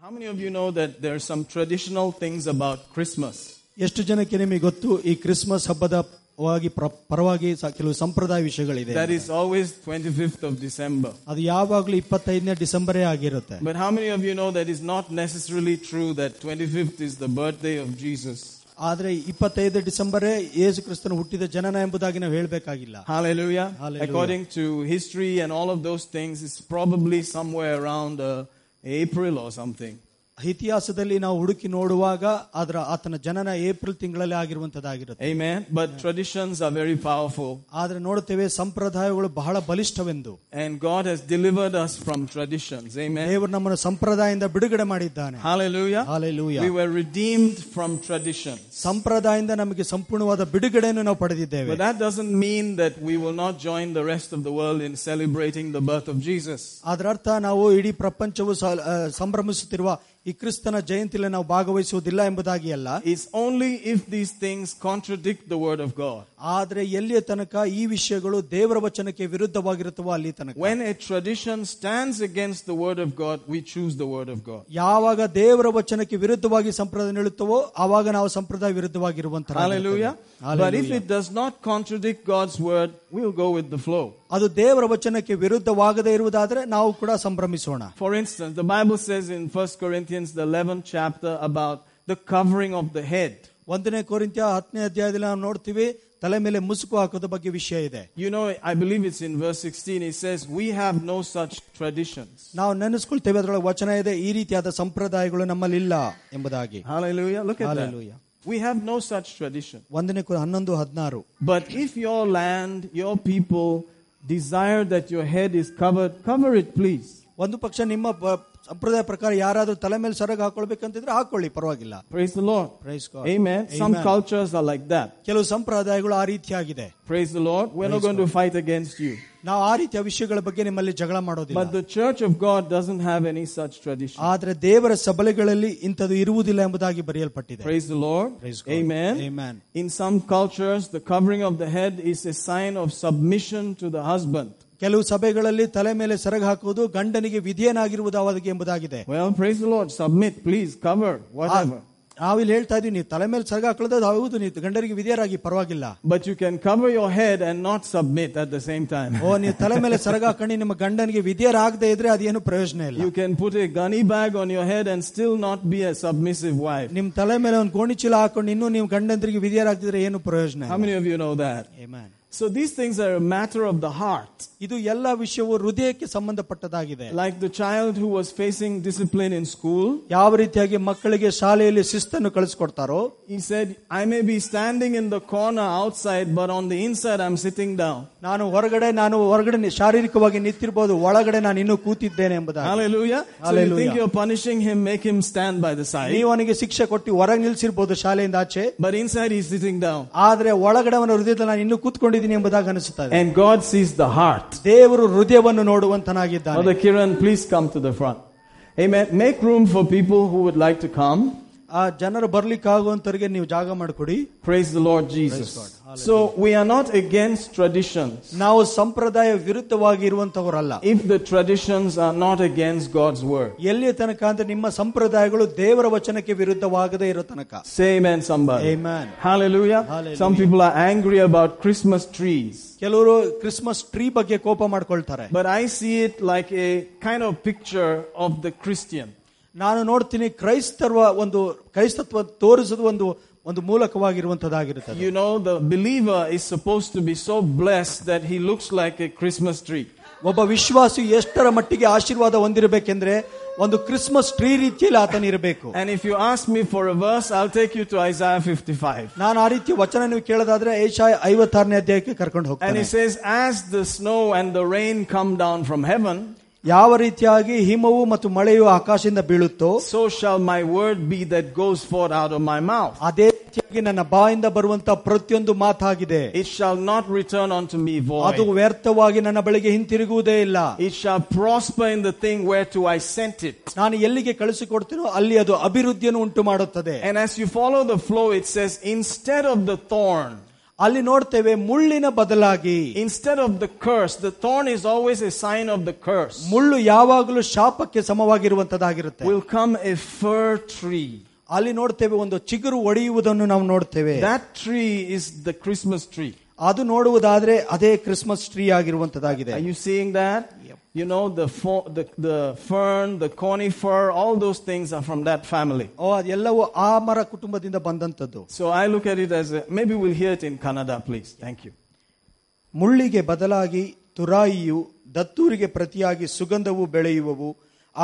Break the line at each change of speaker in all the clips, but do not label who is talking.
How many of you know that there are some traditional things about Christmas?
ಎಷ್ಟು ಜನಕ್ಕೆ ನಿಮಗೆ ಗೊತ್ತು ಈ ಕ್ರಿಸ್ಮಸ್ ಹಬ್ಬದ ಪರವಾಗಿ ಪ್ರ- ಪರವಾಗಿ ಸ- ಕೆಲವು ಸಂಪ್ರದಾಯ ವಿಷಯಗಳಿದೆ
That is always 25th of December.
ಅದು ಯಾವಾಗಲೂ ಇಪ್ಪತ್ತೈದನೇ ಡಿಸೆಂಬರೇ ಆಗಿರುತ್ತೆ
But how many of you know that it's not necessarily true that 25th is the birthday of Jesus?
ಆದ್ರೆ ಇಪ್ಪತ್ತೈದು ಡಿಸೆಂಬರೇ ಯೇಸು ಕ್ರಿಸ್ತನು ಹುಟ್ಟಿದ ಜನನ ಎಂಬುದಾಗಿ ನಾವು ಹೇಳಬೇಕಾಗಿಲ್ಲ
Hallelujah.
Hallelujah.
According to history and all of those things, it's probably somewhere around uh, April or something.
ಇತಿಹಾಸದಲ್ಲಿ ನಾವು ಹುಡುಕಿ ನೋಡುವಾಗ ಅದರ ಆತನ ಜನನ ಏಪ್ರಿಲ್ ತಿಂಗಳಲ್ಲಿ ಆಗಿರುವಂತದ್ದಾಗಿರುತ್ತೆ
Amen. But traditions are very powerful.
ಆದ್ರೆ ನೋಡುತ್ತೇವೆ ಸಂಪ್ರದಾಯಗಳು ಬಹಳ ಬಲಿಷ್ಠವೆಂದು
And God has delivered us from traditions. Amen.
ದೇವರು ನಮ್ಮನ್ನು ಸಂಪ್ರದಾಯದಿಂದ ಬಿಡುಗಡೆ ಮಾಡಿದ್ದಾನೆ
Hallelujah.
Hallelujah
We were redeemed from traditions.
ಸಂಪ್ರದಾಯದಿಂದ ನಮಗೆ ಸಂಪೂರ್ಣವಾದ ಬಿಡುಗಡೆಯನ್ನು ನಾವು ಪಡೆದಿದ್ದೇವೆ
But that doesn't mean that we will not join the rest of the world in celebrating the birth of Jesus.
ಅದರರ್ಥ ನಾವು ಇಡೀ ಪ್ರಪಂಚವು ಸ- ಆ, ಸಂಭ್ರಮಿಸುತ್ತಿರುವ ಈ ಕ್ರಿಸ್ತನ ಜಯಂತಿಯಲ್ಲಿ ನಾವು ಭಾಗವಹಿಸುವುದಿಲ್ಲ ಎಂಬುದಾಗಿ ಅಲ್ಲ
It's only if these things contradict the Word of God.
ಆದ್ರೆ ಎಲ್ಲಿಯ ತನಕ ಈ ವಿಷಯಗಳು ದೇವರ ವಚನಕ್ಕೆ ವಿರುದ್ಧವಾಗಿರುತ್ತವೋ ಅಲ್ಲಿ ತನಕ
When a tradition stands against the Word of God, we choose the Word of God.
ಯಾವಾಗ ದೇವರ ವಚನಕ್ಕೆ ವಿರುದ್ಧವಾಗಿ ಸಂಪ್ರದಾಯ ನಿಲ್ಲುತ್ತವೋ ಆವಾಗ ನಾವು ಸಂಪ್ರದಾಯ ವಿರುದ್ಧವಾಗಿರುವಂತಹ
Hallelujah. But if it does not contradict God's Word, we'll go with the flow.
ಅದು ದೇವರ ವಚನಕ್ಕೆ ವಿರುದ್ಧವಾಗದೇ ಇರುವುದಾದ್ರೆ ನಾವು ಕೂಡ ಸಂಭ್ರಮಿಸೋಣ
For instance, the Bible says in 1 Corinthians, the 11th chapter, about the covering of the head.
ಒಂದನೇ ಕೋರಿಂತ್ಯ ಹತ್ತನೇ ಅಧ್ಯಾಯದಲ್ಲಿ ನಾವು ನೋಡ್ತೀವಿ ತಲೆ ಮೇಲೆ ಮುಸುಕು ಹಾಕೋದ ಬಗ್ಗೆ ವಿಷಯ ಇದೆ
You know, I believe it's in verse 16, it says, We have no such traditions.
ನಾವು ನೆನೆಸ್ಕೊಳ್ತೇವೆ ಅದರೊಳಗೆ ವಚನ ಇದೆ ಈ ರೀತಿಯಾದ ಸಂಪ್ರದಾಯಗಳು ನಮ್ಮಲ್ಲಿ ಇಲ್ಲ ಎಂಬುದಾಗಿ
Hallelujah. Look at
Hallelujah.
that. We have no such tradition.
ಒಂದನೇ ಕೊ- ಹನ್ನೊಂದು ಹದಿನಾರು
But if your land, your people desire that your head is covered, cover it, please.
ಒಂದು ಪಕ್ಷ ನಿಮ್ಮ ಬ- ಸಂಪ್ರದಾಯ ಪ್ರಕಾರ ಯಾರಾದ್ರೂ ತಲೆ ಮೇಲೆ ಸರಗ ಹಾಕೊಳ್ಬೇಕಂತಿದ್ರೆ ಹಾಕೊಳ್ಳಿ ಪರವಾಗಿಲ್ಲ
Praise the Lord.
Praise God.
Amen. Some cultures are like that.
ಕೆಲವು ಸಂಪ್ರದಾಯಗಳು ಆ ರೀತಿಯಾಗಿದೆ
Praise the Lord. We're not going to fight against you.
ನಾವು ಆ ರೀತಿಯ ವಿಷಯಗಳ ಬಗ್ಗೆ ನಿಮ್ಮಲ್ಲಿ ಜಗಳ ಮಾಡೋದಿಲ್ಲ
But the church of God doesn't have any such tradition.
ಆದ್ರೆ ದೇವರ ಸಬಲೆಗಳಲ್ಲಿ ಇಂಥದ್ದು ಇರುವುದಿಲ್ಲ ಎಂಬುದಾಗಿ ಬರೆಯಲ್ಪಟ್ಟಿದೆ
Praise the Lord.
Praise God.
Amen.
Amen.
In some cultures, the covering of the head is a sign of submission to the husband.
ಕೆಲವು ಸಭೆಗಳಲ್ಲಿ ತಲೆ ಮೇಲೆ ಸರಗ ಹಾಕುವುದು ಗಂಡನಿಗೆ ವಿಧಿಯನಾಗಿರುವುದಾವದಿಗೆ ಎಂಬುದಾಗಿದೆ
Well, praise the Lord. Submit, please. Cover. Whatever.
ನಾವಿಲ್ಲಿ ಹೇಳ್ತಾ ಇದೀವಿ ನೀವು ತಲೆ ಮೇಲೆ ಸರಗ ಹಾಕೊಳ್ಳೋದು ಹೌದು ನೀವು ಗಂಡನಿಗೆ ವಿಧಿಯರಾಗಿ ಪರವಾಗಿಲ್ಲ
But you can cover your head and not submit at the same time.
ಓ ನೀವು ತಲೆ ಮೇಲೆ ಸರಗ ಹಾಕೊಂಡು ನಿಮ್ಮ ಗಂಡನಿಗೆ ವಿಧಿಯರಾಗದೇ ಇದ್ರೆ ಅದೇನು ಪ್ರಯೋಜನ ಇಲ್ಲ
You can put a gunny bag on your head and still not be a submissive wife.
ನಿಮ್ ತಲೆ ಮೇಲೆ ಒಂದು ಗೋಣಿ ಚೀಲ ಹಾಕೊಂಡು ಇನ್ನೂ ನೀವು ಗಂಡಂದ್ರಿಗೆ ವಿಧಿಯರಾಗ್ತಿದ್ರೆ ಏನು ಪ್ರಯೋಜನ
How many of you know that? So these things are a matter of the heart.
ಇದು ಎಲ್ಲ ವಿಷಯವು ಹೃದಯಕ್ಕೆ ಸಂಬಂಧಪಟ್ಟದಾಗಿದೆ
Like the child who was facing discipline in school,
ಯಾವ ರೀತಿಯಾಗಿ ಮಕ್ಕಳಿಗೆ ಶಾಲೆಯಲ್ಲಿ ಶಿಸ್ತನ್ನು ಕಳಿಸ್ಕೊಡ್ತಾರೋ
he said, I may be standing in the corner outside, but on the inside I'm sitting down.
ನಾನು ಹೊರಗಡೆ ನಾನು ಹೊರಗಡೆ ನಿ- ಶಾರೀರಿಕವಾಗಿ ನಿಂತಿರ್ಬೋದು ಒಳಗಡೆ ನಾನು ಇನ್ನೂ ಕೂತಿದ್ದೇನೆ ಎಂಬುದಾಗಿ
Hallelujah. So you
Hallelujah.
think you're punishing him, make him stand by the side.
ನೀವು ಅವನಿಗೆ ಶಿಕ್ಷೆ ಕೊಟ್ಟು ಹೊರಗೆ ನಿಲ್ಸಿರ್ಬೋದು ಶಾಲೆಯಿಂದ ಆಚೆ
But inside he's sitting down.
ಆದ್ರೆ ಒಳಗಡೆ ಅವನ ಹೃದಯದಲ್ಲಿ ನಾನು ಇನ್ನೂ ಕೂತ್ಕೊಂಡಿದ್ದೀನಿ ಎಂಬುದಾಗಿ ಅನಿಸುತ್ತದೆ
And God sees the heart.
ದೇವರು ಹೃದಯವನ್ನು ನೋಡುವಂತನಾಗಿದ್ದಾನೆ
Mother Kiran, please come to the front. Amen. Make room for people who would like to come.
ಆ ಜನರು ಬರ್ಲಿಕ್ಕಾಗುವಂತವರಿಗೆ ನೀವು ಜಾಗ ಮಾಡಿಕೊಡಿ
Praise the Lord Jesus. So we are not against traditions
ನಾವು ಸಂಪ್ರದಾಯ ವಿರುದ್ಧವಾಗಿ ಇರುವಂತವರಲ್ಲ
if the traditions are not against God's word.
ಎಲ್ಲಿಯ ತನಕ ಅಂದ್ರೆ ನಿಮ್ಮ ಸಂಪ್ರದಾಯಗಳು ದೇವರ ವಚನಕ್ಕೆ ವಿರುದ್ಧವಾಗದೇ ಇರೋ ತನಕ
Say amen, somebody.
Amen.
Hallelujah.
Hallelujah.
Some people are angry about Christmas trees.
ಕೆಲವರು ಕ್ರಿಸ್ಮಸ್ ಟ್ರೀ ಬಗ್ಗೆ ಕೋಪ ಮಾಡ್ಕೊಳ್ತಾರೆ
But I see it like a kind of picture of the Christian.
ನಾನು ನೋಡ್ತೀನಿ ಕ್ರೈಸ್ತರ್ವ ಒಂದು ಕ್ರೈಸ್ತತ್ವ ತೋರಿಸೋದು ಒಂದು ಒಂದು ಮೂಲಕವಾಗಿರುವಂತದ್ದಾಗಿರುತ್ತದೆ
You know, the believer is supposed to be so blessed that he looks like a Christmas tree.
ಒಬ್ಬ ವಿಶ್ವಾಸಿ ಎಷ್ಟರ ಮಟ್ಟಿಗೆ ಆಶೀರ್ವಾದ ಹೊಂದಿರಬೇಕೆಂದ್ರೆ ಒಂದು ಕ್ರಿಸ್ಮಸ್ ಟ್ರೀ ರೀತಿಯಲ್ಲಿ ಆತನಿರಬೇಕು
And if you ask me for a verse, I'll take you to Isaiah 55.
ನಾನು ಆ ರೀತಿ ವಚನ ನೀವು ಕೇಳೋದಾದ್ರೆ ಏಷಾಯ ಐವತ್ತಾರನೇ ಅಧ್ಯಾಯಕ್ಕೆ ಕರ್ಕೊಂಡು
And
ಹೋಗ್ತಾನೆ
it says, As the snow and the rain come down from heaven,
ಯಾವ ರೀತಿಯಾಗಿ ಹಿಮವು ಮತ್ತು ಮಳೆಯು ಆಕಾಶದಿಂದ ಬೀಳುತ್ತೋ
so shall my word be that goes forth out of my mouth.
ಅದೇ ರೀತಿಯಾಗಿ ನನ್ನ ಬಾಯಿಂದ ಬರುವಂತ ಪ್ರತಿಯೊಂದು ಮಾತಾಗಿದೆ
It shall not return unto me
ಅದು
void.
ವ್ಯರ್ಥವಾಗಿ ನನ್ನ ಬಳಿಗೆ ಹಿಂತಿರುಗುವುದೇ ಇಲ್ಲ
It shall prosper in the thing whereto I sent it.
ನಾನು ಎಲ್ಲಿಗೆ ಕಳಿಸಿಕೊಡ್ತೀನೋ ಅಲ್ಲಿ ಅದು ಅಭಿವೃದ್ಧಿಯನ್ನು ಉಂಟು ಮಾಡುತ್ತದೆ
And as you follow the flow, it says, Instead of the thorn,
ಅಲ್ಲಿ ನೋಡ್ತೇವೆ ಮುಳ್ಳಿನ ಬದಲಾಗಿ
Instead of the curse, the thorn is always a sign of the curse.
ಮುಳ್ಳು ಯಾವಾಗಲೂ ಶಾಪಕ್ಕೆ ಸಮವಾಗಿರುವಂತದ್ದಾಗಿರುತ್ತೆ
Will come a fir tree.
ಅಲ್ಲಿ ನೋಡ್ತೇವೆ ಒಂದು ಚಿಗುರು ಒಡೆಯುವುದನ್ನು ನಾವು ನೋಡ್ತೇವೆ
That tree is the Christmas tree.
ಅದು ನೋಡುವುದಾದ್ರೆ ಅದೇ ಕ್ರಿಸ್ಮಸ್ ಟ್ರೀ ಆಗಿರುವಂತದ್ದಾಗಿದೆ
Are you seeing that? You know, the, fo- the, the fern, the conifer, all those things are from that family.
ಓ, ಅದೆಲ್ಲವೂ ಆ ಮರ ಕುಟುಂಬದಿಂದ ಬಂದಂತದ್ದು
So I look at it as a, maybe we'll hear it in Kannada, please. Thank you.
ಮುಳ್ಳಿಗೆ ಬದಲಾಗಿ ತುರಾಯಿಯು ದತ್ತೂರಿಗೆ ಪ್ರತಿಯಾಗಿ ಸುಗಂಧವು ಬೆಳೆಯುವವು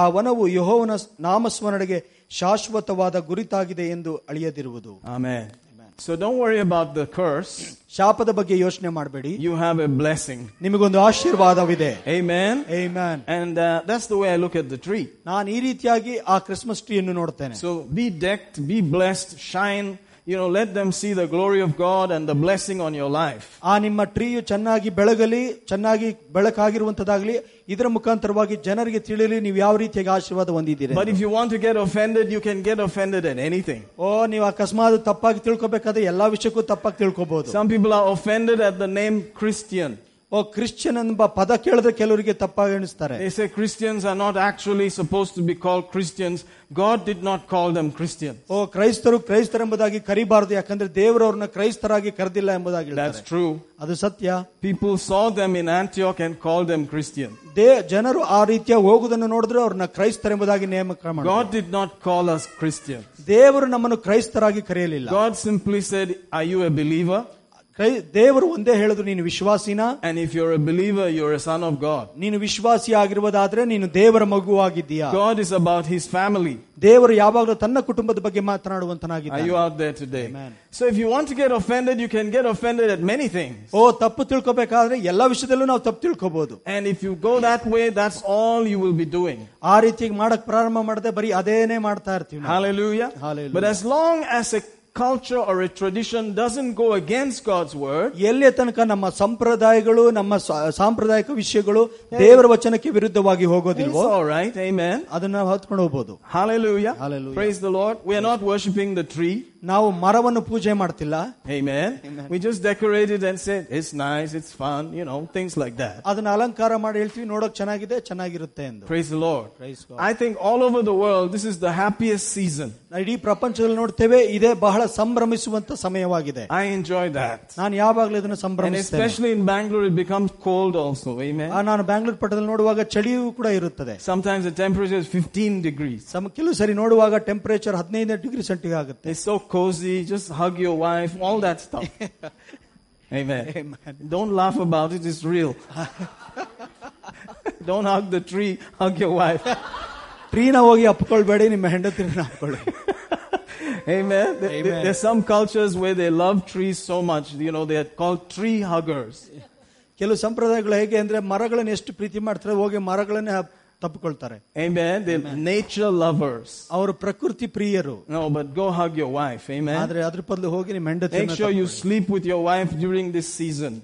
ಆ ವನವು ಯಹೋವನ ನಾಮಸ್ಮರಣೆಗೆ ಶಾಶ್ವತವಾದ ಗುರಿತಾಗಿದೆ ಎಂದು ಅಳಿಯದಿರುವುದು
Amen. So don't worry about the curse.
ಶಾಪದ ಬಗ್ಗೆ ಯೋಚನೆ ಮಾಡಬೇಡಿ
You have a blessing.
ನಿಮಗೊಂದು ಆಶೀರ್ವಾದವಿದೆ
Amen.
Amen.
And uh, that's the way I look at the tree.
ನಾನು ಈ ರೀತಿಯಾಗಿ ಆ ಕ್ರಿಸ್ಮಸ್ ಟ್ರೀಯನ್ನು ನೋಡ್ತೇನೆ
So be decked, be blessed, shine. You know, let them see the glory of God and the blessing on your life.
ಆ ನಿಮ್ಮ ಟ್ರೀಯು ಚೆನ್ನಾಗಿ ಬೆಳಗಲಿ ಚೆನ್ನಾಗಿ ಬೆಳಕಾಗಿರುವಂತದಾಗಲಿ ಇದರ ಮುಖಾಂತರವಾಗಿ ಜನರಿಗೆ ತಿಳಿಯಲಿ ನೀವು ಯಾವ ರೀತಿಯಾಗಿ ಆಶೀರ್ವಾದ ಹೊಂದಿದ್ದೀರಿ
But if you want to get offended, you can get offended at anything.
ಓ ನೀವು ಅಕಸ್ಮಾತ್ ತಪ್ಪಾಗಿ ತಿಳ್ಕೊಬೇಕಾದ್ರೆ ಎಲ್ಲಾ ವಿಷಯಕ್ಕೂ ತಪ್ಪಾಗಿ ತಿಳ್ಕೊಬಹುದು
Some people are offended at the name Christian.
ಓ ಕ್ರಿಶ್ಚಿಯನ್ ಎಂಬ ಪದ ಕೇಳಿದ್ರೆ ಕೆಲವರಿಗೆ ತಪ್ಪಾಗಿ ಎಣಿಸ್ತಾರೆ
They say Christians are not actually supposed to be called Christians. God did not call them Christian.
ಓ ಕ್ರೈಸ್ತರು ಕ್ರೈಸ್ತರೆಂಬುದಾಗಿ ಕರಿಬಾರದು ಯಾಕಂದ್ರೆ ದೇವರು ಅವ್ರನ್ನ ಕ್ರೈಸ್ತರಾಗಿ ಕರೆದಿಲ್ಲ ಎಂಬುದಾಗಿ
That's
ಹೇಳ್ತಾರೆ.
true.
ಅದು ಸತ್ಯ
People saw them in Antioch and called them Christian.
ದೇ ಜನರು ಆ ರೀತಿಯ ಹೋಗುದನ್ನು ನೋಡಿದ್ರೆ ಅವ್ರನ್ನ ಕ್ರೈಸ್ತರೆಂಬುದಾಗಿ ನೇಮಕ ಮಾಡಿದ್ರು.
God did not call us Christian.
ದೇವರು ನಮ್ಮನ್ನು ಕ್ರೈಸ್ತರಾಗಿ ಕರೆಯಲಿಲ್ಲ
God simply said, Are you a believer?
ಕ್ರೈ- ದೇವರು ಒಂದೇ ಹೇಳಿದ್ರು ನೀನು ವಿಶ್ವಾಸಿನ
And if you're a believer, you're a son of God.
ನೀನು ವಿಶ್ವಾಸಿ ಆಗಿರುವುದಾದ್ರೆ ನೀನು ದೇವರ ಮಗುವಾಗಿದ್ದೀಯಾ
God is about his family.
ದೇವರು ಯಾವಾಗಲೂ ತನ್ನ ಕುಟುಂಬದ ಬಗ್ಗೆ
Are
ಮಾತನಾಡುವಂತನಾಗಿದ್ದಾನೆ
you out there today?
Amen.
So if you want to get offended, you can get offended at many things.
ಓ ತಪ್ಪು ತಿಳ್ಕೊಬೇಕಾದ್ರೆ ಎಲ್ಲಾ ವಿಷಯದಲ್ಲೂ ನಾವು ತಪ್ಪು ತಿಳ್ಕೊಬಹುದು
And if you go that way, that's all you will be doing.
ಆ ರೀತಿಯಾಗಿ ಮಾಡಕ್ ಪ್ರಾರಂಭ ಮಾಡದೆ ಬರೀ ಅದೇನೇ ಮಾಡ್ತಾ ಇರ್ತೀವಿ ನಾವು.
Hallelujah.
Hallelujah.
But as long as a culture or a tradition doesn't go against God's word,
ಎಲ್ಲಿಯ ತನಕ ನಮ್ಮ ಸಂಪ್ರದಾಯಗಳು ನಮ್ಮ ಸಾ- ಸಾಂಪ್ರದಾಯಿಕ ವಿಷಯಗಳು ದೇವರ ವಚನಕ್ಕೆ ವಿರುದ್ಧವಾಗಿ
it's
ಹೋಗೋದಿಲ್ವೋ
all right. Amen.
ಅದನ್ನ ನಾವು ಹೊತ್ಕೊಂಡು ಹೋಗ್ಬೋದು
Hallelujah.
Hallelujah.
Praise the Lord. We are not worshiping the tree.
ನಾವು ಮರವನ್ನು ಪೂಜೆ ಮಾಡ್ತಿಲ್ಲ
Amen. We just decorated and said, it's nice, it's fun, you know, things like that.
ಅದನ್ನ ಅಲಂಕಾರ ಮಾಡಿ ಹೇಳ್ತೀವಿ ನೋಡೋಕ್ ಚೆನ್ನಾಗಿದೆ ಚೆನ್ನಾಗಿರುತ್ತೆ ಎಂದು
Praise the Lord.
Praise God.
I think all over the world, this is the happiest season.
ನಾವು ಇಡೀ ಪ್ರಪಂಚದಲ್ಲಿ ನೋಡ್ತೇವೆ ಇದೇ ಬಹಳ ಸಂಭ್ರಮಿಸುವಂತ ಸಮಯವಾಗಿದೆ
I enjoy that.
ನಾನು ಯಾವಾಗಲೂ ಇದನ್ನು
And
ಸಂಭ್ರಮಿಸ್ತೇನೆ
especially in Bangalore, it becomes cold also. Amen.
ಆ, ನಾನು ಬ್ಯಾಂಗ್ಳೂರ್ ಪಟ್ಟದಲ್ಲಿ ನೋಡುವಾಗ ಚಳಿಯೂ ಕೂಡ ಇರುತ್ತದೆ
Sometimes the temperature is 15 degrees.
ಸಮ ಕೆಲವು ಸರಿ ನೋಡುವಾಗ ಟೆಂಪರೇಚರ್ ಹದಿನೈದು ಡಿಗ್ರಿ ಸೆಂಟಿಗೆ ಆಗುತ್ತೆ
It's so cozy. Just hug your wife, all that stuff. Amen. Don't laugh about it, it's real. Don't hug the tree, hug your wife.
ಟ್ರೀನ ಹೋಗಿ ಅಪ್ಕೊಳ್ಬೇಡಿ ನಿಮ್ಮ ಹೆಂಡತಿನ ಅಪ್ಕೊಳ್ಳಿ
Amen. Th- th- There's some cultures where they love trees so much, you know, they're called tree huggers.
ಕೆಲವು ಸಂಪ್ರದಾಯಗಳು ಹೇಗೆ ಅಂದ್ರೆ ಮರಗಳನ್ನು ಎಷ್ಟು ಪ್ರೀತಿ ಮಾಡ್ತಾರೆ ಹೋಗಿ ಮರಗಳನ್ನೇ ತಪ್ಪಿಕೊಳ್ತಾರೆ
Amen. They're nature lovers.
ಅವರು ಪ್ರಕೃತಿ ಪ್ರಿಯರು
No, but go hug your wife. Amen.
ಆದ್ರೆ ಅದ್ರ ಬದಲು ಹೋಗಿ ನಿಮ್ಮ
Make sure
ಹೆಂಡತಿ
you sleep with your wife during this season.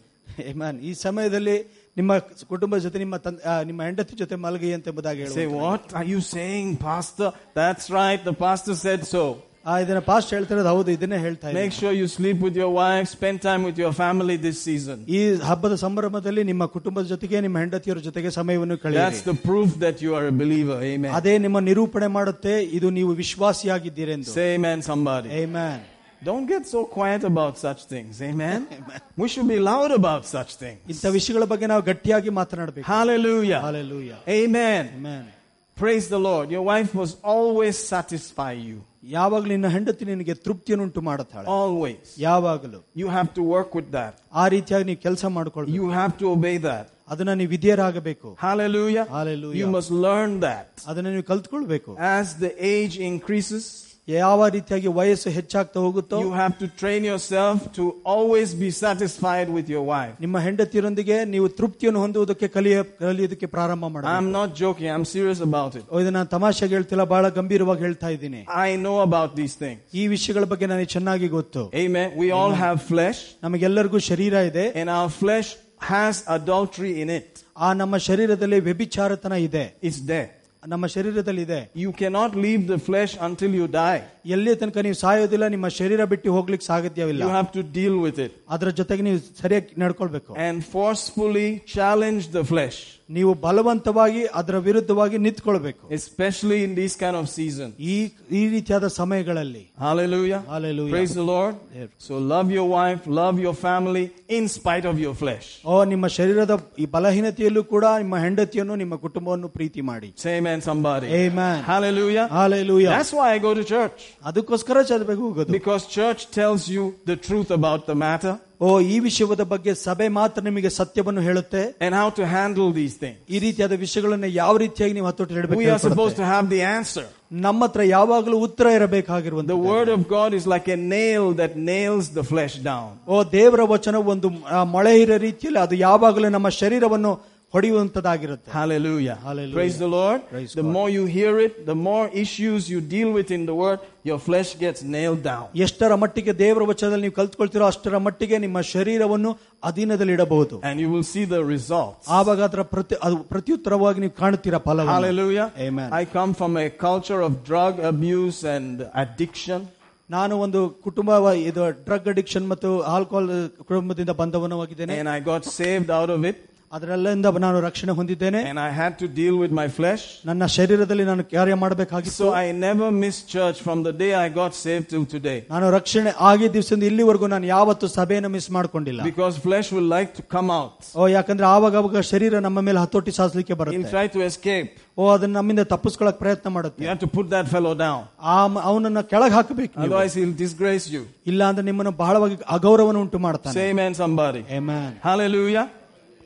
ಈ ಸಮಯದಲ್ಲಿ ನಿಮ್ಮ ಕುಟುಂಬದ ಜೊತೆ ನಿಮ್ಮ ತಂದೆ- ಆ, ನಿಮ್ಮ ಹೆಂಡತಿ ಜೊತೆ ಮಲಗಿ ಅಂತ ಎಂಬುದಾಗಿ
Say,
ಹೇಳುವಂಥದ್ದು.
what are you saying, Pastor? That's right, the pastor said so.
ಆ, ಇದನ್ನ ಪಾಸ್ಟ್ ಹೇಳ್ತಿರೋದು ಹೌದು ಇದನ್ನೇ ಹೇಳ್ತಾ ಇದ್ದೀನಿ.
Make sure you sleep with your wife, spend time with your family this season.
ಈ ಹಬ್ಬದ ಸಂಭ್ರಮದಲ್ಲಿ ನಿಮ್ಮ ಕುಟುಂಬದ ಜೊತೆಗೆ ನಿಮ್ಮ ಹೆಂಡತಿಯರ ಜೊತೆಗೆ ಸಮಯವನ್ನು
That's
ಕಳೆಯಿರಿ
the proof that you are a believer. Amen.
ಅದೇ ನಿಮ್ಮ ನಿರೂಪಣೆ ಮಾಡುತ್ತೆ ಇದು ನೀವು ವಿಶ್ವಾಸಿಯಾಗಿದ್ದೀರೆಂದು
Say amen, somebody.
Amen.
Don't get so quiet about such things. Amen. We should be loud about such things.
ಇಂಥ ವಿಷಯಗಳ ಬಗ್ಗೆ ನಾವು ಗಟ್ಟಿಯಾಗಿ ಮಾತನಾಡಬೇಕು
Hallelujah.
Hallelujah.
Amen.
Amen.
Praise the Lord. Your wife must always satisfy you.
ಯಾವಾಗಲೂ ನಿನ್ನ ಹೆಂಡತಿ ನಿನಗೆ ತೃಪ್ತಿಯನ್ನುಂಟು ಮಾಡುತ್ತಾಳೆ
Always.
ಯಾವಾಗಲೂ
You have to work with that.
ಆ ರೀತಿಯಾಗಿ ನೀವು ಕೆಲಸ ಮಾಡ್ಕೊಳ್ಬೇಕು
You have to obey that.
ಅದನ್ನ ನೀವು ವಿಧೇಯರಾಗಬೇಕು
Hallelujah.
Hallelujah.
You must learn that.
ಅದನ್ನ ನೀವು ಕಲ್ತ್ಕೊಳ್ಬೇಕು
As the age increases,
ಯಾವ ರೀತಿಯಾಗಿ ವಯಸ್ಸು ಹೆಚ್ಚಾಗ್ತಾ ಹೋಗುತ್ತೋ
you have to train yourself to always be satisfied with your wife.
ನಿಮ್ಮ ಹೆಂಡತಿಯರೊಂದಿಗೆ ನೀವು ತೃಪ್ತಿಯನ್ನು ಹೊಂದುವುದಕ್ಕೆ ಕಲಿಯ ಕಲಿಯೋದಕ್ಕೆ ಪ್ರಾರಂಭ ಮಾಡಬೇಕು
I'm not joking. I'm serious about it.
ಓ, ಇದು ನಾನು ತಮಾಷೆಗೆ ಹೇಳ್ತಿಲ್ಲ ಬಹಳ ಗಂಭೀರವಾಗಿ ಹೇಳ್ತಾ ಇದ್ದೀನಿ
I know about these things.
ಈ ವಿಷಯಗಳ ಬಗ್ಗೆ ನನಗೆ ಚೆನ್ನಾಗಿ ಗೊತ್ತು
Amen. We all have flesh.
ನಮಗೆಲ್ಲರಿಗೂ ಶರೀರ ಇದೆ
And our flesh has adultery in it.
ಆ ನಮ್ಮ ಶರೀರದಲ್ಲಿ ವ್ಯಭಿಚಾರತನ ಇದೆ
It's there.
ನಮ್ಮ ಶರೀರದಲ್ಲಿ ಇದೆ
You cannot leave the flesh until you die.
ಎಲ್ಲಿ ತನಕ ನೀವು ಸಾಯೋದಿಲ್ಲ ನಿಮ್ಮ ಶರೀರ ಬಿಟ್ಟು ಹೋಗ್ಲಿಕ್ಕೆ ಸಾಗತ್ಯವಿಲ್ಲ
You have to deal with it
ಅದರ ಜೊತೆಗೆ ನೀವು ಸರಿಯಾಗಿ ನಡ್ಕೊಳ್ಬೇಕು
and forcefully challenge the flesh,
ನೀವು ಬಲವಂತವಾಗಿ ಅದರ ವಿರುದ್ಧವಾಗಿ ನಿಂತ್ಕೊಳ್ಬೇಕು
especially in this kind of season.
ಈ ಈ ರೀತಿಯಾದ ಸಮಯಗಳಲ್ಲಿ
Hallelujah.
Hallelujah.
Praise the Lord.
Yeah.
So love your wife, love your family in spite of your flesh.
ಓ ನಿಮ್ಮ ಶರೀರದ ಈ ಬಲಹೀನತೆಯಲ್ಲೂ ಕೂಡ ನಿಮ್ಮ ಹೆಂಡತಿಯನ್ನು ನಿಮ್ಮ ಕುಟುಂಬವನ್ನು ಪ್ರೀತಿ ಮಾಡಿ
Say amen, somebody.
Amen.
Hallelujah.
Hallelujah.
That's why I go to church.
ಅದಕ್ಕೋಸ್ಕರ ಚದಬೇಕು ಹೋಗೋದು
Because church tells you the truth about the matter
ಓ ಈ ವಿಷಯದ ಬಗ್ಗೆ ಸಭೆ ಮಾತ್ರ ನಿಮಗೆ ಸತ್ಯವನ್ನು ಹೇಳುತ್ತೆ
and how to handle these things.
ಈ ರೀತಿಯಾದ ವಿಷಯಗಳನ್ನ ಯಾವ ರೀತಿಯಾಗಿ ನೀವು ಹತ್ತೋಟಿ
We are supposed
ಹೇಳಬೇಕು
to have the answer.
ನಮ್ಮ ಹತ್ರ ಯಾವಾಗಲೂ ಉತ್ತರ
The
ಇರಬೇಕಾಗಿರುವಂತ
word of God is like a nail that nails the flesh down.
ಓ ದೇವರ ವಚನ ಒಂದು ಆ, ಮೊಳೆ ಇರೋ ರೀತಿಯಲ್ಲಿ ಅದು ಯಾವಾಗಲೂ ನಮ್ಮ ಶರೀರವನ್ನು ಹೊಡೆಯುವಂತದಾಗಿರುತ್ತೆ
Hallelujah.
Hallelujah.
Praise the Lord.
Praise
the
God.
more you hear it, the more issues you deal with in the word, your flesh gets nailed down.
ಎಷ್ಟರ ಮಟ್ಟಿಗೆ ದೇವರ ವಚನದಲ್ಲಿ ನೀವು ಕಲ್ತ್ಕೊಳ್ತಿರೋ ಅಷ್ಟರ ಮಟ್ಟಿಗೆ ನಿಮ್ಮ ಶರೀರವನ್ನು ಅಧೀನದಲ್ಲಿ ಇಡಬಹುದು
And you will see the results.
ಆವಾಗ ಅದರ ಪ್ರತಿ ಅದು ಪ್ರತ್ಯುತ್ತರವಾಗಿ ನೀವು ಕಾಣುತ್ತೀರಾ ಫಲ
Hallelujah.
Amen.
I come from a culture of drug abuse and addiction.
ನಾನು ಒಂದು ಕುಟುಂಬ ಇದು ಡ್ರಗ್ ಅಡಿಕ್ಷನ್ ಮತ್ತು ಆಲ್ಕೋಹಾಲ್ ಕುಟುಂಬದಿಂದ ಬಂದವನವಾಗಿದ್ದೇನೆ
And I got saved out of it.
ಅದರಲ್ಲಿಂದ ನಾನು ರಕ್ಷಣೆ ಹೊಂದಿದ್ದೇನೆ
And I had to deal with my flesh.
ನನ್ನ ಶರೀರದಲ್ಲಿ ನಾನು ಕಾರ್ಯ ಮಾಡಬೇಕಾಗಿತ್ತು
So I never missed church from the day I got saved till today.
ನಾನು ರಕ್ಷಣೆ ಆಗಿ ದಿವಸದಿಂದ ಇಲ್ಲಿವರೆಗೂ ನಾನು ಯಾವತ್ತು ಸಭೆಯನ್ನು ಮಿಸ್ ಮಾಡ್ಕೊಂಡಿಲ್ಲ
Because flesh will like to come out.
ಓ ಯಾಕಂದ್ರೆ ಆವಾಗ ಅವಾಗ ಶರೀರ ನಮ್ಮ ಮೇಲೆ ಹತೋಟಿ ಸಾಧಿಸಲಿಕ್ಕೆ
He'll
ಬರುತ್ತೆ
try to escape.
ಓ ಅದನ್ನ ನಮ್ಮಿಂದ ತಪ್ಪಿಸ್ಕೊಳಕ್ ಪ್ರಯತ್ನ
You
ಮಾಡುತ್ತೆ
have to put that fellow down.
ಆ ಮ- ಅವನನ್ನ ಕೆಳಗೆ ಹಾಕಬೇಕು ನೀವು.
Otherwise, he'll disgrace you.
ಇಲ್ಲ ಅಂದ್ರೆ ನಿಮ್ಮನ್ನು ಬಹಳವಾಗಿ ಅಗೌರವನ ಉಂಟು ಮಾಡ್ತಾನೆ
Say amen, somebody.
Amen.
Hallelujah.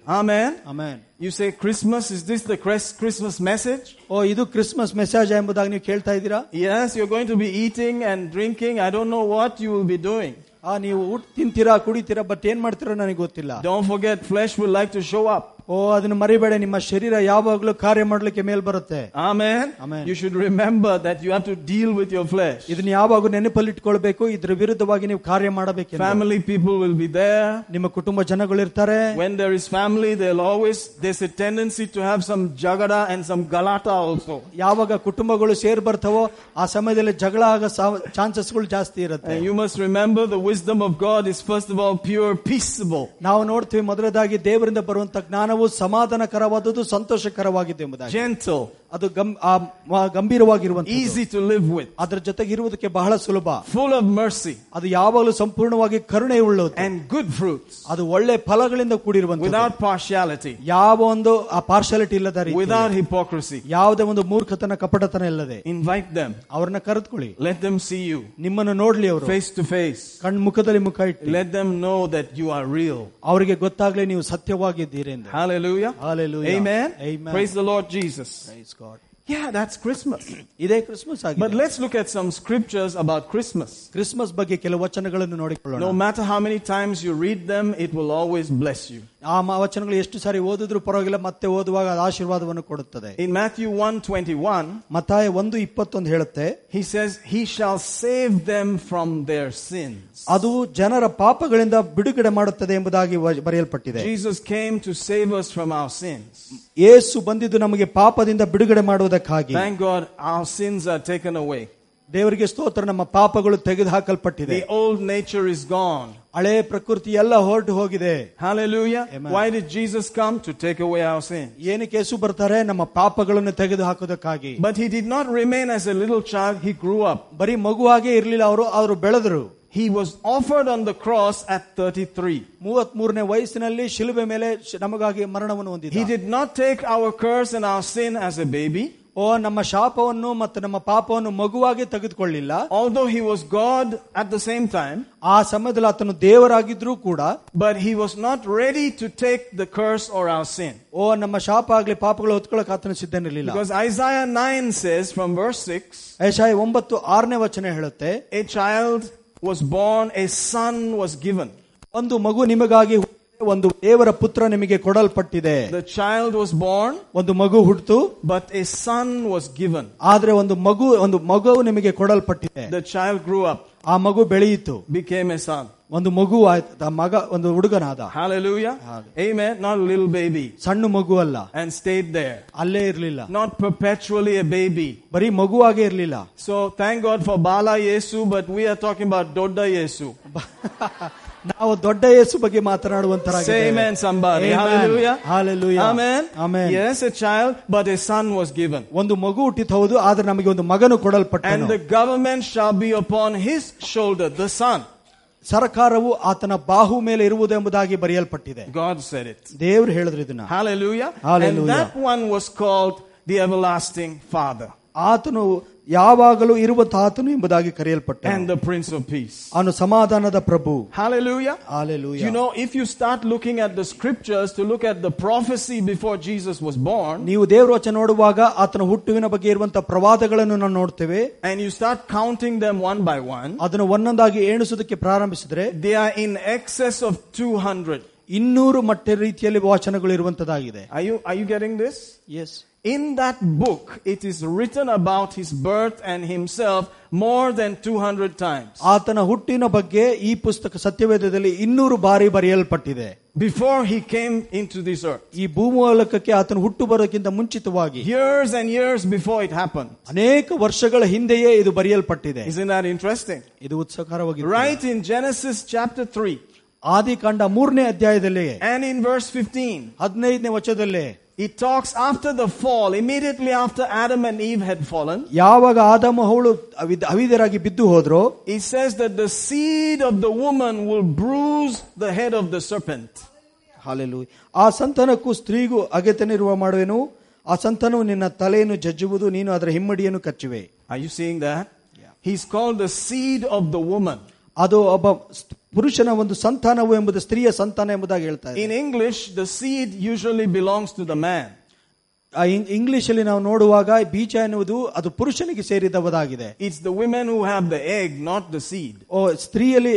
Amen.
Amen.
You say Christmas, is this the Chris- Christmas message?
ಓ ಇದು ಕ್ರಿಸ್ಮಸ್ ಮೆಸೇಜ್ ಎಂಬುದಾಗಿ ನೀವು ಕೇಳ್ತಾ ಇದ್ದೀರಾ
Yes, you're going to be eating and drinking. I don't know what you will be doing.
ಆ ನೀವು ಊಟ ತಿಂತೀರಾ ಕುಡಿತೀರಾ ಬಟ್ ಏನ್ ಮಾಡ್ತೀರೋ ನನಗೆ ಗೊತ್ತಿಲ್ಲ
Don't forget, flesh will like to show up.
ಓ ಅದನ್ನ ಮರಿಬೇಡ ನಿಮ್ಮ ಶರೀರ ಯಾವಾಗಲೂ ಕಾರ್ಯ ಮಾಡ್ಲಿಕ್ಕೆ ಮೇಲ್ ಬರುತ್ತೆ
Amen.
Amen.
You should remember that you have to deal with your flesh.
ಇದನ್ನ ಯಾವಾಗ ನೆನಪಲ್ಲಿಟ್ಕೊಳ್ಬೇಕು ಇದ್ರ ವಿರುದ್ಧವಾಗಿ ನೀವು ಕಾರ್ಯ ಮಾಡಬೇಕು
Family people will be there.
ನಿಮ್ಮ ಕುಟುಂಬ ಜನಗಳಿರ್ತಾರೆ
When there is family, there'll always there's a tendency to have some jagada and some galata also.
ಯಾವಾಗ ಕುಟುಂಬಗಳು ಸೇರ್ ಬರ್ತವೋ ಆ ಸಮಯದಲ್ಲಿ ಜಗಳ ಆಗೋ ಚಾನ್ಸಸ್ಗಳು ಜಾಸ್ತಿ ಇರುತ್ತೆ
And you must remember the wisdom of God is first of all pure, peaceable.
ನಾವು ನೋಡ್ತೀವಿ ಮೊದಲದಾಗಿ ದೇವರಿಂದ ಬರುವಂತ ಜ್ಞಾನವು ಸಮಾಧಾನಕರವಾದದ್ದು ಸಂತೋಷಕರವಾಗಿದೆ ಎಂಬುದಾಗಿ
gentle,
ಅದು ಗಂ- ಆ ಮ- ಗಂಭೀರವಾಗಿರುವಂತ
easy to live with,
ಅದರ ಜೊತೆಗೆ ಇರುವುದಕ್ಕೆ ಬಹಳ ಸುಲಭ
full of mercy
ಅದು ಯಾವಾಗಲೂ ಸಂಪೂರ್ಣವಾಗಿ ಕರುಣೆ ಉಳ್ಳದು
and good fruits,
ಅದು ಒಳ್ಳೆ ಫಲಗಳಿಂದ ಕೂಡಿರುವಂತ
without partiality,
ಯಾವ ಒಂದು ಆ ಪಾರ್ಶಾಲಿಟಿ ಇಲ್ಲದ
without hypocrisy.
ಯಾವುದೇ ಒಂದು ಮೂರ್ಖತನ ಕಪಟತನ ಇಲ್ಲದೆ
Invite them,
ಅವ್ರನ್ನ ಕರೆದುಕೊಳ್ಳಿ
let them see you
ನಿಮ್ಮನ್ನು ನೋಡ್ಲಿ ಅವರು
face to face,
ಕಣ್ ಮುಖದಲ್ಲಿ ಮುಖ ಇಟ್ಟು
let them know that you are real.
ಅವರಿಗೆ ಗೊತ್ತಾಗ್ಲಿ ನೀವು ಸತ್ಯವಾಗಿದ್ದೀರಿ ಎಂದು
Hallelujah.
Hallelujah.
Amen.
Amen.
Praise the Lord Jesus.
Praise God.
Yeah, that's Christmas.
ಇದೇ ಕ್ರಿಸ್ಮಸ್
But
ಆಗಿದೆ
let's look at some scriptures about Christmas.
Christmas ಬಗ್ಗೆ ಕೆಲವು ವಚನಗಳನ್ನು ನೋಡಿಕೊಳ್ಳೋಣ
No matter how many times you read them, it will always bless you.
ಆ ಮ- ವಚನಗಳು ಎಷ್ಟು ಸಾರಿ ಓದಿದ್ರು ಪರವಾಗಿಲ್ಲ ಮತ್ತೆ ಓದುವಾಗ ಅದು ಆಶೀರ್ವಾದವನ್ನು ಕೊಡುತ್ತದೆ
In Matthew 1:21,
ಮತಾಯ ಒಂದು ಇಪ್ಪತ್ತೊಂದು ಹೇಳುತ್ತೆ
he says, "He shall save them from their sins."
ಅದು ಜನರ ಪಾಪಗಳಿಂದ ಬಿಡುಗಡೆ ಮಾಡುತ್ತದೆ ಎಂಬುದಾಗಿ ವ- ಬರೆಯಲ್ಪಟ್ಟಿದೆ
Jesus came to save us from our sins.
ಯೇಸು ಬಂದಿದ್ದು ನಮಗೆ ಪಾಪದಿಂದ ಬಿಡುಗಡೆ ಮಾಡುವುದಕ್ಕಾಗಿ
Thank God our sins are taken away.
ದೇವರಿಗೆ ಸ್ತೋತ್ರ ನಮ್ಮ ಪಾಪಗಳು ತೆಗೆದುಹಾಕಲ್ಪಟ್ಟಿದೆ
The old nature is gone.
ಹಳೆ ಪ್ರಕೃತಿ ಎಲ್ಲ ಹೊರಟು ಹೋಗಿದೆ
Hallelujah.
Amen.
Why did Jesus come? To take away our sin.
ಏನಕ್ಕೆ ಯೇಸು ಬರ್ತಾರೆ ನಮ್ಮ ಪಾಪಗಳನ್ನು ತೆಗೆದು ಹಾಕೋದಕ್ಕಾಗಿ
But he did not remain as a little child. He grew up.
ಬರೀ ಮಗುವಾಗೇ ಇರಲಿಲ್ಲ ಅವರು ಅವರು ಬೆಳೆದರು
He was offered on the cross at 33.
ಮೂವತ್ ಮೂರನೇ ವಯಸ್ಸಿನಲ್ಲಿ ಶಿಲುಬೆ ಮೇಲೆ ಶ್- ನಮಗಾಗಿ ಮರಣವನ್ನು
He
ಹೊಂದಿದೆ
did not take our curse and our sin as a baby.
ಓ ನಮ್ಮ ಶಾಪವನ್ನು ಮತ್ತು ನಮ್ಮ ಪಾಪವನ್ನು ಮಗುವಾಗಿ ತೆಗೆದುಕೊಳ್ಳಿಲ್ಲ
Although he was God at the same time,
ಆ ಸಮಯದಲ್ಲಿ ಆತನು ದೇವರಾಗಿದ್ರೂ ಕೂಡ
but he was not ready to take the curse or our sin.
ಓ ನಮ್ಮ ಶಾಪ ಆಗ್ಲಿ ಪಾಪಗಳು ಹೊತ್ಕೊಳ್ಳಕ್ ಆತನ ಸಿದ್ಧನಿರ್ಲಿಲ್ಲ
Because Isaiah 9 says from verse 6,
ಐಶಾಯ ಒಂಬತ್ತು ಆರನೇ ವಚನ ಹೇಳುತ್ತೆ
A child was born, a son was given.
ಒಂದು ಮಗು ನಿಮಗಾಗಿ ಒಂದು ದೇವರ ಪುತ್ರ ನಿಮಗೆ ಕೊಡಲ್ಪಟ್ಟಿದೆ
The child was born,
ಒಂದು ಮಗು ಹುಟ್ಟಿತು
but a son was given.
ಆದ್ರೆ ಒಂದು ಮಗು ಒಂದು ಮಗು ನಿಮಗೆ ಕೊಡಲ್ಪಟ್ಟಿದೆ
The child grew up,
ಆ ಮಗು ಬೆಳೆಯಿತು
became a son.
ಒಂದು ಮಗು ಆಯ್ತು ತ- ಮಗ ಒಂದು ಹುಡುಗನಾದ
Hallelujah. Amen. Not a little baby.
ಸಣ್ಣ ಮಗು ಅಲ್ಲ
And stayed there.
ಅಲ್ಲೇ ಇರ್ಲಿಲ್ಲ
Not perpetually a baby.
ಬರೀ ಮಗುವಾಗೇ ಇರ್ಲಿಲ್ಲ
So thank God for Bala Yesu, but we are talking about Doda Yesu.
ಬ- ನಾವು ದೊಡ್ಡ ಯೇಸು ಬಗ್ಗೆ ಮಾತನಾಡುವಂತರ
Say amen, somebody.
Amen.
Hallelujah.
Hallelujah.
Amen.
Amen.
Yes, a child, but a son was given.
ಒಂದು ಮಗು ಹುಟ್ಟಿತು ಹೌದು ಆದ್ರೆ ನಮಗೆ ಒಂದು ಮಗನು
And
ಕೊಡಲ್ಪಟ್ಟನು
the government shall be upon his shoulder, the son.
ಸರ್ಕಾರವು ಆತನ ಬಾಹು ಮೇಲೆ ಇರುವುದು ಎಂಬುದಾಗಿ ಬರೆಯಲ್ಪಟ್ಟಿದೆ
God said it.
ದೇವ್ರು ಹೇಳಿದ್ರು ಇದನ್ನ
Hallelujah.
Hallelujah.
And that one was called the everlasting father
ಆತನು ಯಾವಾಗಲೂ ಇರುವಂತ ಆತನು ಎಂಬುದಾಗಿ ಕರೆಯಲ್ಪಟ್ಟ
and the prince of peace.
ಅವನು ಸಮಾಧಾನದ ಪ್ರಭು
Hallelujah.
Hallelujah.
You know, if you start looking at the scriptures to look at the prophecy before Jesus was born,
ನೀವು ದೇವ್ರ ವಚನ ನೋಡುವಾಗ ಆತನ ಹುಟ್ಟುವಿನ ಬಗ್ಗೆ ಇರುವಂತಹ ಪ್ರವಾದಗಳನ್ನು ನಾವು ನೋಡ್ತೇವೆ
and you start counting them one by one,
ಅದನ್ನು ಒಂದೊಂದಾಗಿ ಎಣಿಸೋದಕ್ಕೆ ಪ್ರಾರಂಭಿಸಿದ್ರೆ
they are in excess of 200.
ಇನ್ನೂರು ಮಟ್ಟ ರೀತಿಯಲ್ಲಿ ವಚನಗಳು ಇರುವಂತದಾಗಿದೆ
Are you, are you getting this?
Yes
In that book, it is written about his birth and himself more than 200 times.
ಆತನ ಹುಟ್ಟಿನ ಬಗ್ಗೆ ಈ ಪುಸ್ತಕ ಸತ್ಯವೇದದಲ್ಲಿ ಇನ್ನೂರು ಬಾರಿ ಬರೆಯಲ್ಪಟ್ಟಿದೆ
Before he came into this earth,
ಈ ಭೂಮೋಲಕಕ್ಕೆ ಆತನ ಹುಟ್ಟು ಬರೋದಕ್ಕಿಂತ ಮುಂಚಿತವಾಗಿ
years and years before it happened.
ಅನೇಕ ವರ್ಷಗಳ ಹಿಂದೆಯೇ ಇದು ಬರೆಯಲ್ಪಟ್ಟಿದೆ
Isn't that interesting?
ಇದು ಉತ್ಸವಕರವಾಗಿದೆ
Right in Genesis chapter 3
ಆದಿಕಾಂಡ ಮೂರನೇ ಅಧ್ಯಾಯದಲ್ಲಿ
and in verse 15.
ಹದಿನೈದನೇ ವಚದಲ್ಲಿ
It talks after the fall, immediately after Adam and Eve had fallen.
ಯಾವಾಗ ಆದಮ ಅವಳು ಅವಿದ್- ಅವಿದರಾಗಿ ಬಿದ್ದು ಹೋದ್ರು
It says that the seed of the woman will bruise the head of the serpent.
ಹಾಲೆಲು ಆ ಸಂತಾನಕ್ಕೂ ಸ್ತ್ರೀಗೂ ಅಗೆತನಿರುವ ಮಾಡುವೆನು ಆ ಸಂತಾನವು ನಿನ್ನ ತಲೆಯನ್ನು ಜಜ್ಜುವುದು ನೀನು ಅದರ ಹಿಮ್ಮಡಿಯನ್ನು ಕಚ್ಚುವೆ
Are you seeing that?
Yeah.
He's called the seed of the woman.
ಅದು ಒಬ್ಬ ಸ್- ಪುರುಷನ ಒಂದು ಸಂತಾನವು ಎಂಬುದು ಸ್ತ್ರೀಯ ಸಂತಾನ ಎಂಬುದಾಗಿ ಹೇಳ್ತಾ ಇದೆ
In English, the seed usually belongs to the man.
ಆ ಇಂಗ್- ಇಂಗ್ಲಿಷಲ್ಲಿ ನಾವು ನೋಡುವಾಗ ಬೀಜ ಎನ್ನುವುದು ಅದು ಪುರುಷನಿಗೆ ಸೇರಿದವದಾಗಿದೆ
It's the women who have the egg, not the seed.
O ಸ್ತ್ರೀಯಲ್ಲಿ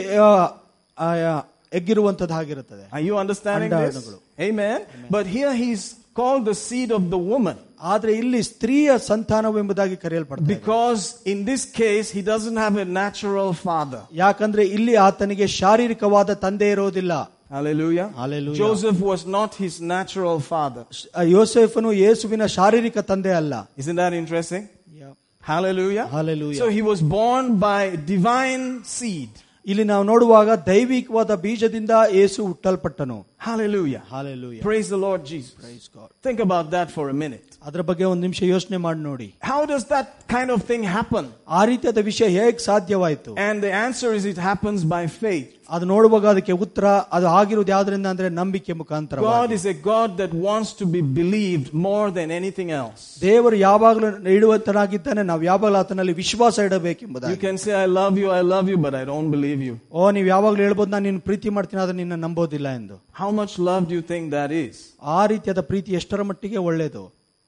ಎಗ್ಗಿರುವಂತದ್ದಾಗಿರುತ್ತದೆ
Are you understanding this?
ಅಂಡಾಣುಗಳು.
Amen. But here he's called the seed of the woman
ಆದ್ರೆ ಇಲ್ಲಿ ಸ್ತ್ರೀಯ ಸಂತಾನವು ಎಂಬುದಾಗಿ ಕರೆಯಲ್ಪಡ್ತದೆ
because in this case he doesn't have a natural father.
ಯಾಕಂದ್ರೆ ಇಲ್ಲಿ ಆತನಿಗೆ ಶಾರೀರಿಕವಾದ ತಂದೆ ಇರೋದಿಲ್ಲ
Hallelujah.
Hallelujah.
Joseph was not his natural father.
ಶ್- ಯೋಸೇಫನು ಯೇಸುವಿನ ಶಾರೀರಿಕ ತಂದೆ ಅಲ್ಲ
Isn't that interesting? Hallelujah.
Hallelujah.
So he was born by divine seed.
ಇಲ್ಲಿ ನಾವು ನೋಡುವಾಗ ದೈವಿಕವಾದ ಬೀಜದಿಂದ ಯೇಸು ಹುಟ್ಟಲ್ಪಟ್ಟನು
Hallelujah.
Hallelujah
Praise the Lord Jesus. Think about that for a minute.
ಅದರ ಬಗ್ಗೆ ಒಂದು ನಿಮಿಷ ಯೋಚನೆ ಮಾಡಿ ನೋಡಿ
How does that kind of thing happen?
ಆ ರೀತಿಯಾದ ವಿಷಯ ಹೇಗೆ ಸಾಧ್ಯವಾಯಿತು
And the answer is it happens by faith.
ಅದು ನೋಡುವಾಗ ಅದಕ್ಕೆ ಉತ್ತರ ಅದು ಆಗಿರುವುದು ಯಾವ್ದ್ರಿಂದ ಅಂದ್ರೆ ನಂಬಿಕೆ ಮುಖಾಂತರ
God is a God that wants to be believed more than anything else.
ದೇವರು ಯಾವಾಗಲೂ ಇಡುವಂತನಾಗಿದ್ದಾನೆ ನಾವು ಯಾವಾಗಲೂ ಆತನಲ್ಲಿ ವಿಶ್ವಾಸ ಇಡಬೇಕೆಂಬುದಾಗಿ
You can say, I love you, I love you, but I don't believe you.
ಓ ನೀವು ಯಾವಾಗಲೂ ಹೇಳ್ಬೋದು ನಾನು ನಿನ್ನ ಪ್ರೀತಿ ಮಾಡ್ತೀನಿ ಆದ್ರೆ ನಿನ್ನ ನಂಬೋದಿಲ್ಲ ಎಂದು
How much love do you think that is?
ಆ ರೀತಿಯಾದ ಪ್ರೀತಿ ಎಷ್ಟರ ಮಟ್ಟಿಗೆ ಒಳ್ಳೆಯದು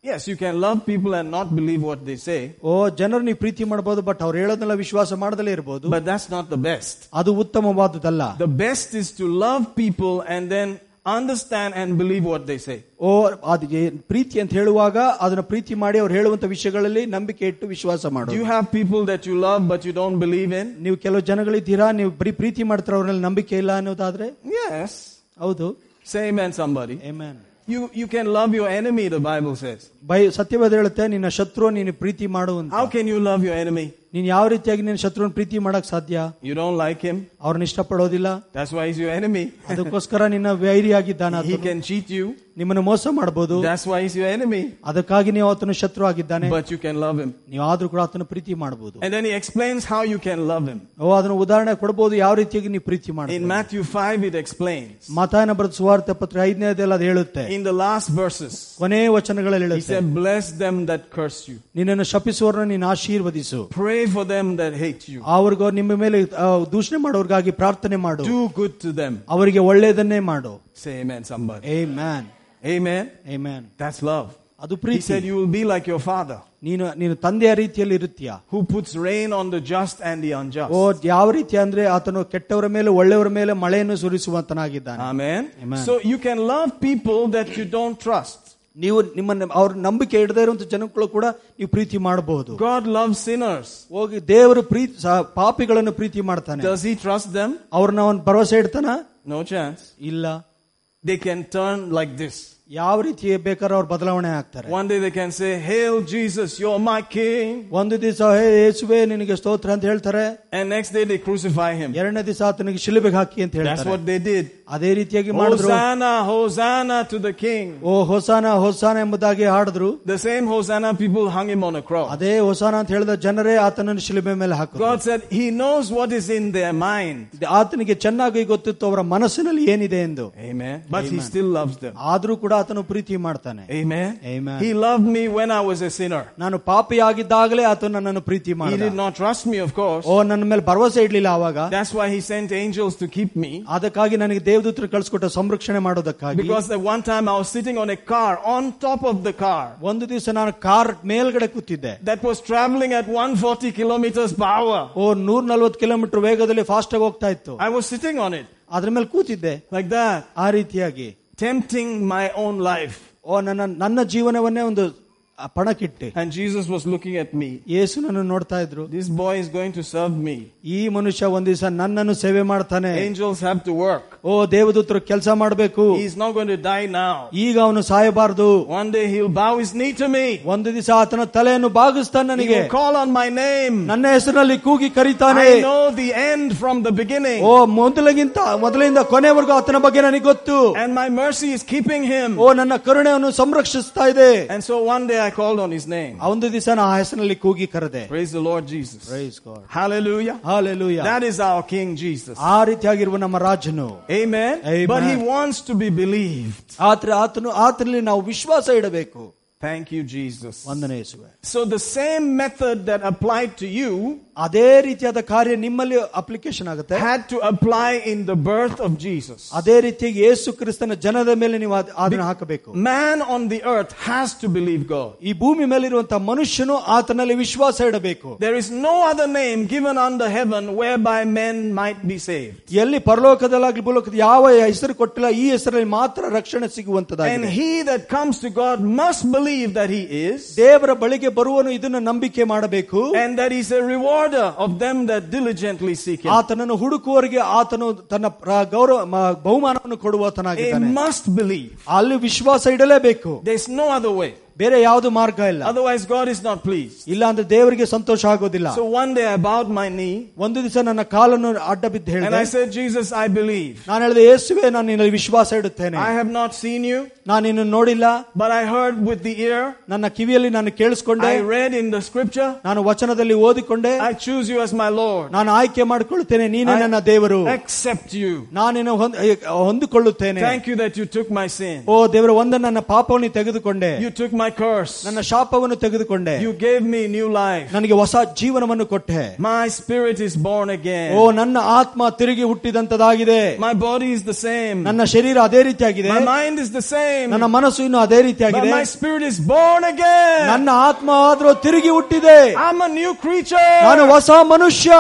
Yes, you can love people and not believe what they say,
ಓ ಜನರು ನೀವು ಪ್ರೀತಿ ಮಾಡಬಹುದು ಬಟ್ ಅವ್ರು ಹೇಳೋದನ್ನೆಲ್ಲ ವಿಶ್ವಾಸ ಮಾಡದಲ್ಲೇ ಇರಬಹುದು
but that's not the best.
ಅದು ಉತ್ತಮವಾದುದಲ್ಲ
The best is to love people and then understand and believe what they say.
ಓ ಅದಕ್ಕೆ ಪ್ರೀತಿ ಅಂತ ಹೇಳುವಾಗ ಅದನ್ನ ಪ್ರೀತಿ ಮಾಡಿ ಅವ್ರು ಹೇಳುವಂತ ವಿಷಯಗಳಲ್ಲಿ ನಂಬಿಕೆ ಇಟ್ಟು ವಿಶ್ವಾಸ
Do you
ಮಾಡೋದು
have people that you love but you don't believe in?
ನೀವು ಕೆಲವು ಜನಗಳಿದ್ದೀರಾ ನೀವು ಬರೀ ಪ್ರೀತಿ ಮಾಡ್ತಾರೆ ಅವ್ರಲ್ಲಿ ನಂಬಿಕೆ ಇಲ್ಲ ಅನ್ನೋದಾದ್ರೆ
Yes.
ಹೌದು
Say amen, somebody.
Amen
You, you can love your enemy, the Bible says.
ಬೈ ಸತ್ಯವಾದ ಹೇಳುತ್ತೆ ನಿನ್ನ ಶತ್ರು ನೀನು ಪ್ರೀತಿ ಮಾಡುವಂತ
How can you love your enemy?
ನೀನ್ ಯಾವ ರೀತಿಯಾಗಿ ನಿನ್ನ ಶತ್ರುವನ್ನ ಪ್ರೀತಿ ಮಾಡಕ್ ಸಾಧ್ಯ
You don't like him.
ಅವ್ರನ್ನ ಇಷ್ಟಪಡೋದಿಲ್ಲ
That's why he's your enemy.
ಅದಕ್ಕೋಸ್ಕರ ನಿನ್ನ ವೈರಿಯಾಗಿದ್ದಾನ
He can cheat you.
ನಿಮ್ಮನ್ನು ಮೋಸ ಮಾಡಬಹುದು
That's why he's your enemy.
ಅದಕ್ಕಾಗಿ ನೀವು ಆತನ ಶತ್ರು ಆಗಿದ್ದಾನೆ
But you can love him.
ನೀವು ಆದ್ರೂ ಕೂಡ ಆತನ ಪ್ರೀತಿ ಮಾಡಬಹುದು
And then he explains how you can love him.
ಓ ಅದನ್ನ ಉದಾಹರಣೆ ಕೊಡಬಹುದು ಯಾವ ರೀತಿಯಾಗಿ ನೀವು ಪ್ರೀತಿ
In
ಮಾಡಬಹುದು
Matthew 5, it explains.
ಮತಾಯನ ಬರೆದ ಸುವಾರ್ತೆ ಪತ್ರ ಐದನೇದೆಲ್ಲ ಅದು ಹೇಳುತ್ತೆ
In the last verses,
ಕೊನೆಯ ವಚನಗಳಲ್ಲಿ
he
ಹೇಳುತ್ತೆ
said, Bless them that curse you.
ನಿನ್ನನ್ನು ಶಪಿಸುವವರನ್ನು ನೀನು ಆಶೀರ್ವದಿಸು
Pray for them that hate you.
ಅವ್ರಿಗ ನಿಮ್ಮ ಮೇಲೆ ಆ, ದೂಷಣೆ ಮಾಡೋರ್ಗಾಗಿ ಪ್ರಾರ್ಥನೆ ಮಾಡು
Do good to them.
ಅವರಿಗೆ ಒಳ್ಳೆಯದನ್ನೇ ಮಾಡು
Say amen, somebody.
Amen
Amen.
Amen
That's love.
ಅದು
He
ಪ್ರೀತಿ
said, You will be like your father
ನೀನು ನೀನು ತಂದೆಯ ರೀತಿಯಲ್ಲಿ ಇರುತ್ತೀಯ
who puts rain on the just and the unjust.
ಓ ಯಾವ ರೀತಿ ಅಂದ್ರೆ ಆತನು ಕೆಟ್ಟವರ ಮೇಲೆ ಒಳ್ಳೆಯವರ ಮೇಲೆ ಮಳೆಯನ್ನು ಸುರಿಸುವಂತನಾಗಿದ್ದಾನೆ
Amen.
Amen.
So you can love people that you don't trust.
ನೀವು ನಿಮ್ಮ ಅವ್ರ ನಂಬಿಕೆ ಇಡದೇ ಇರುವಂತ ಜನಕ್ಕೂ ಕೂಡ ನೀವು ಪ್ರೀತಿ ಮಾಡಬಹುದು
God loves sinners.
ಹೋಗಿ ದೇವರು ಪ್ರೀತಿ ಸ- ಪಾಪಿಗಳನ್ನು ಪ್ರೀತಿ ಮಾಡ್ತಾನೆ
Does he trust them?
ಅವ್ರನ್ನ ಅವನ್ ಭರವಸೆ ಇಡ್ತಾನ
No chance.
ಇಲ್ಲ
They can turn like this.
ಯಾವ ರೀತಿ ಬೇಕಾದ್ರೆ ಅವ್ರು ಬದಲಾವಣೆ ಆಗ್ತಾರೆ
One day they can say, Hail Jesus, you're my king.
ಒಂದು ದಿವಸ ಹೇ ಯೇಸುವೆ ನಿನಗೆ ಸ್ತೋತ್ರ ಅಂತ ಹೇಳ್ತಾರೆ
And next day they crucify him.
ಎರಡನೇ ದಿವಸ ಆತನಿಗೆ ಶಿಲುಬೆಗೆ ಹಾಕಿ ಅಂತ
That's
ಹೇಳ್ತಾರೆ
what they did.
ಅದೇ ರೀತಿಯಾಗಿ ಮಾಡಿದ್ರು
Hosanna, Hosanna to the king.
ಓ ಹೊಸಾನ ಹೊಸಾನ ಎಂಬುದಾಗಿ ಹಾಡಿದ್ರು
The same Hosanna people hung him on a cross.
ಅದೇ ಹೊಸಾನ ಅಂತ ಹೇಳಿದ ಜನರೇ ಆತನನ್ನು ಶಿಲುಬೆ ಮೇಲೆ ಹಾಕಿದ್ರು
God said, He knows what is in their mind.
ಇದು ಆತನಿಗೆ ಚೆನ್ನಾಗಿ ಗೊತ್ತಿತ್ತು ಅವರ ಮನಸ್ಸಿನಲ್ಲಿ ಏನಿದೆ ಎಂದು
Amen. But He still loves them.
ಆದ್ರೂ ಕೂಡ ಆತನು ಪ್ರೀತಿ ಮಾಡ್ತಾನೆ
Amen.
Amen.
He loved me when I was a sinner.
ನಾನು ಪಾಪಿಯಾಗಿದ್ದಾಗಲೇ ಆತನು ನನ್ನನ್ನು ಪ್ರೀತಿ
He
ಮಾಡಿದ
did not trust me, of course.
ಓ ನನ್ನ ಮೇಲೆ ಭರವಸೆ ಇಡ್ಲಿಲ್ಲ ಆವಾಗ
That's why He sent angels to keep me.
ಅದಕ್ಕಾಗಿ ನನಗೆ ದೇವದೂತರು ಕಳಿಸ್ಕೊಟ್ಟ ಸಂರಕ್ಷಣೆ ಮಾಡೋದಕ್ಕಾಗಿ
Because at one time I was sitting on a car, on top of the car,
ಒಂದು ದಿವಸ ನಾನು ಕಾರ್ ಮೇಲ್ಗಡೆ ಕೂತಿದ್ದೆ
that was traveling at 140 kilometers per hour.
ಓ ನೂರ ನಲ್ವತ್ತು ಕಿಲೋಮೀಟರ್ ವೇಗದಲ್ಲಿ ಫಾಸ್ಟ್ ಆಗಿ ಹೋಗ್ತಾ ಇತ್ತು
I was sitting on it,
ಅದ್ರ ಮೇಲೆ ಕೂತಿದ್ದೆ
like that,
ಆ ರೀತಿಯಾಗಿ
tempting my own life.
ಓ ನನ್ನ ನನ್ನ ಜೀವನವನ್ನೇ ಒಂದು ಆ ಪಣಕ್ಕಿಟ್ಟೆ
And Jesus was looking at me.
ಯೇಸು ನನ್ನ ನೋಡ್ತಾ ಇದ್ರು
This boy is going to serve me.
ಈ ಮನುಷ್ಯ ಒಂದ್ ದಿವಸ ನನ್ನನ್ನು ಸೇವೆ ಮಾಡ್ತಾನೆ
Angels have to work.
ಓ ದೇವದೂತರು ಕೆಲಸ ಮಾಡಬೇಕು
He's not going to die now.
ಈಗ ಅವನು ಸಾಯಬಾರದು
One day he'll bow his knee to me.
ಒಂದು ದಿವಸ ಆತನ ತಲೆಯನ್ನು ಬಾಗಿಸ್ತಾನೆ
He
ನನಗೆ
will call on my name.
ನನ್ನ ಹೆಸರಿನಲ್ಲಿ ಕೂಗಿ ಕರೀತಾನೆ
I know the end from the beginning.
ಓ ಮೊದಲಿಗಿಂತ ಮೊದಲಿಂದ ಕೊನೆವರೆಗೂ ಆತನ ಬಗ್ಗೆ ನನಗೆ ಗೊತ್ತು
And my mercy is keeping him.
ಓ ನನ್ನ ಕರುಣೆಯನ್ನು ಸಂರಕ್ಷಿಸ್ತಾ ಇದೆ
And so one day I called on his name.
ಆ ಒಂದು ದಿವಸ ನಾ ಆ ಹೆಸರಿನಲ್ಲಿ ಕೂಗಿ ಕರೆದೆ
Praise the Lord Jesus. Hallelujah. That is our King Jesus.
ಆ ರೀತಿಯಾಗಿರುವ ನಮ್ಮ ರಾಜನು
Amen.
Amen.
But he wants to be believed.
ಆದ್ರೆ ಆತನು ಆತನಲ್ಲಿ ನಾವು ವಿಶ್ವಾಸ ಇಡಬೇಕು
Thank you, Jesus.
ವಂದನೆ ಯೇಸುವೆ
So the same method that applied to you
ಅದೇ ರೀತಿಯಾದ ಕಾರ್ಯ ನಿಮ್ಮಲ್ಲಿ ಅಪ್ಲಿಕೇಶನ್ ಆಗುತ್ತೆ
had to apply in the birth of Jesus.
ಅದೇ ರೀತಿಯಾಗಿ ಯೇಸು ಕ್ರಿಸ್ತನ ಜನದ ಮೇಲೆ ನೀವು ಅದ್- ಅದನ್ನು ಹಾಕಬೇಕು
Man on the earth has to believe God.
ಈ ಭೂಮಿ ಮೇಲಿರುವಂತಹ ಮನುಷ್ಯನು ಆತನಲ್ಲಿ ವಿಶ್ವಾಸ ಇಡಬೇಕು
There is no other name given under heaven whereby men might be saved.
ಎಲ್ಲಿ ಪರಲೋಕದಲ್ಲಾಗ್ಲಿ ಭೂಲೋಕದ ಯಾವ ಹೆಸರು ಕೊಟ್ಟಿಲ್ಲ ಈ ಹೆಸರಲ್ಲಿ ಮಾತ್ರ ರಕ್ಷಣೆ
And
ಸಿಗುವಂತದ್ದಾಗಿದೆ
he that comes to God must believe that he is
ದೇವರ ಬಳಿಗೆ ಬರುವನು ಇದನ್ನು ನಂಬಿಕೆ ಮಾಡಬೇಕು
and that he's a rewarder of them that diligently seek him.
ಆತನನ್ನು ಹುಡುಕುವವರಿಗೆ ಆತನು ತನ್ನ ಪ್ರ- ಗೌರವ ಮ- ಬಹುಮಾನವನ್ನು
They
ಕೊಡುವಾತನಾಗಿದ್ದಾನೆ
must believe.
ಅಲ್ಲಿ ವಿಶ್ವಾಸ ಇಡಲೇಬೇಕು
There's no other way.
ಬೇರೆ ಯಾವುದು ಮಾರ್ಗ ಇಲ್ಲ
Otherwise God is not pleased.
ಇಲ್ಲ ಅಂದ್ರೆ ದೇವರಿಗೆ ಸಂತೋಷ ಆಗೋದಿಲ್ಲ
So one day I bowed my knee
ಒಂದು ದಿವಸ ನನ್ನ ಕಾಲನ್ನು ಅಡ್ಡ ಬಿದ್ದು
and
ಹೇಳಿದೆ
I said, Jesus, I believe.
ನಾನು ಹೇಳಿದೆ ಯೇಸುವೆ ನಾನು ನಿನ್ನಲ್ಲಿ ವಿಶ್ವಾಸ ಇಡುತ್ತೇನೆ
I have not seen you,
ನಾನು ಇನ್ನು ನೋಡಿಲ್ಲ
but I heard with the ear.
ನನ್ನ ಕಿವಿಯಲ್ಲಿ ನಾನು ಕೇಳಿಸ್ಕೊಂಡೆ
I read in the scripture.
ನಾನು ವಚನದಲ್ಲಿ ಓದಿಕೊಂಡೆ
I choose you as my Lord.
ನಾನು ಆಯ್ಕೆ ಮಾಡಿಕೊಳ್ಳುತ್ತೇನೆ ನೀನೇ
I-
ನನ್ನ ದೇವರು
Accept you.
ನಾನಿನ್ನು ಹೊಂದ್- ಹೊಂದಿಕೊಳ್ಳುತ್ತೇನೆ
Thank you that you took my sin.
ಓ ದೇವರ ಒಂದ ನನ್ನ ಪಾಪವನ್ನು ತೆಗೆದುಕೊಂಡೆ
You took my curse.
ನನ್ನ ಶಾಪವನ್ನು ತೆಗೆದುಕೊಂಡೆ
You gave me new life.
ನನಗೆ ಹೊಸ ಜೀವನವನ್ನು ಕೊಟ್ಟೆ
My spirit is born
O
again.
ನನ್ನ ಆತ್ಮ ತಿರುಗಿ ಹುಟ್ಟಿದಂತದಾಗಿದೆ
My body is the same.
ನನ್ನ ಶರೀರ ಅದೇ ರೀತಿಯಾಗಿದೆ
My mind is the same.
ನನ್ನ ಮನಸ್ಸು ಇನ್ನು ಅದೇ
But
ರೀತಿಯಾಗಿದೆ
my spirit is born again.
ನನ್ನ ಆತ್ಮ ಆದ್ರೂ ತಿರುಗಿ ಹುಟ್ಟಿದೆ
I'm a new creature.
ನಾನು ಹೊಸ ಮನುಷ್ಯ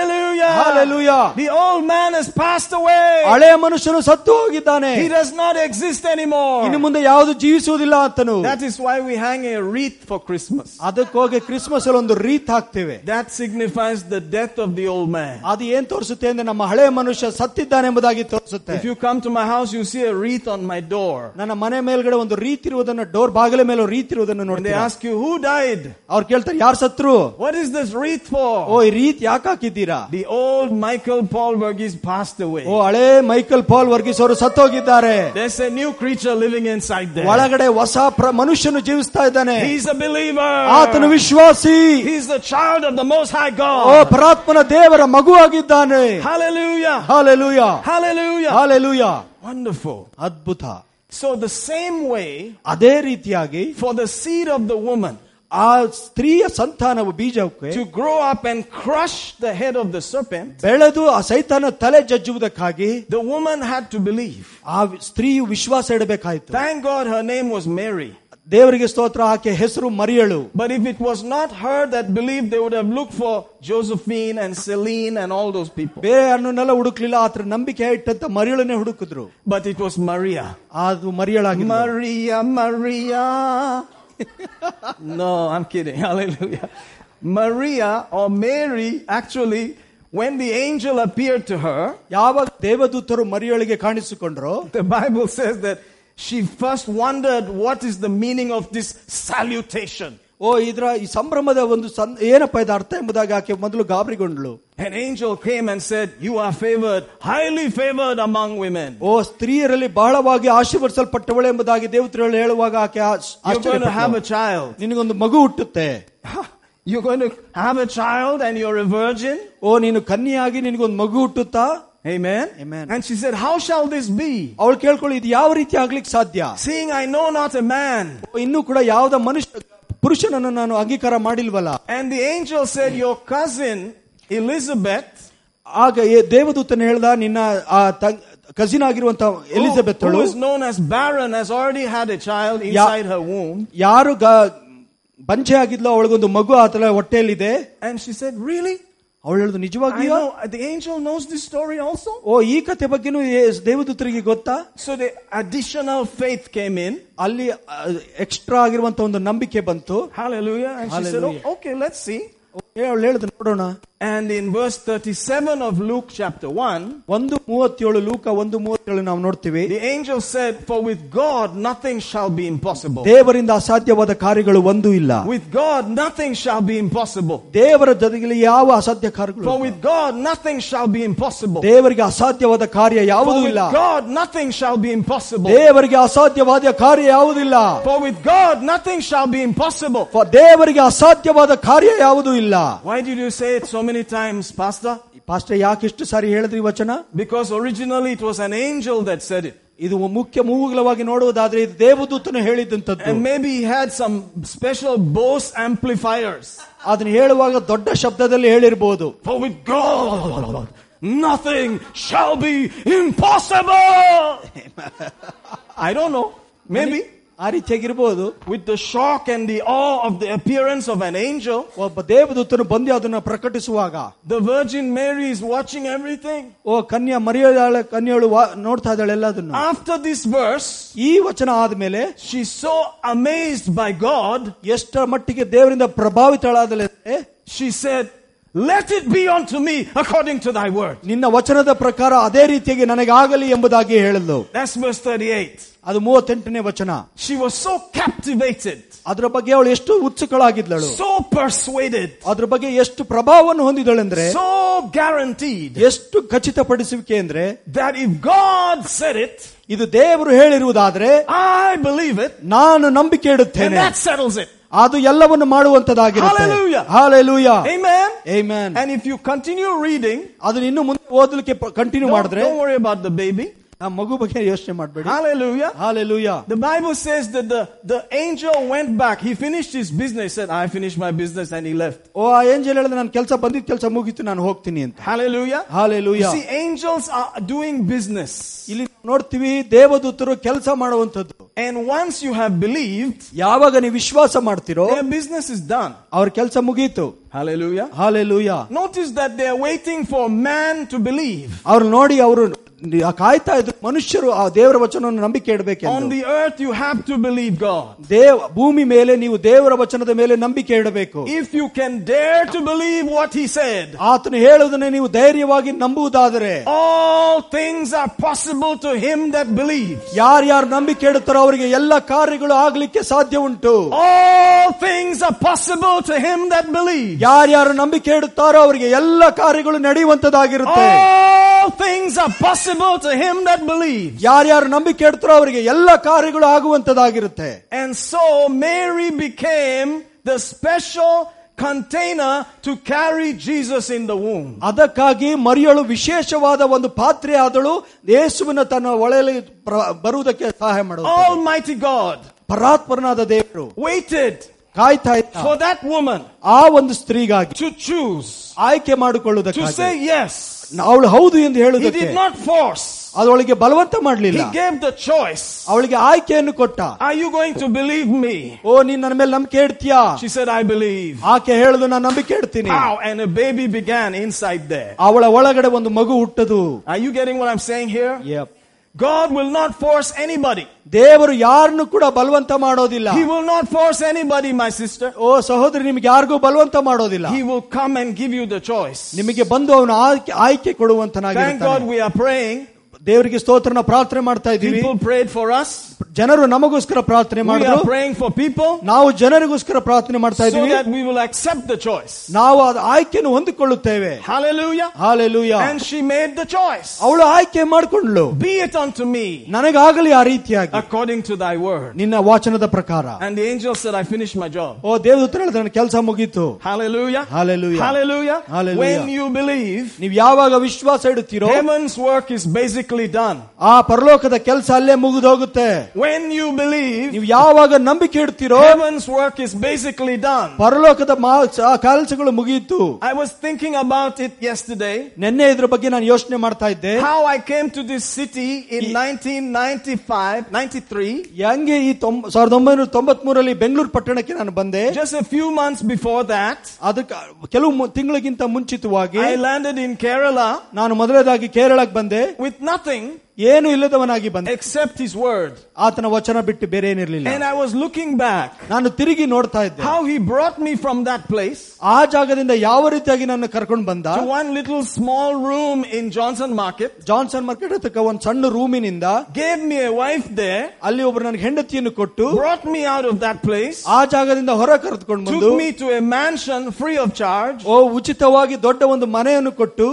Hallelujah.
Hallelujah.
The old man has passed away.
ಹಳೆಯ ಮನುಷ್ಯನು ಸತ್ತು ಹೋಗಿದ್ದಾನೆ
He does not exist
ಇನ್ನು
anymore.
ಮುಂದೆ ಯಾವುದು ಜೀವಿಸುವುದಿಲ್ಲ ಆತನು
That is why we hang a wreath for Christmas.
ಅದಕ್ಕೋಗಿ ಕ್ರಿಸ್ಮಸ್ ಅಲ್ಲಿ ಒಂದು ರೀತ್ ಹಾಕ್ತೇವೆ
That signifies the death of the old man.
ಅದು ಏನ್ ತೋರಿಸುತ್ತೆ ಅಂದ್ರೆ ನಮ್ಮ ಹಳೆಯ ಮನುಷ್ಯ ಸತ್ತಿದ್ದಾನೆ ಎಂಬುದಾಗಿ ತೋರಿಸುತ್ತೆ
If you come to my house, you see a wreath on my door.
ನನ್ನ ಮನೆ ಮೇಲ್ಗಡೆ ಒಂದು ರೀತಿ ಇರುವುದನ್ನು ಡೋರ್ ಬಾಗಿಲ ಮೇಲೆ ಒಂದು ರೀತಿ ಇರುವುದನ್ನು
And they
ನೋಡ್ತೀರಾ
ask you, who died?
ಅವ್ರು ಕೇಳ್ತಾರೆ ಯಾರು ಸತ್ರು
What is this wreath
O
for?
ಈ ರೀತಿ ಯಾಕೆ ಹಾಕಿದ್ದೀರಾ
The old Michael Paul Burgess passed
ಓ
away.
ಹಳೆ ಮೈಕಲ್ ಪಾಲ್ ವರ್ಗೀಸ್ ಅವರು ಸತ್ತೋಗಿದ್ದಾರೆ
There's a new creature living inside there.
ಒಳಗಡೆ ಹೊಸ ಪ್ರ- ಮನುಷ್ಯನು ಜೀವಿಸ್ತಾ ಇದ್ದಾನೆ
He's a
ಆತನು
believer.
ವಿಶ್ವಾಸಿ
He's the child of the Most High
O
God.
ಪರಾತ್ಮನ ದೇವರ ಮಗು ಆಗಿದ್ದಾನೆ
Hallelujah.
Hallelujah
Hallelujah.
Hallelujah
Wonderful.
ಅದ್ಭುತ
So the same way
ಅದೇ ರೀತಿಯಾಗಿ
for the seed of the woman
ಆ ಸ್ತ್ರೀಯ ಸಂತಾನವು ಬೀಜಕ್ಕೆ
to grow up and crush the head of the serpent,
ಬೆಳೆದು ಆ ಸೈತಾನ ತಲೆ ಜಜ್ಜುವುದಕ್ಕಾಗಿ
the woman had to believe.
ಆ ಸ್ತ್ರೀಯು ವಿಶ್ವಾಸ ಇಡಬೇಕಾಯ್ತು
Thank God her name was Mary.
ದೇವರಿಗೆ ಸ್ತೋತ್ರ ಆಕೆ ಹೆಸರು ಮರಿಯಳು
But if it was not her that believed, they would have looked for Josephine and Celine and all those people.
ಬೇರೆ ಅನ್ನನ್ನೆಲ್ಲ ಹುಡುಕ್ಲಿಲ್ಲ ಆತರ ನಂಬಿಕೆ ಇಟ್ಟಂತ ಮರಿಯಳನ್ನೇ ಹುಡುಕಿದ್ರು
But it was Maria.
ಅದು ಮರಿಯಳಾಗಿ
Maria, Maria. no, I'm kidding. Hallelujah. Maria or Mary, actually, when the angel appeared to her,
ಯಾವಾಗ ದೇವದೂತರು ಮರಿಯಳಿಗೆ ಕಾಣಿಸಿಕೊಂಡ್ರು
the Bible says that she first wondered what is the meaning of this salutation.
ಓ ಇದ್ರ ಈ ಸಂಭ್ರಮದ ಒಂದು ಸನ್- ಏನಪ್ಪ ಇದು ಅರ್ಥ ಎಂಬುದಾಗಿ ಆಕೆ ಮೊದಲು ಗಾಬರಿಗೊಂಡ್ಳು
An angel came and said, You are favored, highly favored among women.
ಓ ಸ್ತ್ರೀಯರಲ್ಲಿ ಬಹಳವಾಗಿ ಆಶೀರ್ವದಿಸಲ್ಪಟ್ಟವಳೆ ಎಂಬುದಾಗಿ ದೇವತೆಗಳು ಹೇಳುವಾಗ ಆಕೆ ಆಶ್-
You're going to have a
ಆಶ್ಚರ್ಯಪಟ್ಲು.
child.
ನಿನಗೊಂದು ಮಗು ಹುಟ್ಟುತ್ತೆ
You're going to have a child and you're a virgin.
ಓ ನೀನು ಕನ್ಯಾಗಿ ನಿನಗೊಂದು ಮಗು ಹುಟ್ಟುತ್ತಾ
Amen.
Amen.
And she said, How shall this be?
ಅವಳು ಕೇಳ್ಕೊಳ್ಳಿ ಇದು ಯಾವ ರೀತಿ ಆಗ್ಲಿಕ್ಕೆ ಸಾಧ್ಯ
Seeing I know not a man.
ಓ, ಇನ್ನೂ ಕೂಡ ಯಾವ್ದ ಮನುಷ್ಯ ಪುರುಷನನ್ನು ನಾನು ಅಂಗೀಕಾರ ಮಾಡಿಲ್ವಲ್ಲ
And the angel said, Your cousin Elizabeth,
ಆಗ ಏ- ದೇವದೂತನು ಹೇಳ್ದ ನಿನ್ನ ಆ ಕಸಿನ್ ಆಗಿರುವಂತಹ
who-
ಎಲಿಜಬೆತ್
Oh, who
ಅವಳು
is known as barren, has already had a child inside her womb.
ಯಾರು ಗ- ಬಂಚೆ ಆಗಿದ್ಲೋ ಅವಳಿಗೊಂದು ಮಗು ಆತಲ ಹೊಟ್ಟೆಯಲ್ಲಿದೆ
And she said, Really?
ಅವಳು ಹೇಳುದು
I
ನಿಜವಾಗಿಯೋ
know the angel knows this story also.
ಓ ಈ ಕತೆ ಬಗ್ಗೆನೂ ಏ- ದೇವದೂತರಿಗೆ ಗೊತ್ತಾ
So the additional faith came in.
ಅಲ್ಲಿ ಎಕ್ಸ್ಟ್ರಾ ಆಗಿರುವಂತ ಒಂದು ನಂಬಿಕೆ ಬಂತು
Hallelujah. And she said,
Hallelujah.
"Oh, Okay, let's see.
ಏ, ಅವಳು ಹೇಳುದು ನೋಡೋಣ
And in verse 37 of Luke chapter 1,
ಒಂದು ಮೂವತ್ತೇಳು ಲೂಕ ಒಂದು ಮೂವತ್ತೇಳು ನಾವು ನೋಡ್ತೀವಿ
the angel said, For with God nothing shall be impossible.
ದೇವರಿಂದ ಅಸಾಧ್ಯವಾದ ಕಾರ್ಯಗಳು ಒಂದೂ ಇಲ್ಲ
With God nothing shall be impossible.
ದೇವರ ಜೊತೆಗೆ ಯಾವ ಅಸಾಧ್ಯ ಕಾರ್ಯಗಳು
For with God nothing shall be impossible.
ದೇವರಿಗೆ ಅಸಾಧ್ಯವಾದ ಕಾರ್ಯ
For
ಯಾವುದೂ
with
ಇಲ್ಲ
God nothing shall be impossible.
ದೇವರಿಗೆ ಅಸಾಧ್ಯವಾದ ಕಾರ್ಯ ಯಾವುದಿಲ್ಲ
For with God nothing shall be impossible.
ಪ- ದೇವರಿಗೆ ಅಸಾಧ್ಯವಾದ ಕಾರ್ಯ ಯಾವುದೂ ಇಲ್ಲ
Why did you say it so many times, Pastor?
Pastor ಯಾಕೆ ಇಷ್ಟು ಸಾರಿ ಹೇಳಿದ್ರಿ ಈ ವಚನ
Because originally it was an angel that said it.
ಇದು ಮುಖ್ಯ ಮೂಗುಲವಾಗಿ ನೋಡುವುದಾದ್ರೆ ಇದು ದೇವದೂತನು ಹೇಳಿದಂತದ್ದು
And maybe he had some special Bose amplifiers.
ಅದನ್ನ ಹೇಳುವಾಗ ದೊಡ್ಡ ಶಬ್ದದಲ್ಲಿ ಹೇಳಿರ್ಬೋದು
For with God, nothing shall be impossible. I don't know. Maybe
ಆ ರೀತಿಯಾಗಿರ್ಬೋದು
with the shock and the awe of the appearance of an angel,
ಒಬ್ಬ ದೇವದೂತನು ಬಂದು ಅದನ್ನ ಪ್ರಕಟಿಸುವಾಗ
the Virgin Mary is watching everything.
ಓ ಕನ್ಯಾ ಮರಿಯಾಳ ಕನ್ಯಾಳು ವಾ- ನೋಡ್ತಾ ಇದ್ದಾಳೆ ಎಲ್ಲದನ್ನು
After this verse,
ಈ ವಚನ ಆದ್ಮೇಲೆ
she's so amazed by God,
ಎಷ್ಟರ ಮಟ್ಟಿಗೆ ದೇವರಿಂದ ಪ್ರಭಾವಿತಳಾದಳೆ ಅಂದ್ರೆ,
she said, Let it be unto me according to thy word.
ನಿನ್ನ ವಚನದ ಪ್ರಕಾರ ಅದೇ ರೀತಿಯಾಗಿ ನನಗಾಗಲಿ ಎಂಬುದಾಗಿ ಹೇಳಿದ್ಲು
That's verse 38.
ಅದು ಮೂವತ್ತೆಂಟನೇ ವಚನ
She was so captivated,
ಅದರ ಬಗ್ಗೆ ಅವಳು ಎಷ್ಟು ಉತ್ಸುಕಳಾಗಿದ್ದಳು
so persuaded,
ಅದ್ರ ಬಗ್ಗೆ ಎಷ್ಟು ಪ್ರಭಾವವನ್ನು ಹೊಂದಿದಳೆಂದ್ರೆ
so guaranteed.
ಎಷ್ಟು ಖಚಿತಪಡಿಸುವಿಕೆ ಅಂದ್ರೆ
that if God said it,
ಇದು ದೇವರು ಹೇಳಿರುವುದಾದ್ರೆ
I believe it,
ನಾನು ನಂಬಿಕೆ
and
ಇಡುತ್ತೇನೆ
that settles it.
ಅದು ಎಲ್ಲವನ್ನು ಮಾಡುವಂತದಾಗಿರುತ್ತೆ
Hallelujah.
Hallelujah
Ah. Amen.
Amen
And if you continue reading,
ಅದನ್ನ ಇನ್ನು ಮುಂದೆ ಓದಲಿಕ್ಕೆ ಕಂಟಿನ್ಯೂ
don't,
ಮಾಡಿದ್ರೆ
don't worry about the baby.
ಆ ಮಗು ಬಗ್ಗೆ ಯೋಚನೆ ಮಾಡಬೇಡಿ
Hallelujah.
Hallelujah
The Bible says that the, the angel went back. He finished his business, said, I finished my business, and he left.
ಓ ಆ ಏಂಜಲ್ ಹೇಳಿದ್ರೆ ನಾನು ಕೆಲಸ ಬಂದಿದ್ದ ಕೆಲಸ ಮುಗೀತು ನಾನು ಹೋಗ್ತೀನಿ ಅಂತ
Hallelujah.
Hallelujah
You see, angels are doing business.
ಇಲ್ಲಿ ನೋಡ್ತೀವಿ ದೇವದೂತರು ಕೆಲಸ ಮಾಡುವಂತದ್ದು
And once you have believed,
ಯಾವಾಗ ನೀವು ವಿಶ್ವಾಸ ಮಾಡ್ತೀರೋ
their business is done.
ಅವ್ರ ಕೆಲಸ ಮುಗೀತು
Hallelujah.
Hallelujah
Notice that they are waiting for man to believe.
ಅವ್ರು ನೋಡಿ ಅವರು ಕಾಯ್ತಾ ಇದ್ರು ಮನುಷ್ಯರು ಆ ದೇವರ ವಚನವನ್ನು ನಂಬಿಕೆ
On
ಇಡಬೇಕೆಂದು
the earth, you have to believe God.
ದೇವ ಭೂಮಿ ಮೇಲೆ ನೀವು ದೇವರ ವಚನದ ಮೇಲೆ ನಂಬಿಕೆ ಇಡಬೇಕು
If you can dare to believe what he said,
ಆತನು ಹೇಳುವುದನ್ನು ನೀವು ಧೈರ್ಯವಾಗಿ ನಂಬುವುದಾದರೆ
all things are possible to him that believes.
ಯಾರ್ಯಾರು ನಂಬಿಕೆ ಇಡುತ್ತಾರೋ ಅವರಿಗೆ ಎಲ್ಲ ಕಾರ್ಯಗಳು ಆಗ್ಲಿಕ್ಕೆ ಸಾಧ್ಯ ಉಂಟು
All things are possible to him that believes.
ಯಾರ್ಯಾರು ನಂಬಿಕೆ ಇಡುತ್ತಾರೋ ಅವರಿಗೆ ಎಲ್ಲ ಕಾರ್ಯಗಳು ನಡೆಯುವಂತದ್ದಾಗಿರುತ್ತೆ
All things are possible to him that believes.
ಯಾರ್ಯಾರು ನಂಬಿಕೆ ಇಡ್ತಾರೋ ಅವರಿಗೆ ಎಲ್ಲ ಕಾರ್ಯಗಳು ಆಗುವಂತದ್ದಾಗಿರುತ್ತೆ
And so Mary became the special container to carry Jesus in the womb.
ಅದಕ್ಕಾಗಿ ಮರಿಯಳು ವಿಶೇಷವಾದ ಒಂದು ಪಾತ್ರೆ ಆದಳು ಯೇಸುವಿನ ತನ್ನ ಒಳೆಯಲ್ಲಿ ಪ್ರ- ಬರುವುದಕ್ಕೆ ಸಹಾಯ ಮಾಡುವ
Almighty God
ಪರಾತ್ಪರನಾದ ದೇವರು
waited
ಕಾಯ್ತಾ ಇದ್ದ
for that woman
ಆ ಒಂದು ಸ್ತ್ರೀಗಾಗಿ
to choose,
ಆಯ್ಕೆ
to
ಮಾಡಿಕೊಳ್ಳುವುದಕ್ಕೆ
say yes.
ಅವಳು ಹೌದು ಎಂದು
He
ಹೇಳುವುದಕ್ಕೆ
did not force. choice.
ಅದೊಳಗೆ ಬಲವಂತ ಮಾಡಲಿಲ್ಲ
He gave the choice.
ಅವಳಿಗೆ ಆಯ್ಕೆಯನ್ನು ಕೊಟ್ಟ
Are you going to believe me?
ಓ ನೀನ್ ನನ್ನ ಮೇಲೆ ನಂಬಿಕೆ ಇಡ್ತೀಯಾ
She said, I believe.
ಆಕೆ ಹೇಳುದು ನಾನು ನಂಬಿಕೆ ಇಡ್ತೀನಿ
Wow, and a baby began inside there.
ಅವಳ ಒಳಗಡೆ ಒಂದು ಮಗು ಹುಟ್ಟದು
Are you getting what I'm saying here?
Yep.
God will not force anybody.
ದೇವರು ಯಾರನ್ನು ಕೂಡ ಬಲವಂತ ಮಾಡೋದಿಲ್ಲ
He will not force anybody, my sister.
ಓ ಸಹೋದರಿ ನಿಮ್ಗೆ ಯಾರಿಗೂ ಬಲವಂತ ಮಾಡೋದಿಲ್ಲ
He will come and give you the choice.
ನಿಮಗೆ ಬಂದು ಅವನು ಆಯ್ಕೆ ಆಯ್ಕೆ
Thank God
ಕೊಡುವಂತನಾಗಿರ್ತಾನೆ
we are praying.
ದೇವರಿಗೆ ಸ್ತೋತ್ರನ ಪ್ರಾರ್ಥನೆ ಮಾಡ್ತಾ ಇದ್ದೀವಿ
People prayed for us.
ಜನರು ನಮಗೋಸ್ಕರ
We
ಪ್ರಾರ್ಥನೆ
are
ಮಾಡಿದ್ರು
praying for people
ನಾವು ಜನರಿಗೋಸ್ಕರ ಪ್ರಾರ್ಥನೆ ಮಾಡ್ತಾ
so
ಇದ್ದೀವಿ
that we will accept the choice.
ನಾವು ಅದ ಆಯ್ಕೆಯನ್ನು ಹೊಂದಿಕೊಳ್ಳುತ್ತೇವೆ
Hallelujah.
Hallelujah
And she made the choice.
ಅವಳು ಆಯ್ಕೆ ಮಾಡಿಕೊಂಡ್ಲು
Be it unto me
ನನಗಾಗಲಿ ಆ ರೀತಿಯಾಗಿ
according to thy word.
ನಿನ್ನ ವಾಚನದ ಪ್ರಕಾರ
And the angel said, I finished my job.
ಓ ದೇವದೂತ ಹೇಳಿದ ನನ್ನ ಕೆಲಸ ಮುಗೀತು
Hallelujah.
Hallelujah.
Hallelujah.
Hallelujah.
When you believe,
ನೀವು ಯಾವಾಗ ವಿಶ್ವಾಸ ಇಡುತ್ತೀರೋ
heaven's work is basically done.
ಆ ಪರಲೋಕದ ಕೆಲಸ ಅಲ್ಲೇ ಮುಗಿದೋಗುತ್ತೆ
When you believe,
ನೀವು ಯಾವಾಗ ನಂಬಿಕೆ ಇಡ್ತೀರೋ
heaven's work is basically done.
ಪರಲೋಕದ ಮಾ- ಆ ಕೆಲಸಗಳು ಮುಗಿಯಿತು
I was thinking about it yesterday.
ನಿನ್ನೆ ಇದ್ರ ಬಗ್ಗೆ ನಾನು ಯೋಚನೆ ಮಾಡ್ತಾ ಇದ್ದೆ
How I came to this city in 1995, 93.
ಹೆಂಗೆ ಈ ತೊಂಬ- ಸಾವಿರದ ಒಂಬೈನೂರ ತೊಂಬತ್ ಮೂರಲ್ಲಿ ಬೆಂಗಳೂರು ಪಟ್ಟಣಕ್ಕೆ ನಾನು ಬಂದೆ
Just a few months before that,
ಅದಕ್ಕೆ ಕೆಲವು ಮು- ತಿಂಗಳಿಗಿಂತ ಮುಂಚಿತವಾಗಿ
I landed in Kerala
ನಾನು ಮೊದಲನೇದಾಗಿ ಕೇರಳಕ್ಕೆ ಬಂದೆ
with nothing
ಏನು ಇಲ್ಲದವನಾಗಿ ಬಂದೆ
except his word.
ಆತನ ವಚನ ಬಿಟ್ಟು ಬೇರೆ ಏನಿರ್ಲಿಲ್ಲ
And I was looking back
ನಾನು ತಿರುಗಿ ನೋಡ್ತಾ ಇದ್ದೆ
how he brought me from that place
ಆ ಜಾಗದಿಂದ ಯಾವ ರೀತಿಯಾಗಿ ನನ್ನ ಕರ್ಕೊಂಡು ಬಂದ
to one little small room in Johnson Market,
Johnson market ಹತ್ತಕ್ಕ ಒಂದು ಸಣ್ಣ ರೂಮಿನಿಂದ
gave me a wife there,
ಅಲ್ಲಿ ಒಬ್ರು ನನಗೆ ಹೆಂಡತಿಯನ್ನು ಕೊಟ್ಟು
brought me out of that place,
ಆ ಜಾಗದಿಂದ ಹೊರ ಕರೆದುಕೊಂಡು ಬಂದು
took me to a mansion free of charge.
ಓ ಉಚಿತವಾಗಿ ದೊಡ್ಡ ಒಂದು ಮನೆಯನ್ನು ಕೊಟ್ಟು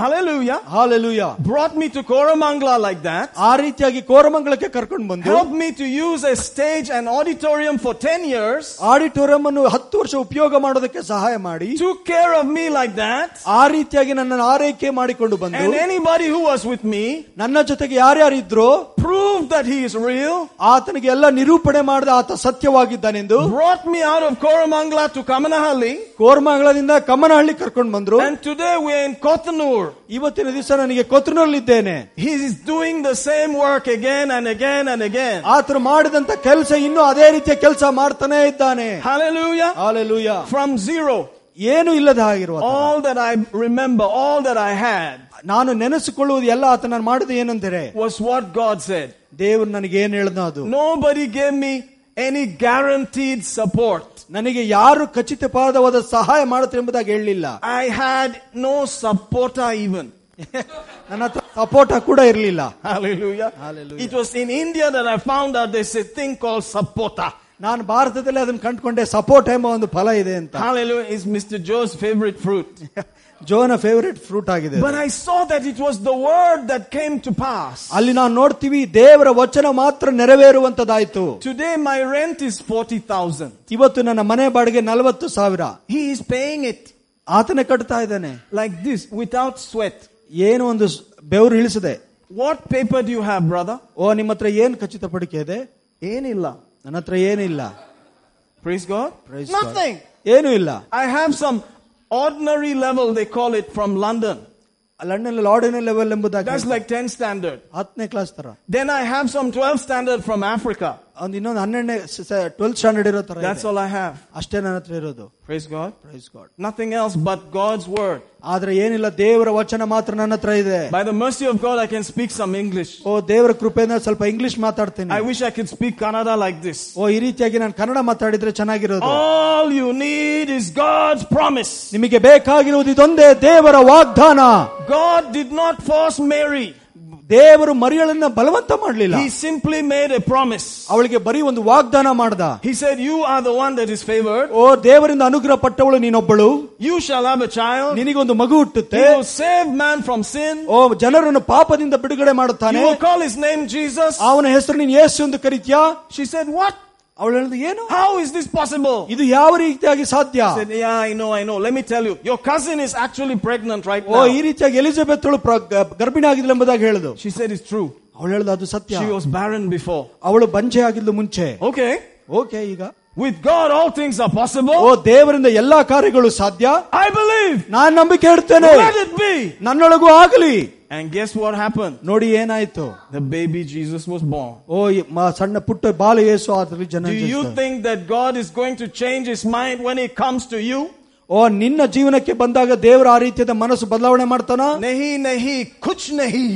Hallelujah.
Hallelujah
Brought me to Koramangala like that.
ಆ ರೀತಿಯಾಗಿ ಕೋರಮಂಗಳಕ್ಕೆ ಕರ್ಕೊಂಡು ಬಂದು
Helped me to use a stage and auditorium for 10 years.
Auditorium ಅನ್ನು ಹತ್ತು ವರ್ಷ ಉಪಯೋಗ ಮಾಡೋದಕ್ಕೆ ಸಹಾಯ ಮಾಡಿ
Took care of me like that.
ಆ ರೀತಿಯಾಗಿ ನನ್ನನ್ನು ಆರೈಕೆ ಮಾಡಿಕೊಂಡು ಬಂದು
And anybody who was with me
ನನ್ನ ಜೊತೆಗೆ ಯಾರ್ಯಾರಿದ್ರು
proved that he is real.
ಆತನಿಗೆ ಎಲ್ಲ ನಿರೂಪಣೆ ಮಾಡಿದ ಆತ ಸತ್ಯವಾಗಿದ್ದಾನೆಂದು
Brought me out of Koramangala to Kamanahalli.
ಕೋರ್ಮಂಗಳದಿಂದ Kammanahalli ಕರ್ಕೊಂಡು ಬಂದ್ರು
And today we're in Kotanur.
ಇವತ್ತಿನ ದಿವಸ ನನಗೆ ಕೊತ್ತನಲ್ಲಿದ್ದೇನೆ
He is doing the same work again and again and again.
ಆತನು ಮಾಡಿದಂತ ಕೆಲಸ ಇನ್ನೂ ಅದೇ ರೀತಿಯ ಕೆಲಸ ಮಾಡ್ತಾನೆ ಇದ್ದಾನೆ Ah.
Hallelujah.
Hallelujah
From zero.
ಏನು ಇಲ್ಲದ ಆಗಿರುವ ಆತನ.
All that I remember, all that I had
ನಾನು ನೆನೆಸಿಕೊಳ್ಳುವುದು ಎಲ್ಲ ಆತ ನಾನು ಮಾಡಿದ ಏನಂದರೆ
was what God said.
ದೇವರು ನನಗೆ ಏನ್ ಹೇಳ್ದ ಅದು
Nobody gave me any guaranteed support.
ನನಗೆ ಯಾರು ಖಚಿತವಾದವಾದ ಸಹಾಯ ಮಾಡುತ್ತಾರೆ ಎಂಬುದಾಗಿ ಹೇಳಲಿಲ್ಲ
I had no supporter even.
ನನ್ನ ಹತ್ರ ಸಪೋರ್ಟ ಕೂಡ ಇರಲಿಲ್ಲ
Hallelujah.
Hallelujah.
It was in India that I found out there's a thing called supporter.
ನಾನು ಭಾರತದಲ್ಲಿ ಅದನ್ನು ಕಂಡುಕೊಂಡೆ ಸಪೋರ್ಟ್ ಎಂಬ ಒಂದು ಫಲ ಇದೆ ಅಂತ
Hallelujah is Mr. Joe's favorite fruit.
ಜೋನ ಫೇವರೇಟ್ ಫ್ರೂಟ್ ಆಗಿದೆ ಅದು.
But I saw that it was the word that came to pass.
ಅಲ್ಲಿ ನಾವು ನೋಡ್ತೀವಿ ದೇವರ ವಚನ ಮಾತ್ರ ನೆರವೇರುವಂತದಾಯ್ತು
Today my rent is 40,000.
ಇವತ್ತು ನನ್ನ ಮನೆ ಬಾಡಿಗೆ ನಲವತ್ತು ಸಾವಿರ
He is paying it
ಆತನೇ ಕಟ್ತಾ ಇದ್ದಾನೆ
like this without sweat.
ಏನು ಒಂದು ಸ್- ಬೆವರು ಇಳಿಸಿದೆ
What paper do you have, brother?
ಓ ನಿಮ್ಮ ಹತ್ರ ಏನ್ ಖಚಿತಪಡಿಕೆ ಇದೆ
Anila.
ನನ್ನ ಹತ್ರ ಏನಿಲ್ಲ
Praise God.
Praise God.
Nothing.
ಏನೂ ಇಲ್ಲ
I have some ordinary level, they call it from London.
London ordinary level ಎಂಬುದಾಗಿ
That's like 10 standard.
ಹತ್ತನೇ ಕ್ಲಾಸ್ ತರ
Then I have some 12 standard from Africa.
ಒಂದು ಇನ್ನೊಂದು ಹನ್ನೆರಡನೇ ಟ್ವೆಲ್ತ್ ಸ್ಟ್ಯಾಂಡರ್ಡ್ ಇರೋ ತರ
That's
ಇದೆ.
all I have.
ಅಷ್ಟೇ ನನ್ನ ಹತ್ರ ಇರೋದು
Praise God.
Praise God
Nothing else but God's word.
ಆದ್ರೆ ಏನಿಲ್ಲ ದೇವರ ವಚನ ಮಾತ್ರ ನನ್ನ ಹತ್ರ ಇದೆ
By the mercy of God, I can speak some English.
ಓ ದೇವರ ಕೃಪೆಯಿಂದ ಸ್ವಲ್ಪ ಇಂಗ್ಲಿಷ್ ಮಾತಾಡ್ತೀನಿ
I wish I could speak Kannada like this.
ಓ ಈ ರೀತಿಯಾಗಿ ನಾನು ಕನ್ನಡ ಮಾತಾಡಿದ್ರೆ ಚೆನ್ನಾಗಿರೋದು
All you need is God's promise.
ನಿಮಗೆ ಬೇಕಾಗಿರುವುದು ಇದೊಂದೇ ದೇವರ ವಾಗ್ದಾನ
God did not force Mary.
ದೇವರು ಮರಿಯಳನ್ನ ಬಲವಂತ ಮಾಡಲಿಲ್ಲ
He simply made a promise.
ಅವಳಿಗೆ ಬರೀ ಒಂದು ವಾಗ್ದಾನ ಮಾಡ್ದ
He said, You are the one that is favored.
ಓ ದೇವರಿಂದ ಅನುಗ್ರಹ ಪಟ್ಟವಳು ನೀನೊಬ್ಬಳು
You shall have a child.
ನಿನಗೊಂದು ಮಗು
He
ಹುಟ್ಟುತ್ತೆ
will save man from sin.
ಓ ಜನರನ್ನು ಪಾಪದಿಂದ ಬಿಡುಗಡೆ ಮಾಡುತ್ತಾನೆ
You will call his name Jesus.
ಅವನ ಹೆಸರು ನೀನು ಯೇಸು ಎಂದು ಕರೀತ್ಯಾ
She said, What?
ಅವಳು ಹೇಳಿದ ಏನು
How is this possible?
ಇದು ಯಾವ ರೀತಿಯಾಗಿ ಸಾಧ್ಯ
He said, Yeah, I know, I know. Let me tell you, your cousin is actually pregnant right
ಓ ಈ
now.
ರೀತಿಯಾಗಿ ಎಲಿಜಬೆತ್ ಅವಳು ಪ್ರ- ಗ- ಗರ್ಭಿಣಿ ಆಗಿದ್ಲು ಎಂಬುದಾಗಿ ಹೇಳುದು
She said, It's true.
ಅವಳು ಹೇಳುದು ಅದು ಸತ್ಯ
She was barren before.
ಅವಳು ಬಂಜೆ ಆಗಿದ್ಲು ಮುಂಚೆ
Okay.
ಓಕೆ ಈಗ
With God, all things are
ಓ
possible.
ದೇವರಿಂದ ಎಲ್ಲಾ ಕಾರ್ಯಗಳು ಸಾಧ್ಯ
I believe.
ನಾನ್ ನಂಬಿಕೆ ಇಡ್ತೇನೆ
Let it be.
ನನ್ನೊಳಗೂ ಆಗಲಿ
And guess what happened?
ನೋಡಿ ಏನಾಯ್ತು
The baby Jesus was born.
ಓ ಈ ಮ- ಸಣ್ಣ ಪುಟ್ಟ ಬಾಲ ಯೇಸು ಆತಲ್ಲಿ ಜನ
Do you think that God is going to change his mind when he comes to you?
ಓ ನಿನ್ನ ಜೀವನಕ್ಕೆ ಬಂದಾಗ ದೇವರ ಆ ರೀತಿಯಾದ ಮನಸ್ಸು ಬದಲಾವಣೆ ಮಾಡ್ತಾನ
Nahi nahi kuch nahi.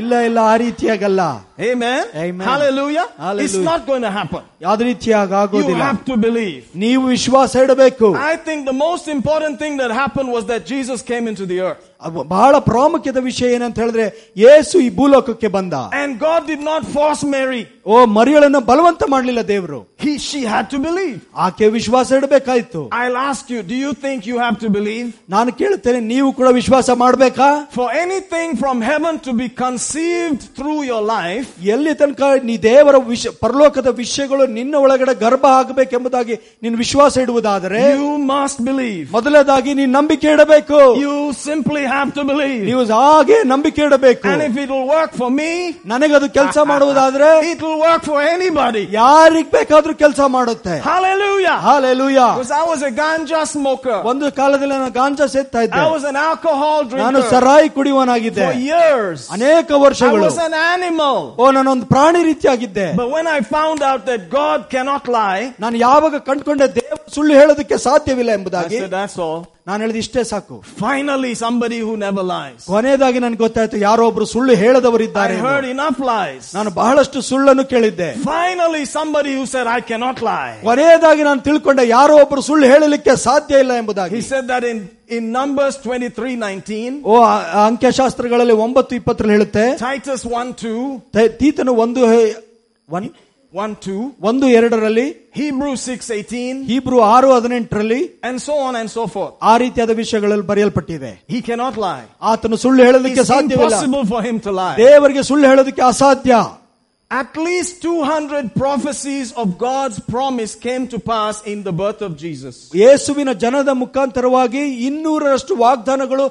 ಇಲ್ಲ ಇಲ್ಲ ಆ ರೀತಿಯಾಗಲ್ಲ
Amen.
Amen.
Hallelujah. It's
Hallelujah.
not going to happen.
ಯಾವ ರೀತಿಯಾಗ
You
ಆಗೋದಿಲ್ಲ
have to believe.
ನೀವು ವಿಶ್ವಾಸ ಇಡಬೇಕು
I think the most important thing that happened was that Jesus came into the earth.
ಅದು ಬಹಳ ಪ್ರಾಮುಖ್ಯದ ವಿಷಯ ಏನಂತ ಹೇಳಿದ್ರೆ ಯೇಸು ಈ ಭೂಲೋಕಕ್ಕೆ ಬಂದ
And God did not force Mary.
ಓ ಮರಿಯಳನ್ನ ಬಲವಂತ ಮಾಡ್ಲಿಲ್ಲ ದೇವರು
He, she had to believe.
ಆಕೆ ವಿಶ್ವಾಸ ಇಡಬೇಕಾಯ್ತು
I'll ask you, do you think you have to believe?
ನಾನು ಕೇಳ್ತೇನೆ ನೀವು ಕೂಡ ವಿಶ್ವಾಸ ಮಾಡ್ಬೇಕಾ
For anything from heaven to be conceived through your life,
ಎಲ್ಲಿ ತನಕ ನೀ ದೇವರ ವಿಷ ಪರಲೋಕದ ವಿಷಯಗಳು ನಿನ್ನ ಒಳಗಡೆ ಗರ್ಭ ಆಗಬೇಕೆಂಬುದಾಗಿ ನೀನು ವಿಶ್ವಾಸ ಇಡುವುದಾದರೆ
you must believe.
ಮೊದಲದಾಗಿ ನೀನು ನಂಬಿಕೆ ಇಡಬೇಕು
You simply have to believe.
ನೀವು ಹಾಗೆ ನಂಬಿಕೆ ಇಡಬೇಕು
And if it'll work for me, uh,
ನನಗದು ಕೆಲಸ ಮಾಡುವುದಾದ್ರೆ
it'll work for anybody.
ಯಾರಿಗ್ ಬೇಕಾದ್ರೂ ಕೆಲಸ ಮಾಡುತ್ತೆ
Hallelujah.
Hallelujah
Because I was a ganja smoker.
ಒಂದು ಕಾಲದಲ್ಲಿ ನಾನು ಗಾಂಜಾ ಸೇರ್ತಾ ಇದ್ದೆ
I was an alcohol
ನಾನು
drinker
ಸರಾಯಿ ಕುಡಿಯುವನಾಗಿದ್ದೆ
for years.
ಅನೇಕ
I
ವರ್ಷಗಳು
was an animal.
ಓ ನಾನೊಂದು ಪ್ರಾಣಿ ರೀತಿಯಾಗಿದ್ದೆ
But when I found out that God cannot lie,
ನಾನು ಯಾವಾಗ ಕಂಡ್ಕೊಂಡೆ ದೇವ ಸುಳ್ಳು ಹೇಳೋದಕ್ಕೆ ಸಾಧ್ಯವಿಲ್ಲ
I
ಎಂಬುದಾಗಿ
said, that's all.
ನಾನು ಹೇಳಿದ ಇಷ್ಟೇ ಸಾಕು
Finally, somebody who never lies.
ಕೊನೆಯದಾಗಿ ನನ್ಗೆ ಗೊತ್ತಾಯ್ತು ಯಾರೋ ಒಬ್ರು ಸುಳ್ಳು
I
ಹೇಳದವರಿದ್ದಾರೆ ಎಂದು.
heard enough lies.
ನಾನು ಬಹಳಷ್ಟು ಸುಳ್ಳನ್ನು ಕೇಳಿದ್ದೆ
Finally, somebody who said, I cannot lie.
ಕೊನೆಯದಾಗಿ ನಾನು ತಿಳ್ಕೊಂಡೆ ಯಾರೋ ಒಬ್ರು ಸುಳ್ಳು ಹೇಳಲಿಕ್ಕೆ ಸಾಧ್ಯ ಇಲ್ಲ ಎಂಬುದಾಗಿ
He said that in, in Numbers 23 19,
ಓ ಆ- ಆ ಅಂಕ್ಯಶಾಸ್ತ್ರಗಳಲ್ಲಿ ಒಂಬತ್ತು ಇಪ್ಪತ್ತರಲ್ಲಿ ಹೇಳುತ್ತೆ
Titus 1 2,
ತ- ತೀತನು ಒಂದು ಹೆ- ಒನ್-
1 2,
ಒಂದು ಎರಡರಲ್ಲಿ
Hebrews 6 18,
ಹೀಬ್ರು ಆರು ಹದಿನೆಂಟರಲ್ಲಿ
and so on and so forth.
ಆ ರೀತಿಯಾದ ವಿಷಯಗಳಲ್ಲಿ ಬರೆಯಲ್ಪಟ್ಟಿದೆ
He cannot lie.
ಆತನು ಸುಳ್ಳು ಹೇಳೋದಕ್ಕೆ
It's
ಸಾಧ್ಯವಿಲ್ಲ
impossible for him to lie.
ದೇವರಿಗೆ ಸುಳ್ಳು ಹೇಳೋದಕ್ಕೆ ಅಸಾಧ್ಯ
At least 200 prophecies of God's promise came to pass in the birth of Jesus.
ಯೇಸುವಿನ ಜನದ ಮುಖಾಂತರವಾಗಿ ಇನ್ನೂರರಷ್ಟು ವಾಗ್ದಾನಗಳು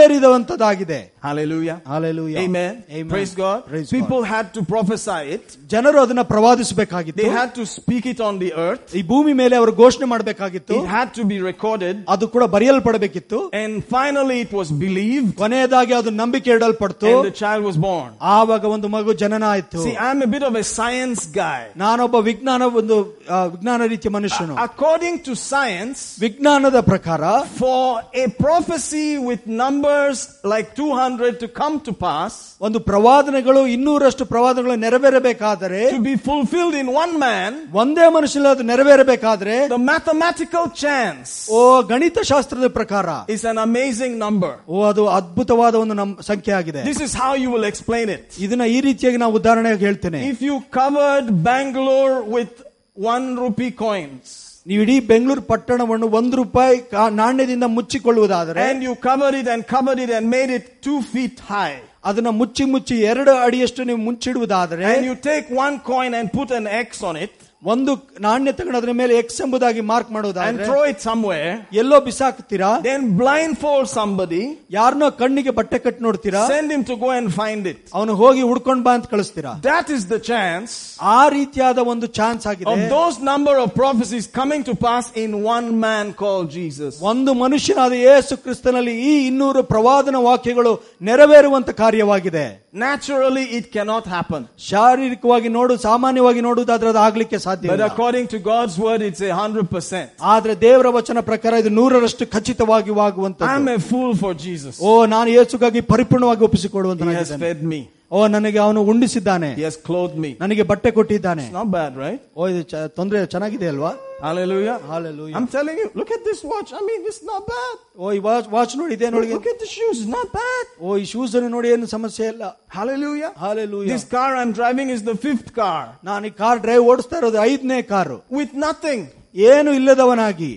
ನೆರವೇರಿದವಂತದಾಗಿದೆ
Hallelujah.
Hallelujah.
Amen.
Amen.
Praise God.
Praise God.
People had to prophesy it.
ಜನರು ಅದನ್ನ
They
ಪ್ರವಾದಿಸಬೇಕಾಗಿತ್ತು
had to speak it on the earth.
ಈ ಭೂಮಿ ಮೇಲೆ ಅವರು ಘೋಷಣೆ ಮಾಡಬೇಕಾಗಿತ್ತು
It had to be recorded.
ಅದು ಕೂಡ ಬರೆಯಲ್ಪಡಬೇಕಿತ್ತು
And finally it was believed
ಕೊನೆಯದಾಗಿ ಅದು ನಂಬಿಕೆ ಇಡಲ್ಪಡ್ತು
and the child was born.
ಆವಾಗ ಒಂದು ಮಗು ಜನನ ಆಯ್ತು
See, I'm a bit of a science guy.
ನಾನೊಬ್ಬ ವಿಜ್ಞಾನ ಒಂದು ಆ, ವಿಜ್ಞಾನ ರೀತಿಯ ಮನುಷ್ಯನು
According to science,
ವಿಜ್ಞಾನದ ಪ್ರಕಾರ
for a prophecy with numbers like 200 to come to pass,
ಒಂದು ಪ್ರವಾದನೆಗಳು ಇನ್ನೂರಷ್ಟು ಪ್ರವಾದನೆಗಳು ನೆರವೇರಬೇಕಾದರೆ
to be fulfilled in one man,
ಒಂದೇ ಮನುಷ್ಯನಲ್ಲಿ ಅದು ನೆರವೇರಬೇಕಾದ್ರೆ
the mathematical chance
ಓ ಗಣಿತಶಾಸ್ತ್ರದ ಪ್ರಕಾರ
is an amazing number.
ಓ ಅದು ಅದ್ಭುತವಾದ ಒಂದು ನಮ್ ಸಂಖ್ಯೆ ಆಗಿದೆ
This is how you will explain it.
ಇದನ್ನ ಈ ರೀತಿಯಾಗಿ ನಾವು ಉದಾಹರಣೆಯಾಗಿ ಹೇಳ್ತೇನೆ
If you covered Bangalore with one rupee coins
ನೀವು ಇಡೀ ಬೆಂಗಳೂರು ಪಟ್ಟಣವನ್ನು ಒಂದು ರೂಪಾಯಿ ಕಾ- ನಾಣ್ಯದಿಂದ ಮುಚ್ಚಿಕೊಳ್ಳುವುದಾದರೆ
and you covered it and covered it and made it two feet high,
ಅದನ್ನ ಮುಚ್ಚಿ ಮುಚ್ಚಿ ಎರಡು ಅಡಿಯಷ್ಟು ನೀವು ಮುಚ್ಚಿಡುವುದಾದರೆ
and you take one coin and put an X on it
ಒಂದು ನಾಣ್ಯ ತಗೊಂಡು ಅದರ ಮೇಲೆ ಎಕ್ಸ್ ಎಂಬುದಾಗಿ ಮಾರ್ಕ್
and
ಮಾಡುವುದಾದ್ರೆ
throw it somewhere,
ಎಲ್ಲೋ ಬಿಸಾಕ್ತೀರಾ
then blindfold somebody,
ಯಾರನ್ನೋ ಕಣ್ಣಿಗೆ ಬಟ್ಟೆ ಕಟ್ಟಿ ನೋಡ್ತೀರಾ
send him to go and find it.
ಅವನು ಹೋಗಿ ಹುಡ್ಕೊಂಡ್ ಬಾ ಅಂತ ಕಳಿಸ್ತೀರಾ
That is the chance
ಆ ರೀತಿಯಾದ ಒಂದು ಚಾನ್ಸ್
of
ಆಗಿದೆ
those number of prophecies coming to pass in one man called Jesus.
ಒಂದು ಮನುಷ್ಯನಾದ ಯೇಸು ಕ್ರಿಸ್ತನಲ್ಲಿ ಈ ಇನ್ನೂರು ಪ್ರವಾದನ ವಾಕ್ಯಗಳು ನೆರವೇರುವಂತ ಕಾರ್ಯವಾಗಿದೆ
Naturally, it cannot happen.
ಶಾರೀರಿಕವಾಗಿ ನೋಡು ಸಾಮಾನ್ಯವಾಗಿ ನೋಡುವುದಾದ್ರೆ ಅದು ಆಗ್ಲಿಕ್ಕೆ ಸಾಧ್ಯ
But according to God's word, it's a hundred percent.
ಆದ್ರೆ ದೇವರ ವಚನ ಪ್ರಕಾರ ಇದು ನೂರರಷ್ಟು ಖಚಿತವಾಗಿ ಆಗುವಂತ
I'm a fool for Jesus.
ಓ ನಾನು ಯೇಸುಗಾಗಿ ಪರಿಪೂರ್ಣವಾಗಿ
He has
ಒಪ್ಪಿಸಿಕೊಡುವಂತ
fed me.
ಓ ನನಗೆ ಅವನು ಉಂಡಿಸಿದ್ದಾನೆ
He has clothed me.
ನನಗೆ ಬಟ್ಟೆ ಕೊಟ್ಟಿದ್ದಾನೆ
Not bad, right?
ಓ ಇದು ಚ- ತೊಂದ್ರೆ ಚೆನ್ನಾಗಿದೆ ಅಲ್ವಾ
Hallelujah.
Hallelujah.
I'm telling you, look at this watch. I mean, it's not bad.
ಓ ಈ ವಾಚ್ ವಾಚ್ ನೋಡಿ
Look,
ನೋಡಿ
look at the shoes. It's not bad.
ಓ ಈ ಶೂಸ್ ಅನ್ನು ನೋಡಿ ಏನು ಸಮಸ್ಯೆ ಇಲ್ಲ
Hallelujah.
Hallelujah
This car I'm driving is the fifth car
ನಾನು ಈ ಕಾರ್ ಡ್ರೈವ್ ಓಡಿಸ್ತಾ ಇರೋದು ಐದನೇ ಕಾರು
with nothing.
ಏನು ಇಲ್ಲದವನಾಗಿ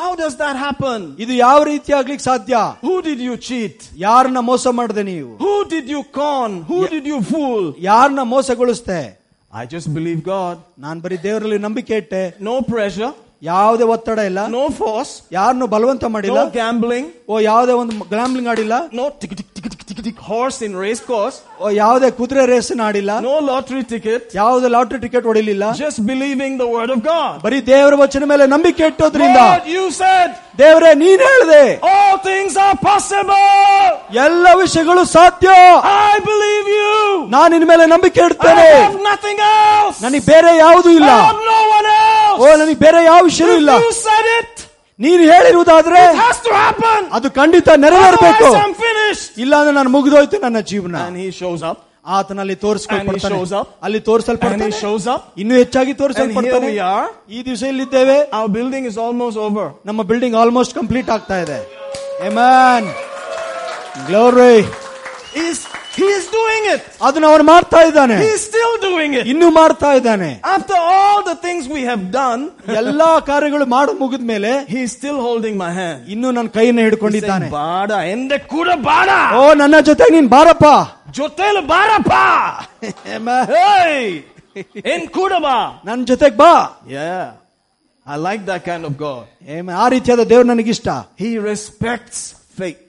How does that happen?
ಇದು ಯಾವ ರೀತಿ ಆಗ್ಲಿಕ್ಕೆ ಸಾಧ್ಯ
Who did you cheat?
ಯಾರನ್ನ ಮೋಸ ಮಾಡಿದೆ ನೀವು
Who did you con? Who did you fool?
ಯಾರನ್ನ ಮೋಸಗೊಳಿಸ್ದೆ
I just believe God.
ನಾನ್ ಬರೀ ದೇವರಲ್ಲಿ ನಂಬಿಕೆ ಇಟ್ಟೆ
No pressure,
ಯಾವುದೇ ಒತ್ತಡ ಇಲ್ಲ
no force,
ಯಾರನ್ನು ಬಲವಂತ ಮಾಡಿಲ್ಲ
no gambling,
ಓ ಯಾವುದೇ ಒಂದು ಗ್ಲಾಮ್ಲಿಂಗ್ ಆಡಿಲ್ಲ
no tick tick tick tick tick
into the
horse in race course,
ಯಾವುದೇ ಕುದುರೆ ರೇಸ್ ಆಡಿಲ್ಲ
no lottery ticket,
ಯಾವುದೇ ಲಾಟ್ರಿ ಟಿಕೆಟ್ ಹೊಡಿಲಿಲ್ಲ
just believing the word of God.
ಬರೀ ದೇವರ ವಚನ ಮೇಲೆ ನಂಬಿಕೆ ಇಟ್ಟೋದ್ರಿಂದ
God, you said
ದೇವರೇ ನೀನ್ ಹೇಳ್ದೆ
all things are possible.
ಎಲ್ಲ ವಿಷಯಗಳು ಸಾಧ್ಯ
I believe you.
ನಾನು ನಿನ್ ಮೇಲೆ ನಂಬಿಕೆ
I
ಇಡ್ತೇನೆ
have nothing else.
ನನಗೆ ಬೇರೆ ಯಾವುದೂ ಇಲ್ಲ
I have no one else.
ಓ ನನಗೆ ಬೇರೆ ಯಾವ ವಿಷಯವೂ ಇಲ್ಲ
If you said it,
ನೀನ್ ಹೇಳಿರುವುದಾದ್ರೆ
it has to happen.
ಅದು ಖಂಡಿತ ನೆರವೇರಬೇಕು
Otherwise, I'm finished.
ಇಲ್ಲ ಅಂದ್ರೆ ನಾನು ಮುಗಿದೋಯ್ತು ನನ್ನ ಜೀವನ
And he shows up,
ಆತನಲ್ಲಿ ತೋರಿಸ್ಕೊಳ್ಪಡ್ತಾನೆ
And he shows up.
ಅಲ್ಲಿ
and he
ತೋರಿಸಲ್ಪಡ್ತಾನೆ
shows up,
ಇನ್ನೂ ಹೆಚ್ಚಾಗಿ
and here
ತೋರಿಸಲ್ಪಡ್ತಾನೆ
we are.
ಈ ದಿವಸ ಇಲ್ಲಿದ್ದೇವೆ
Our building is almost over.
ನಮ್ಮ ಬಿಲ್ಡಿಂಗ್ ಆಲ್ಮೋಸ್ಟ್ ಕಂಪ್ಲೀಟ್ ಆಗ್ತಾ ಇದೆ Yaman glory
He's, he's doing it.
ಅದನ್ನ ಅವನು ಮಾಡ್ತಾ ಇದ್ದಾನೆ
He's still doing it.
ಇನ್ನು ಮಾಡ್ತಾ ಇದ್ದಾನೆ
After all the things we have done,
ಎಲ್ಲಾ ಕಾರ್ಯಗಳು ಮಾಡು ಮುಗಿದ ಮೇಲೆ
he's still holding my hand.
ಇನ್ನು ನನ್ನ ಕೈಯನ್ನು
He's
ಹಿಡ್ಕೊಂಡಿದ್ದಾನೆ
saying, Bada, ende kuda bada.
ಓ ನನ್ನ ಜೊತೆ ನೀನ್ ಬಾರಪ್ಪ
Jotel bara pa. Hey, en kuda ba.
ನನ್ನ ಜೊತೆಗ್ ಬಾ
Yeah, I like that kind of God.
Amen. ಆ ರೀತಿಯಾದ ದೇವ್ರು ನನಗಿಷ್ಟ
He respects faith.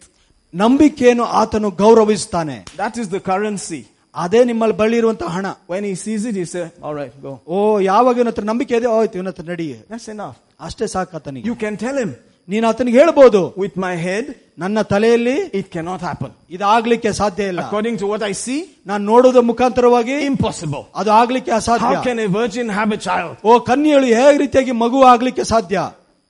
ನಂಬಿಕೆಯನ್ನು ಆತನು ಗೌರವಿಸ್ತಾನೆ
That is the currency.
ಅದೇ ನಿಮ್ಮಲ್ಲಿ ಬಳಿ ಇರುವಂತಹ ಹಣ
When he sees it, he says, all right, go.
ಓ ಯಾವಾಗ ಇವನ ಹತ್ರ ನಂಬಿಕೆ ಇದೆ ಆಯ್ತು ಇವನ ಹತ್ರ ನಡಿ
That's enough.
ಅಷ್ಟೇ ಸಾಕು ಆತನಿಗೆ
You can tell him,
ನೀನ್ ಆತನಿಗೆ ಹೇಳ್ಬೋದು
with my head,
ನನ್ನ ತಲೆಯಲ್ಲಿ
it cannot happen.
ಇದಾಗ್ಲಿಕ್ಕೆ ಸಾಧ್ಯ ಇಲ್ಲ
According to what I see,
ನಾನು ನೋಡೋದ ಮುಖಾಂತರವಾಗಿ
impossible.
ಅದು ಆಗ್ಲಿಕ್ಕೆ ಅಸಾಧ್ಯ
How can a virgin have a child?
ಓ ಕನ್ಯಳು ಹೇಗೆ ರೀತಿಯಾಗಿ ಮಗು ಆಗ್ಲಿಕ್ಕೆ ಸಾಧ್ಯ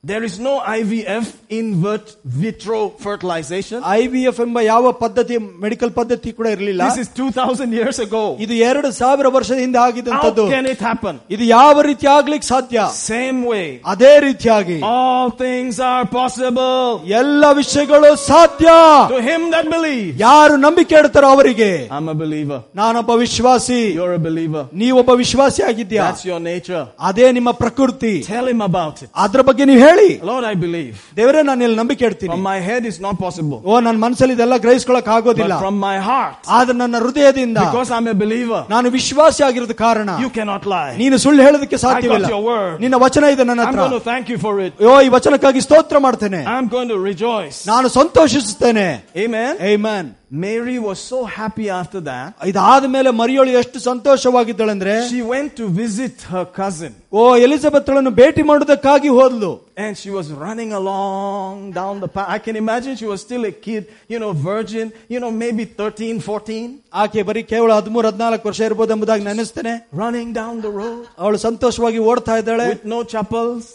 There is no IVF in vert- vitro fertilization.
I V F ಎಂಬ ಯಾವ ಪದ್ಧತಿ ಮೆಡಿಕಲ್ ಪದ್ಧತಿ ಕೂಡ ಇರಲಿಲ್ಲ
This is 2000 years ago.
ಇದು ಎರಡು ಸಾವಿರ ವರ್ಷದ ಹಿಂದೆ
How
ಆಗಿದ್ದಂಥದ್ದು
can it happen?
ಇದು ಯಾವ ರೀತಿ ಆಗ್ಲಿಕ್ಕೆ ಸಾಧ್ಯ
Same way.
ಅದೇ ರೀತಿಯಾಗಿ
All things are possible
ಎಲ್ಲ ವಿಷಯಗಳು ಸಾಧ್ಯ
to him that believes.
ಯಾರು ನಂಬಿಕೆ ಇಡ್ತಾರೋ ಅವರಿಗೆ
I'm a believer.
ನಾನೊಬ್ಬ ವಿಶ್ವಾಸಿ
You're a believer.
ನೀವೊಬ್ಬ ವಿಶ್ವಾಸಿ ಆಗಿದ್ಯಾ
That's your nature.
ಅದೇ ನಿಮ್ಮ ಪ್ರಕೃತಿ
Tell him about it.
ಅದ್ರ ಬಗ್ಗೆ ನೀವು ಹೇಳಿ
Lord, I believe.
ದೇವರೇ ನಾನು ಇಲ್ಲಿ ನಂಬಿಕೆ ಇಡ್ತೀನಿ
From my head, it's not possible.
ಓ ನನ್ನ ಮನಸ್ಸಲ್ಲಿ ಇದೆಲ್ಲ ಗ್ರಹಿಸ್ಕೊಳಕ್ ಆಗೋದಿಲ್ಲ
But from my heart,
ಆದ್ರೆ ನನ್ನ ಹೃದಯದಿಂದ
because I'm a believer,
ನಾನು ವಿಶ್ವಾಸಿ ಆಗಿರೋದು ಕಾರಣ
you cannot lie.
ನೀನು ಸುಳ್ಳು ಹೇಳೋದಕ್ಕೆ
I got your
ಸಾಧ್ಯವಿಲ್ಲ
word.
ನಿನ್ನ ವಚನ ಇದೆ ನನ್ನ
I'm
ಹತ್ರ
going to thank you for it.
ಅಯ್ಯೋ ಈ ವಚನಕ್ಕಾಗಿ ಸ್ತೋತ್ರ ಮಾಡ್ತೇನೆ
I'm going to rejoice.
ನಾನು ಸಂತೋಷಿಸುತ್ತೇನೆ
Amen.
ಏಮನ್
Mary was so happy after that.
ಇದಾದ ಮೇಲೆ ಮರಿಯೋಳು ಎಷ್ಟು ಸಂತೋಷವಾಗಿದ್ದಳಂದ್ರೆ
She went to visit her cousin
ಓ ಎಲಿಜಬೆತ್ ಭೇಟಿ ಮಾಡೋದಕ್ಕಾಗಿ ಹೋದ್ಲು
and she was running along down the path. I can imagine she was still a kid, you know, virgin, you know, maybe 13, 14,
ಆಕೆ ಬರೀ ಕೇವಲ ಹದಿಮೂರು ಹದಿನಾಲ್ಕು ವರ್ಷ ಇರ್ಬೋದು ಎಂಬುದಾಗಿ ನೆನೆಸ್ತೇನೆ
running down the road
ಅವಳು ಸಂತೋಷವಾಗಿ ಓಡ್ತಾ ಇದ್ದಾಳೆ
with no chapels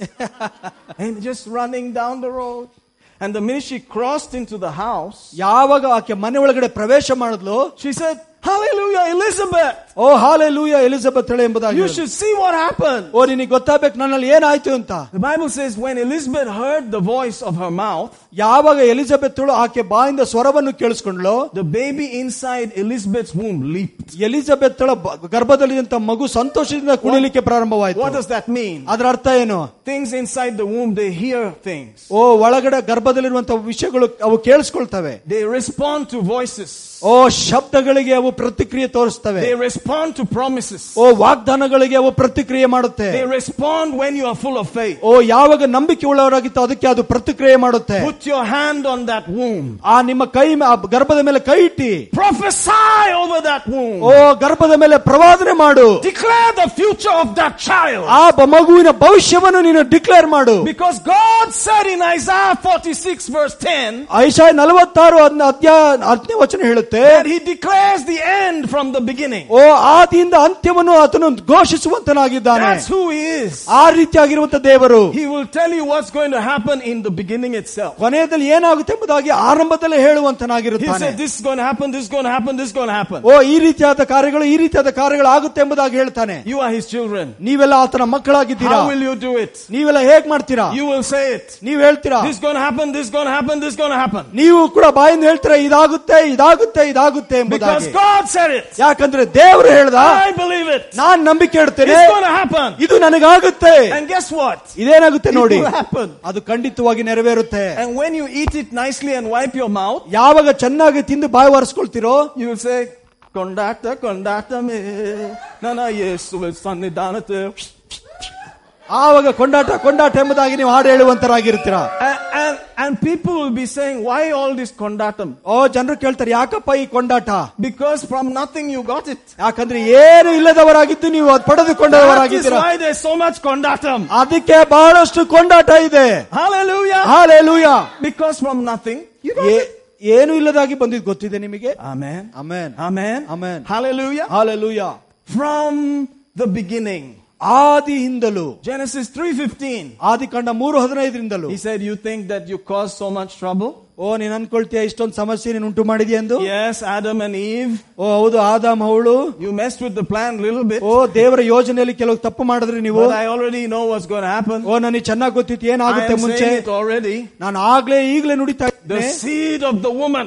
and just running down the road. And the minute she crossed into the house,
ಯಾವಾಗ ಆಕೆ ಮನೆ ಒಳಗಡೆ ಪ್ರವೇಶ ಮಾಡಿದ್ಲು
she said, Hallelujah, Elizabeth,
ಓ ಹಾಲೆ ಲೂಯ ಎಲಿಜಬೆತ್ ಎಂಬುದಾಗಿ
you should see what happened.
ಓ ನಿನಗೆ ಗೊತ್ತಾಗ್ಬೇಕು ನನ್ನಲ್ಲಿ ಏನಾಯ್ತು ಅಂತ
The Bible says when Elizabeth heard the voice of her mouth,
ಯಾವಾಗ ಎಲಿಜಬೆತ್ ಆಕೆ ಬಾಯಿಂದ ಸ್ವರವನ್ನು ಕೇಳಿಸ್ಕೊಂಡ್ಲು
the baby inside Elizabeth's womb leaped.
Elizabeth ಗರ್ಭದಲ್ಲಿದ್ದಂತ ಮಗು ಸಂತೋಷದಿಂದ ಕುಣಿಲಿಕ್ಕೆ ಪ್ರಾರಂಭವಾಯಿತು
What does that mean?
ಅದರ ಅರ್ಥ ಏನು
Things inside the womb, they hear things.
ಓ ಒಳಗಡೆ ಗರ್ಭದಲ್ಲಿರುವಂತಹ ವಿಷಯಗಳು ಅವು ಕೇಳಿಸ್ಕೊಳ್ತವೆ
They respond to voices.
ಓ ಶಬ್ದಗಳಿಗೆ ಅವು ಪ್ರತಿಕ್ರಿಯೆ ತೋರಿಸ್ತವೆ
They respond to promises.
ಓ ವಾಗ್ದಾನಗಳಿಗೆ ಅವು ಪ್ರತಿಕ್ರಿಯೆ ಮಾಡುತ್ತೆ
They respond when you are full of faith.
ಓ ಯಾವಾಗ ನಂಬಿಕೆ ಉಳ್ಳವರಾಗಿತ್ತು ಅದಕ್ಕೆ ಅದು ಪ್ರತಿಕ್ರಿಯೆ ಮಾಡುತ್ತೆ
Put your hand on that womb.
ಆ ನಿಮ್ಮ ಕೈ ಮೇ- ಆ ಗರ್ಭದ ಮೇಲೆ ಕೈ ಇಟ್ಟಿ
Prophesy over that
O
womb.
ಗರ್ಭದ ಮೇಲೆ ಪ್ರವಾದನೆ ಮಾಡು
Declare the future of that child.
ಆ ಬ- ಮಗುವಿನ ಭವಿಷ್ಯವನ್ನು ನೀನು ಡಿಕ್ಲೇರ್ ಮಾಡು
Because God said in Isaiah 46 verse 10
ಐಶಾಯ ನಲವತ್ತಾರು ಅಧ್ಯಾಯ ಹತ್ತನೇ ವಚನ ಹೇಳುತ್ತೆ
that he declares the end from the beginning.
ಓ ಆದಿಯಿಂದ ಅಂತ್ಯವನ್ನು ಆತನು ಘೋಷಿಸುವಂತನಾಗಿದ್ದಾನೆ
That's who he is.
ಆ ರೀತಿಯಾಗಿರುವಂತ ದೇವರು
He will tell you what's going to happen in the beginning itself.
ಕೊನೆಯಲ್ಲಿ ಏನಾಗುತ್ತೆ ಎಂಬುದಾಗಿ ಆರಂಭದಲ್ಲೇ
He
ಹೇಳುವಂತನಾಗಿರುತ್ತಾನೆ
said this is going to happen, this is going to happen, this is going to happen.
ಓ ಈ ರೀತಿಯಾದ ಕಾರ್ಯಗಳು ಈ ರೀತಿಯಾದ ಕಾರ್ಯಗಳು ಆಗುತ್ತೆ ಎಂಬುದಾಗಿ ಹೇಳ್ತಾನೆ
You are his children.
ನೀವೆಲ್ಲ ಆತನ ಮಕ್ಕಳಾಗಿದ್ದೀರಾ
How will you do it?
ನೀವೆಲ್ಲ ಹೇಗ್ ಮಾಡ್ತೀರಾ
You will say it.
ನೀವ್ ಹೇಳ್ತೀರಾ
This is going to happen, this is going to happen, this is going to happen.
ನೀವು ಕೂಡ ಬಾಯಿಂದ ಹೇಳ್ತೀರಾ ಇದಾಗುತ್ತೆ ಇದಾಗುತ್ತೆ ಇದಾಗುತ್ತೆ
Because
ಎಂಬುದಾಗಿ
God said it.
ಯಾಕಂದ್ರೆ ದೇವರು ಹೇಳ್ದ
I believe it.
ನಾನ್ ನಂಬಿಕೆ ಇಡ್ತೇನೆ
It's going to happen.
ಇದು ನನಗಾಗುತ್ತೆ
And guess what?
ಇದೇನಾಗುತ್ತೆ
It
ನೋಡಿ
will happen.
ಅದು ಖಂಡಿತವಾಗಿ ನೆರವೇರುತ್ತೆ
And when you eat it nicely and wipe your mouth,
ಯಾವಾಗ ಚೆನ್ನಾಗಿ ತಿಂದು ಬಾಯಿ ಒರೆಸ್ಕೊಳ್ತಿರೋ
you will say, Kondata, kondata me. Nana yesu sannidhanate.
ಆವಾಗ ಕೊಂಡಾಟ ಕೊಂಡಾಟ ಎಂಬುದಾಗಿ ನೀವು ಹಾಡು ಹೇಳುವಂತರಾಗಿರ್ತೀರಾ
And, and, and people will be saying, why all this kondatam?
ಓ ಜನರು ಕೇಳ್ತಾರೆ ಯಾಕಪ್ಪ ಈ ಕೊಂಡಾಟ
Because from nothing you got it.
ಯಾಕಂದ್ರೆ ಏನು ಇಲ್ಲದವರಾಗಿದ್ದು ನೀವು ಅದು
That is
ಪಡೆದುಕೊಂಡವರಾಗಿದ್ದೀರಾ
why there's so much kondatam.
ಅದಕ್ಕೆ ಬಹಳಷ್ಟು ಕೊಂಡಾಟ ಇದೆ
Hallelujah.
Hallelujah
Ah. Because from nothing you got
ಏ- ಏನು ಇಲ್ಲದಾಗಿ ಬಂದಿದ್ ಗೊತ್ತಿದೆ ನಿಮಗೆ
Amen.
Amen
Amen.
Amen.
Hallelujah.
Hallelujah
From the beginning.
ಆದಿಯಿಂದಲೂ
Genesis 3:15.
ಆದಿಕಾಂಡ ಮೂರು ಹದಿನೈದರಿಂದಲೂ
He said, "You think that you caused so much trouble?
ಓ ನೀನ್ ಅನ್ಕೊಳ್ತೀಯ ಇಷ್ಟೊಂದು ಸಮಸ್ಯೆ ನೀನು ಉಂಟು ಮಾಡಿದ್ಯಾ ಎಂದು
Yes, Adam and Eve,
ಓ ಹೌದು ಆದಾಮ್ ಅವಳು
you messed with the plan a little bit,
ಓ ದೇವರ ಯೋಜನೆಯಲ್ಲಿ ಕೆಲವು ತಪ್ಪು ಮಾಡಿದ್ರಿ ನೀವು
but I already know what's going to happen.
ಓ ನನಗೆ ಚೆನ್ನಾಗಿ ಗೊತ್ತಿತ್ತು
Oh, I
ಏನಾಗುತ್ತೆ
am
ಮುಂಚೆ
saying it already.
ನಾನು ಆಗ್ಲೇ ಈಗ್ಲೇ ನುಡಿತಾ
The
ಇದ್ದೇನೆ
seed of the woman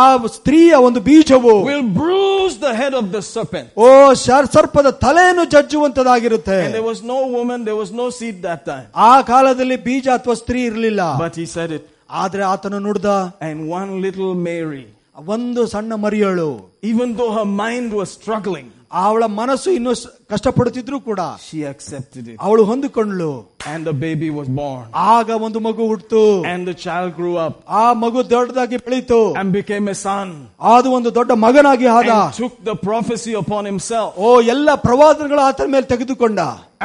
ಆ ಸ್ತ್ರೀಯ ಒಂದು ಬೀಜವು
will bruise the head of the serpent."
ಓ ಶರ್- ಸರ್ಪದ ತಲೆಯನ್ನು ಜಜ್ಜುವಂತದಾಗಿರುತ್ತೆ
And there was no woman, there was no seed that time.
ಆ ಕಾಲದಲ್ಲಿ ಬೀಜ ಅಥವಾ ಸ್ತ್ರೀ ಇರಲಿಲ್ಲ
But he said it.
ಆದ್ರೆ ಆತನು ನುಡ್ದ
And one little Mary,
ಒಂದು ಸಣ್ಣ ಮರಿಯಳು
even though her mind was struggling,
ಅವಳ ಮನಸ್ಸು ಇನ್ನೂ ಸ- ಕಷ್ಟಪಡುತ್ತಿದ್ರು ಕೂಡ
she accepted it.
ಅವಳು ಹೊಂದಿಕೊಂಡ್ಳು
And the baby was born.
ಆಗ ಒಂದು ಮಗು ಹುಟ್ಟಿತು
And the child grew up
ಆ ಮಗು ದೊಡ್ಡದಾಗಿ ಬೆಳೀತು
and became a son.
ಅದು ಒಂದು ದೊಡ್ಡ ಮಗನಾಗಿ ಆದ
and took the prophecy upon himself
ಓ ಎಲ್ಲ ಪ್ರವಾದಗಳು ಆತನ ಮೇಲೆ ತೆಗೆದುಕೊಂಡ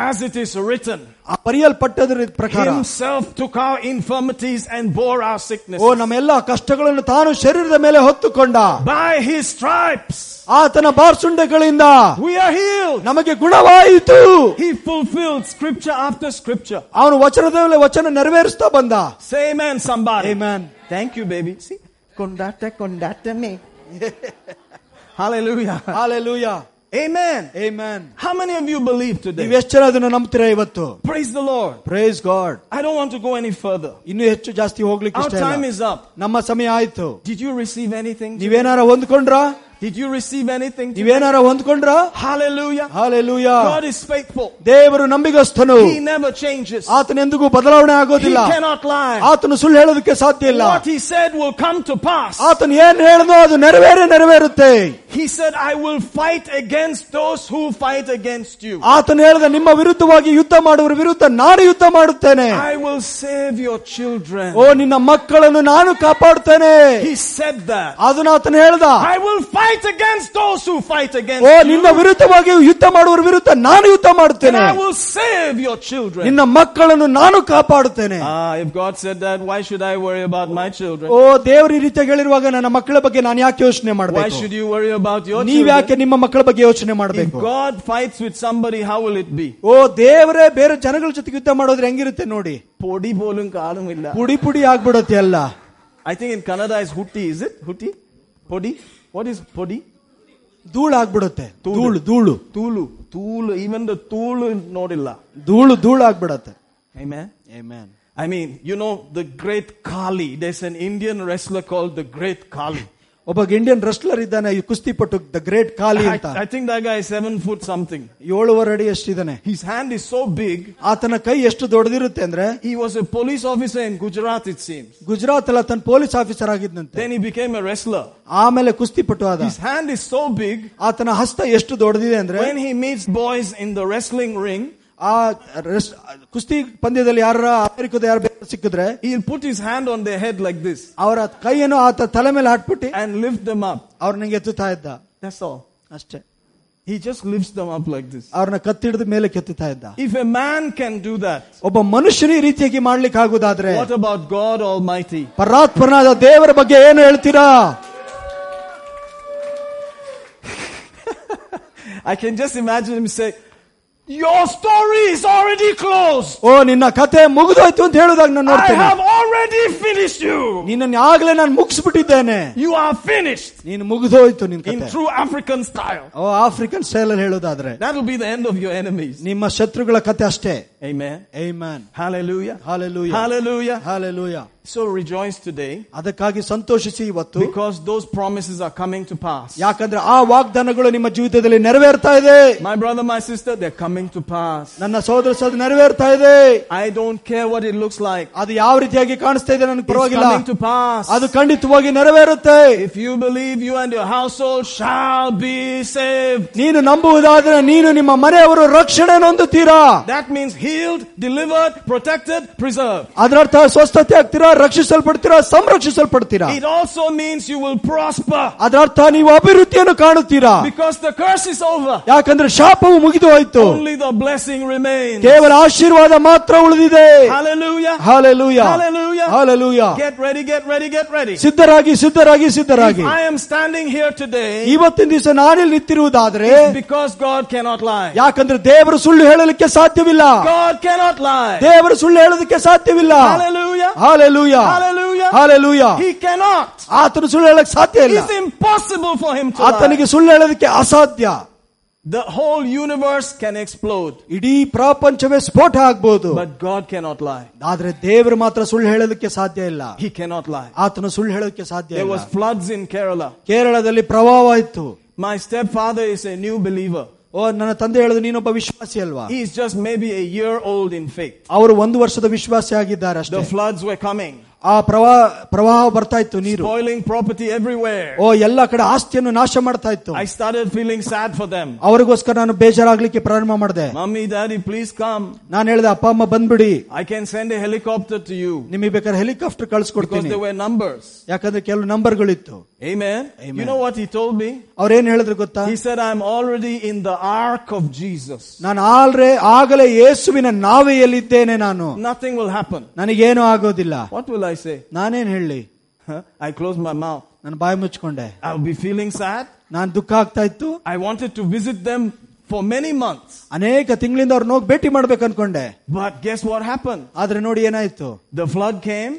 as it is written
ಆ ಬರೆಯಲ್ಪಟ್ಟದ್ರ ಪ್ರಕಾರ
himself took our infirmities and bore our
O
sicknesses
ನಮ್ಮೆಲ್ಲ ಕಷ್ಟಗಳನ್ನು ತಾನು ಶರೀರದ ಮೇಲೆ ಹೊತ್ತುಕೊಂಡ
by his stripes
ಆತನ ಬಾರ್ಸುಂಡೆಗಳಿಂದ
we are healed
ನಮಗೆ ಗುಣವಾಯಿತು
he fulfilled scripture after scripture
ಅವನು ವಚನದ ಮೇಲೆ ವಚನ ನೆರವೇರಿಸ್ತಾ ಬಂದ
say amen somebody
Amen.
thank you baby see kondata kondata me hallelujah
hallelujah
amen
amen
how many of you believe today
ನೀವೆಷ್ಟು ಜನ ಅದನ್ನು ನಂಬ್ತೀರಾ ಇವತ್ತು
praise the lord
praise God
i don't want to go any further
ಇನ್ನು ಹೆಚ್ಚು ಜಾಸ್ತಿ ಹೋಗ್ಲಿಕ್ಕೆ
our
ಇಷ್ಟ
time
ಇಲ್ಲ.
is up
ನಮ್ಮ ಸಮಯ ಆಯ್ತು
did you receive anything today?
ನೀವೇನಾರ ಹೊಂದ್ಕೊಂಡ್ರಾ
did you Ah. receive anything today?
ನೀವೇನಾರ ಹೊಂದ್ಕೊಂಡ್ರಾ
hallelujah
hallelujah
God is faithful.
ದೇವರು ನಂಬಿಗಸ್ತನು
He never changes.
ಆತನೆಂದಿಗೂ ಬದಲಾವಣೆ
He
ಆಗೋದಿಲ್ಲ
cannot lie.
ಆತನು ಸುಳ್ಳು ಹೇಳೋದಕ್ಕೆ ಸಾಧ್ಯ ಇಲ್ಲ
What he said will come to pass.
ಆತನು ಏನ್ ಹೇಳಿದೋ ಅದು ನೆರವೇರೇ ನೆರವೇರುತ್ತೆ
He said, I will fight against those who fight against you.
ಆತನು ಹೇಳಿದ ನಿಮ್ಮ ವಿರುದ್ಧವಾಗಿ ಯುದ್ಧ ಮಾಡುವರ ವಿರುದ್ಧ ನಾನು ಯುದ್ಧ ಮಾಡುತ್ತೇನೆ
I will save your children.
ಓ ನಿನ್ನ ಮಕ್ಕಳನ್ನು ನಾನು ಕಾಪಾಡುತ್ತೇನೆ
He said that.
ಅದನ್ನ ಆತನು ಹೇಳ್ದ
I will fight against those who fight against
O
you.
ನಿನ್ನ ವಿರುದ್ಧವಾಗಿ ಯುದ್ಧ ಮಾಡುವರ ವಿರುದ್ಧ ನಾನು ಯುದ್ಧ
And
ಮಾಡುತ್ತೇನೆ
I will save your children.
ನಿನ್ನ ಮಕ್ಕಳನ್ನು ನಾನು ಕಾಪಾಡುತ್ತೇನೆ
Ah, if God said that, why should I worry about my children?
ಓ ದೇವರು ಈ ರೀತಿಯಾಗಿ ಹೇಳಿರುವಾಗ ನನ್ನ ಮಕ್ಕಳ ಬಗ್ಗೆ ನಾನು ಯಾಕೆ ಯೋಚನೆ
Why
ಮಾಡಬೇಕು
should you worry about your
ನೀವ್
children?
ಯಾಕೆ ನಿಮ್ಮ ಮಕ್ಕಳ ಬಗ್ಗೆ ಯೋಚನೆ
If
ಮಾಡಬೇಕು
God fights with somebody, how will it be?
ಓ ದೇವರೇ ಬೇರೆ ಜನಗಳ ಜೊತೆಗೆ ಯುದ್ಧ ಮಾಡೋದ್ರೆ ಹೆಂಗಿರುತ್ತೆ ನೋಡಿ
Podi polum kaalum illa.
ಪುಡಿ ಪುಡಿ ಆಗ್ಬಿಡುತ್ತೆ ಎಲ್ಲ
I think in Kannada is hutti, is it? Hutti? Podi? What is podi?
ಧೂಳು ಆಗ್ಬಿಡುತ್ತೆ ಧೂಳು ಧೂಳು
Tulu. Tulu. Even the Tulu in Nodilla.
ಧೂಳು ಧೂಳು ಆಗ್ಬಿಡತ್ತೆ
Amen. I mean, you know, the great Kali. There's an Indian wrestler called the great Kali.
ಒಬ್ಬ Indian wrestler ಇದ್ದಾನೆ ಈ ಕುಸ್ತಿಪಟು ದ ಗ್ರೇಟ್ ಖಾಲಿ
I,
ಅಂತ
I think that guy is seven foot something.
ಏಳುವರೆ ಅಡಿ ಎಷ್ಟಿದ್ದಾನೆ
His hand is so big.
ಆತನ ಕೈ ಎಷ್ಟು ದೊಡ್ಡದಿರುತ್ತೆ ಅಂದ್ರೆ
He was a police officer in Gujarat, it seems.
Gujarat ಅಲ್ಲ ತನ್ನ ಪೊಲೀಸ್ ಆಫೀಸರ್ ಆಗಿದ್ದಂತೆ
Then he became a wrestler.
ಆಮೇಲೆ ಕುಸ್ತಿಪಟು ಆದ
His hand is so big.
ಆತನ ಹಸ್ತ ಎಷ್ಟು ದೊಡ್ಡದಿದೆ ಅಂದ್ರೆ
When he meets boys in the wrestling ring,
ಆ ರೆಸ್- ಕುಸ್ತಿ ಪಂದ್ಯದಲ್ಲಿ ಯಾರ ಅಮೆರಿಕದ ಯಾರು ಬೇಕಾದ್ರು ಸಿಕ್ಕಿದ್ರೆ
he'll put his hand on their head like this
ಅವರ ಕೈಯನ್ನು ಆತ ತಲೆ ಮೇಲೆ ಹಾಟ್ಬಿಟ್ಟು
and lift them up.
ಅವ್ರನ್ನ ಎತ್ತುತ್ತಾ ಇದ್ದ
That's all.
ಅಷ್ಟೇ
He just lifts them up like this.
ಅವ್ರನ್ನ ಕತ್ತಿಡಿದ ಮೇಲೆ ಕೆತ್ತುತ್ತಾ ಇದ್ದ
If a man can do that,
ಒಬ್ಬ ಮನುಷ್ಯನು ಈ ರೀತಿಯಾಗಿ ಮಾಡ್ಲಿಕ್ಕೆ ಆಗುದಾದ್ರೆ
what about God Almighty?
ಪರಾತ್ಮನಾದ ದೇವರ ಬಗ್ಗೆ ಏನು ಹೇಳ್ತೀರಾ
I can just imagine him say, Your story is already closed.
ಓ ನಿನ್ನ ಕತೆ ಮುಗಿದೋಯ್ತು ಅಂತ ಹೇಳಿದಾಗ ನಾನು
I
ನೋಡ್ತೇನೆ
have already finished you.
ನಿನ್ನ ಆಗ್ಲೇ ನಾನು ಮುಗಿಸ್ಬಿಟ್ಟಿದ್ದೇನೆ
You are finished
ನೀನು ಮುಗಿದೋಯ್ತು ನಿನ್
in
ಕತೆ
true African style.
ಓ ಆಫ್ರಿಕನ್ ಸ್ಟೈಲ್ ಅಲ್ಲಿ ಹೇಳೋದಾದ್ರೆ
That'll be the end of your enemies.
ನಿಮ್ಮ ಶತ್ರುಗಳ ಕತೆ ಅಷ್ಟೇ
Amen.
Amen
Hallelujah.
Hallelujah
Hallelujah.
Hallelujah
So rejoice today
ಅದಕ್ಕಾಗಿ ಸಂತೋಷಿಸಿ ಇವತ್ತು
because those promises are coming to pass.
ಯಾಕಂದ್ರೆ ಆ ವಾಗ್ದಾನಗಳು ನಿಮ್ಮ ಜೀವಿತದಲ್ಲಿ ನೆರವೇರ್ತಾ ಇದೆ
My brother, my sister, they're coming to pass.
ನನ್ನ ಸಹೋದರ ಸಹೋದರ ನೆರವೇರ್ತಾ ಇದೆ
I don't care what it looks like.
ಅದು ಯಾವ ರೀತಿಯಾಗಿ ಕಾಣಿಸ್ತಾ ಇದೆ ನನಗೆ
It's
ಪರವಾಗಿಲ್ಲ
coming to pass.
ಅದು ಖಂಡಿತವಾಗಿ ನೆರವೇರುತ್ತೆ
If you believe, you and your household shall be saved.
ನೀನು ನಂಬುವುದಾದ್ರೆ ನೀನು ನಿಮ್ಮ ಮನೆಯವರು ರಕ್ಷಣೆ ಹೊಂದುತ್ತೀರಾ
That means healed, delivered, protected, preserved.
ಅದರರ್ಥ ಸ್ವಸ್ಥತೆ ಆಗ್ತೀರಾ ರಕ್ಷಿಸಲ್ಪಡ್ತೀರಾ ಸಂರಕ್ಷಿಸಲ್ಪಡ್ತೀರಾ
It also means you will prosper
ಅದರರ್ಥ ನೀವು ಅಭಿವೃದ್ಧಿಯನ್ನು ಕಾಣುತ್ತೀರಾ
because the curse is over.
ಯಾಕಂದ್ರೆ ಶಾಪವು ಮುಗಿದು ಹೋಯ್ತು
Only the blessing remains.
ಕೇವಲ ಆಶೀರ್ವಾದ ಮಾತ್ರ ಉಳಿದಿದೆ
Hallelujah.
Hallelujah
Hallelujah.
Hallelujah
Get ready, get ready, get ready.
ಸಿದ್ಧರಾಗಿ ಸಿದ್ಧರಾಗಿ ಸಿದ್ಧರಾಗಿ
I am standing here today
ಇವತ್ತಿನ ದಿವಸ ನಾನಿಲ್ಲಿ ನಿಂತಿರುವುದಾದ್ರೆ
because God cannot lie.
ಯಾಕಂದ್ರೆ ದೇವರು ಸುಳ್ಳು ಹೇಳಲಿಕ್ಕೆ ಸಾಧ್ಯವಿಲ್ಲ
God cannot lie.
ದೇವರು ಸುಳ್ಳು ಹೇಳೋದಕ್ಕೆ ಸಾಧ್ಯವಿಲ್ಲ
Hallelujah.
Hallelujah
Hallelujah.
Hallelujah
He cannot.
ಆತನು ಸುಳ್ಳು ಹೇಳಕ್ ಸಾಧ್ಯ ಇಲ್ಲ
It's impossible for him to lie.
ಆತನಿಗೆ ಸುಳ್ಳು ಹೇಳೋದಕ್ಕೆ ಅಸಾಧ್ಯ
The whole universe can explode,
ಇಡೀ ಪ್ರಪಂಚವೇ ಸ್ಫೋಟ ಆಗ್ಬಹುದು
but God cannot lie.
ಆದ್ರೆ ದೇವರು ಮಾತ್ರ ಸುಳ್ಳು ಹೇಳೋದಕ್ಕೆ ಸಾಧ್ಯ ಇಲ್ಲ
He cannot lie.
ಆತನು ಸುಳ್ಳು ಹೇಳೋದಕ್ಕೆ ಸಾಧ್ಯ
There
ಇಲ್ಲ
was floods in Kerala.
ಕೇರಳದಲ್ಲಿ ಪ್ರವಾಹ ಇತ್ತು
My stepfather is a new believer.
ಓ ನನ್ನ ತಂದೆ ಹೇಳುದು ನೀನೊಬ್ಬ ವಿಶ್ವಾಸಿ ಅಲ್ವಾ
He is just maybe a year old in faith.
ಅವರು ಒಂದು ವರ್ಷದ ವಿಶ್ವಾಸಿ ಆಗಿದ್ದಾರೆ ಅಷ್ಟೇ
The floods were coming,
ಆ ಪ್ರವಾಹ ಪ್ರವಾಹ ಬರ್ತಾ ಇತ್ತು ನೀರು
spoiling property everywhere.
ಓ ಎಲ್ಲ ಕಡೆ ಆಸ್ತಿಯನ್ನು ನಾಶ ಮಾಡ್ತಾ ಇತ್ತು
I started feeling sad for them.
ಅವರಿಗೋಸ್ಕರ ನಾನು ಬೇಜಾರಾಗ್ಲಿಕ್ಕೆ ಪ್ರಾರಂಭ ಮಾಡಿದೆ
Mummy, daddy, please come.
ನಾನು ಹೇಳಿದೆ ಅಪ್ಪ ಅಮ್ಮ ಬಂದ್ಬಿಡಿ
I can send a helicopter to you
ನಿಮಗೆ ಬೇಕಾದ್ರೆ ಹೆಲಿಕಾಪ್ಟರ್
because
ಕಳಿಸ್ಕೊಡ್ತೀನಿ
there were numbers.
ಯಾಕಂದ್ರೆ ಕೆಲವು ನಂಬರ್ಗಳಿತ್ತು
Amen.
Amen.
You know what he told me?
ಅವ್ರೇನ್ ಹೇಳಿದ್ರು ಗೊತ್ತಾ
He said, I'm already in the ark of Jesus.
ನಾನು ಆಲ್ರೆ ಆಗಲೇ ಯೇಸುವಿನ ನಾವೆಯಲ್ಲಿದ್ದೇನೆ ನಾನು
Nothing will happen.
ನನಗೇನು ಆಗೋದಿಲ್ಲ
What will I say?
ನಾನೇನ್ ಹೇಳಿ
Huh? I closed my mouth.
ನಾನು ಬಾಯಿ ಮುಚ್ಕೊಂಡೆ
I'll be feeling sad.
ನಾನು ದುಃಖ ಆಗ್ತಾ ಇತ್ತು
I wanted to visit them for many months.
ಅನೇಕ ತಿಂಗಳಿಂದ ಅವ್ರನ್ನ ಹೋಗಿ ಭೇಟಿ ಮಾಡ್ಬೇಕು ಅನ್ಕೊಂಡೆ
But guess what happened?
ಆದ್ರೆ ನೋಡಿ ಏನಾಯ್ತು
The flood came.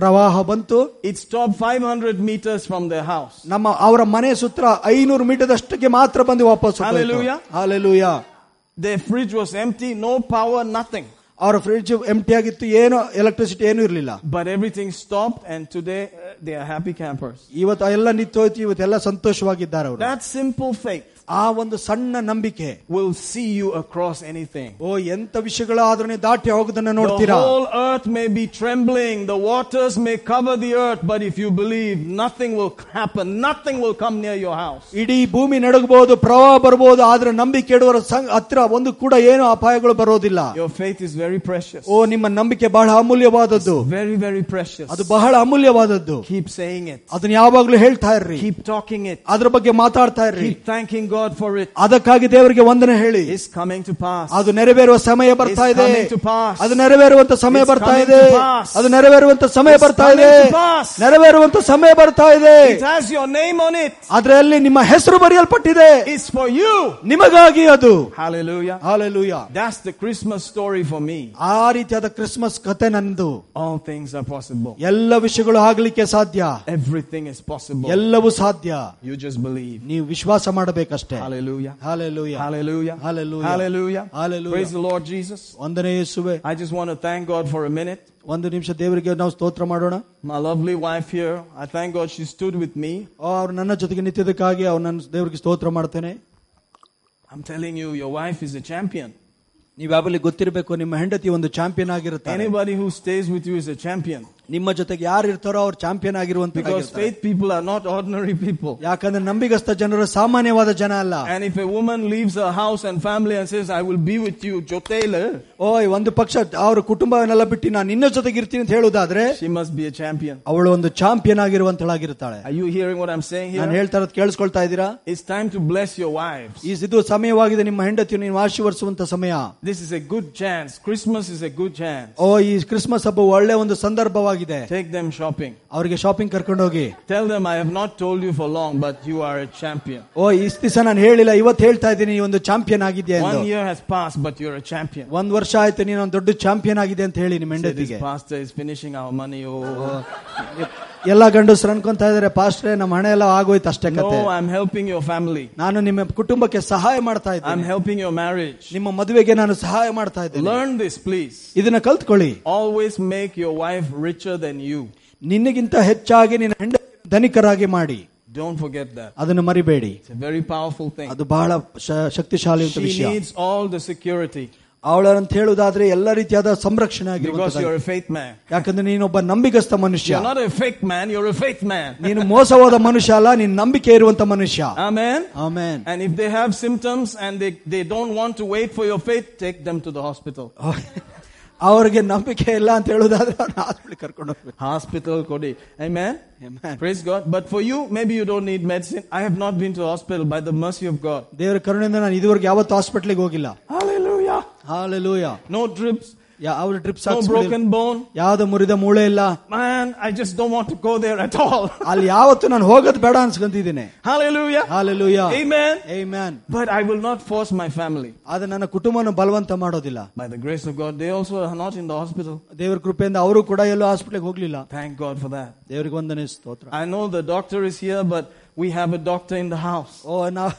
ಪ್ರವಾಹ ಬಂತು
It stopped 500 meters from their house.
ನಮ್ಮ ಅವರ ಮನೆ ಸುತ್ತ ಐನೂರು ಮೀಟರ್ ಅಷ್ಟಕ್ಕೆ ಮಾತ್ರ ಬಂದು ವಾಪಸ್
Hallelujah.
Hallelujah
Their fridge was empty, no power, nothing.
ಅವರ ಫ್ರಿಡ್ಜ್ ಎಂಟಿ ಆಗಿತ್ತು ಏನು ಎಲೆಕ್ಟ್ರಿಸಿಟಿ ಏನು ಇರಲಿಲ್ಲ
But everything stopped, and today uh, they are happy campers.
ಇವತ್ತು ಎಲ್ಲ ನಿಂತೋಯ್ತು ಇವತ್ತೆಲ್ಲ ಸಂತೋಷವಾಗಿದ್ದಾರೆ ಅವರು
That simple faith
ಆ ಒಂದು ಸಣ್ಣ ನಂಬಿಕೆ
will see you across anything.
ಓ ಎಂತ ವಿಷಯಗಳಾದ್ರೂ ನೀವು ದಾಟಿ ಹೋಗುದನ್ನ
The
ನೋಡ್ತೀರಾ
whole earth may be trembling, the waters may cover the earth, but if you believe, nothing will happen, nothing will come near your house.
ಇಡೀ ಭೂಮಿ ನಡಗಬಹುದು ಪ್ರವಾಹ ಬರಬಹುದು ಆದ್ರೆ ನಂಬಿಕೆ ಇಡುವರ ಸಂಘ- ಹತ್ರ ಒಂದು ಕೂಡ ಏನು ಅಪಾಯಗಳು ಬರೋದಿಲ್ಲ
Your faith is very precious.
ಓ ನಿಮ್ಮ ನಂಬಿಕೆ ಬಹಳ ಅಮೂಲ್ಯವಾದದ್ದು
Very, very precious.
ಅದು ಬಹಳ ಅಮೂಲ್ಯವಾದದ್ದು
Keep saying it.
ಅದನ್ನ ಯಾವಾಗ್ಲೂ ಹೇಳ್ತಾ ಇರ್ರಿ
Keep talking it.
ಅದ್ರ ಬಗ್ಗೆ ಮಾತಾಡ್ತಾ ಇರ್ರಿ
Keep thanking God for it.
ಅದಕ್ಕಾಗಿ ದೇವರಿಗೆ ವಂದನೆ ಹೇಳಿ
It's coming to pass.
ಅದು ನೆರವೇರುವ ಸಮಯ ಬರ್ತಾ
It's
ಇದೆ
coming to pass.
ಅದು ನೆರವೇರುವಂತ ಸಮಯ
It's
ಬರ್ತಾ
coming
ಇದೆ
to pass.
ಅದು ನೆರವೇರುವಂತ ಸಮಯ
It's
ಬರ್ತಾ
coming
ಇದೆ
to pass.
ನೆರವೇರುವಂತ ಸಮಯ ಬರ್ತಾ ಇದೆ
It has your name on it.
ಅದರಲ್ಲಿ ನಿಮ್ಮ ಹೆಸರು ಬರೆಯಲ್ಪಟ್ಟಿದೆ
It's for you.
ನಿಮಗಾಗಿ ಅದು
Hallelujah.
Hallelujah
That's the Christmas story for me.
ಆ ರೀತಿಯಾದ ಕ್ರಿಸ್ಮಸ್ ಕತೆ ನಂದು
All things are possible.
ಎಲ್ಲ ವಿಷಯಗಳು ಆಗ್ಲಿಕ್ಕೆ ಸಾಧ್ಯ
Everything is possible.
ಎಲ್ಲವೂ ಸಾಧ್ಯ
You just believe.
ನೀವು ವಿಶ್ವಾಸ ಮಾಡಬೇಕಷ್ಟೇ
Hallelujah.
Hallelujah
Hallelujah.
Hallelujah.
Hallelujah.
Hallelujah.
Praise the Lord Jesus.
ಒಂದನೇ ಯೇಸುವೆ
I just want to thank God for a minute.
ಒಂದು ನಿಮಿಷ ದೇವರಿಗೆ ನಾವು ಸ್ತೋತ್ರ ಮಾಡೋಣ
My lovely wife here, I thank God she stood with me.
ಅವ್ರು ನನ್ನ ಜೊತೆಗೆ ನಿಂತಿದ್ದಕ್ಕಾಗಿ ಅವ್ರು ನನ್ನ ದೇವರಿಗೆ ಸ್ತೋತ್ರ ಮಾಡ್ತೇನೆ
I'm telling you, your wife is a champion.
ನೀವು ಯಾವಾಗಲೇ ಗೊತ್ತಿರಬೇಕು ನಿಮ್ಮ ಹೆಂಡತಿ ಒಂದು ಚಾಂಪಿಯನ್ ಆಗಿರುತ್ತಾರೆ
Anybody who stays with you is a champion.
ನಿಮ್ಮ ಜೊತೆಗೆ ಯಾರು ಇರ್ತಾರೋ ಅವ್ರು ಚಾಂಪಿಯನ್ ಆಗಿರುವಂತ
Because faith people are not ordinary people.
ಯಾಕಂದ್ರೆ ನಂಬಿಗಸ್ತ ಜನರು ಸಾಮಾನ್ಯವಾದ ಜನ ಅಲ್ಲ
And if a woman leaves her house and family and says, I will be with you, Jotele,
ಓಯ್ ಒಂದು ಪಕ್ಷ ಅವ್ರ ಕುಟುಂಬವನ್ನೆಲ್ಲ ಬಿಟ್ಟು ನಾನು ನಿನ್ನ ಜೊತೆಗೆ ಇರ್ತೀನಿ ಅಂತ ಹೇಳುವುದಾದ್ರೆ
she must be a champion.
ಅವಳು ಒಂದು ಚಾಂಪಿಯನ್ ಆಗಿರುವಂತಳಾಗಿರ್ತಾಳೆ
Are you hearing what I'm saying
ನಾನು
here?
ಹೇಳ್ತಾ ಇರೋದು ಕೇಳಿಸ್ಕೊಳ್ತಾ ಇದ್ದೀರಾ
It's time to bless your wives.
ಈ ಇದು ಸಮಯವಾಗಿದೆ ನಿಮ್ಮ ಹೆಂಡತಿಯು ನೀವು ಆಶೀರ್ವರ್ಸುವಂತ ಸಮಯ
This is a good chance. Christmas is a good chance.
ಓ ಈ ಕ್ರಿಸ್ಮಸ್ ಹಬ್ಬ ಒಳ್ಳೆ ಒಂದು ಸಂದರ್ಭವಾಗಿದೆ
Take them shopping.
ಅವರಿಗೆ ಶಾಪಿಂಗ್ ಕರ್ಕೊಂಡು ಹೋಗಿ
Tell them I have not told you for long, but you are a champion.
ಓ ಇಷ್ಟು ದಿವಸ ನಾನು ಹೇಳಿಲ್ಲ ಇವತ್ತು ಹೇಳ್ತಾ ಇದ್ದೀನಿ ಈ ಒಂದು ಚಾಂಪಿಯನ್ ಆಗಿದೆಯಾ ಎಂದು
One year has passed, but you're a champion.
ಒಂದ್ ವರ್ಷ ಆಯ್ತು ನೀನು ಒಂದು ದೊಡ್ಡ ಚಾಂಪಿಯನ್ ಆಗಿದೆ ಅಂತ ಹೇಳಿ ನಿಮ್ಮ
Say, this
ಹೆಂಡತಿಗೆ
pastor is finishing our money. Oh,
ಎಲ್ಲ ಗಂಡಸರು ಅನ್ಕೊಂತ ಇದಾರೆ ಪಾಸ್ಟ್ರೆ ನಮ್ಮ ಹಣೆ ಎಲ್ಲ ಆಗೋಯ್ತು ಅಷ್ಟೇ ಕತೆ
No, I'm helping your family.
ನಾನು ನಿಮ್ಮ ಕುಟುಂಬಕ್ಕೆ ಸಹಾಯ ಮಾಡ್ತಾ
I'm
ಇದ್ದೀನಿ
helping your marriage.
ನಿಮ್ಮ ಮದುವೆಗೆ ನಾನು ಸಹಾಯ ಮಾಡ್ತಾ ಇದ್ದೀನಿ
Learn this, please.
ಇದನ್ನ ಕಲ್ತ್ಕೊಳ್ಳಿ
Always make your wife richer than you.
ನಿನ್ನಗಿಂತ ಹೆಚ್ಚಾಗಿ ನಿನ್ನ ಹೆಂಡ ಧನಿಕರಾಗಿ ಮಾಡಿ
Don't forget that.
ಅದನ್ನು ಮರಿಬೇಡಿ
It's a very powerful thing.
ಅದು ಬಹಳ ಶ- ಶಕ್ತಿಶಾಲಿ ಅಂತ
She
ವಿಷಯ
needs all the security
ಅವಳಂತ ಹೇಳುದಾದ್ರೆ ಎಲ್ಲ ರೀತಿಯಾದ ಸಂರಕ್ಷಣೆ
because
ಆಗಿರುವಂತದ್ದು
you're a faith man.
ಯಾಕಂದ್ರೆ ನೀನೊಬ್ಬ ನಂಬಿಗಸ್ತ ಮನುಷ್ಯ
You're not a fake man, you're a faith man.
ನೀನು ಮೋಸವಾದ ಮನುಷ್ಯ ಅಲ್ಲ ನೀನ್ ನಂಬಿಕೆ ಇರುವಂತ ಮನುಷ್ಯ
Amen.
Amen
And if they have symptoms and they, they don't want to wait for your faith, take them to the hospital.
ಅವ್ರಿಗೆ ನಂಬಿಕೆ ಇಲ್ಲ ಅಂತ ಹೇಳುದಾದ್ರೆ ಅವ್ರನ್ನ ಹಾಸ್ಪಿಟಲ್ ಕರ್ಕೊಂಡು ಹೋಗ್ಬೇಕು
Hospital, Cody. Amen?
Amen.
Praise God. But for you, maybe you don't need medicine. I have not been to hospital by the mercy of God.
ದೇವರ ಕರುಣೆಯಿಂದ ನಾನು ಇದುವರೆಗೆ ಯಾವತ್ತು ಹಾಸ್ಪಿಟ್ಲಿಗೆ ಹೋಗಿಲ್ಲ
Hallelujah.
ಹಾಲೆಲೂಯ
No drips,
ಅವ್ರ ಡ್ರಿಪ್ಸ್
no broken bone.
ಯಾವ್ದು ಮುರಿದ ಮೂಳೆ ಇಲ್ಲ
Man, I just don't want to go there at all.
ಅಲ್ಲಿ ಯಾವತ್ತು ನಾನು ಹೋಗೋದು ಬೇಡ ಅನ್ಸ್ಕೊಂತಿದ್ದೀನಿ
Hallelujah.
Hallelujah
Amen.
ಏ man
But I will not force my family.
ಅದು ನನ್ನ ಕುಟುಂಬನ ಬಲವಂತ ಮಾಡೋದಿಲ್ಲ
By the grace of God, they also are not in the hospital.
ದೇವ್ರ ಕೃಪೆಯಿಂದ ಅವರು ಕೂಡ ಎಲ್ಲೂ ಹಾಸ್ಪಿಟ್ಲಿಗೆ ಹೋಗ್ಲಿಲ್ಲ
Thank God for that.
ದೇವ್ರಿಗೆ ಒಂದನೇ ಸ್ತೋತ್ರ
I know the doctor is here, but we have a doctor in the house.
ಓ ನಾವು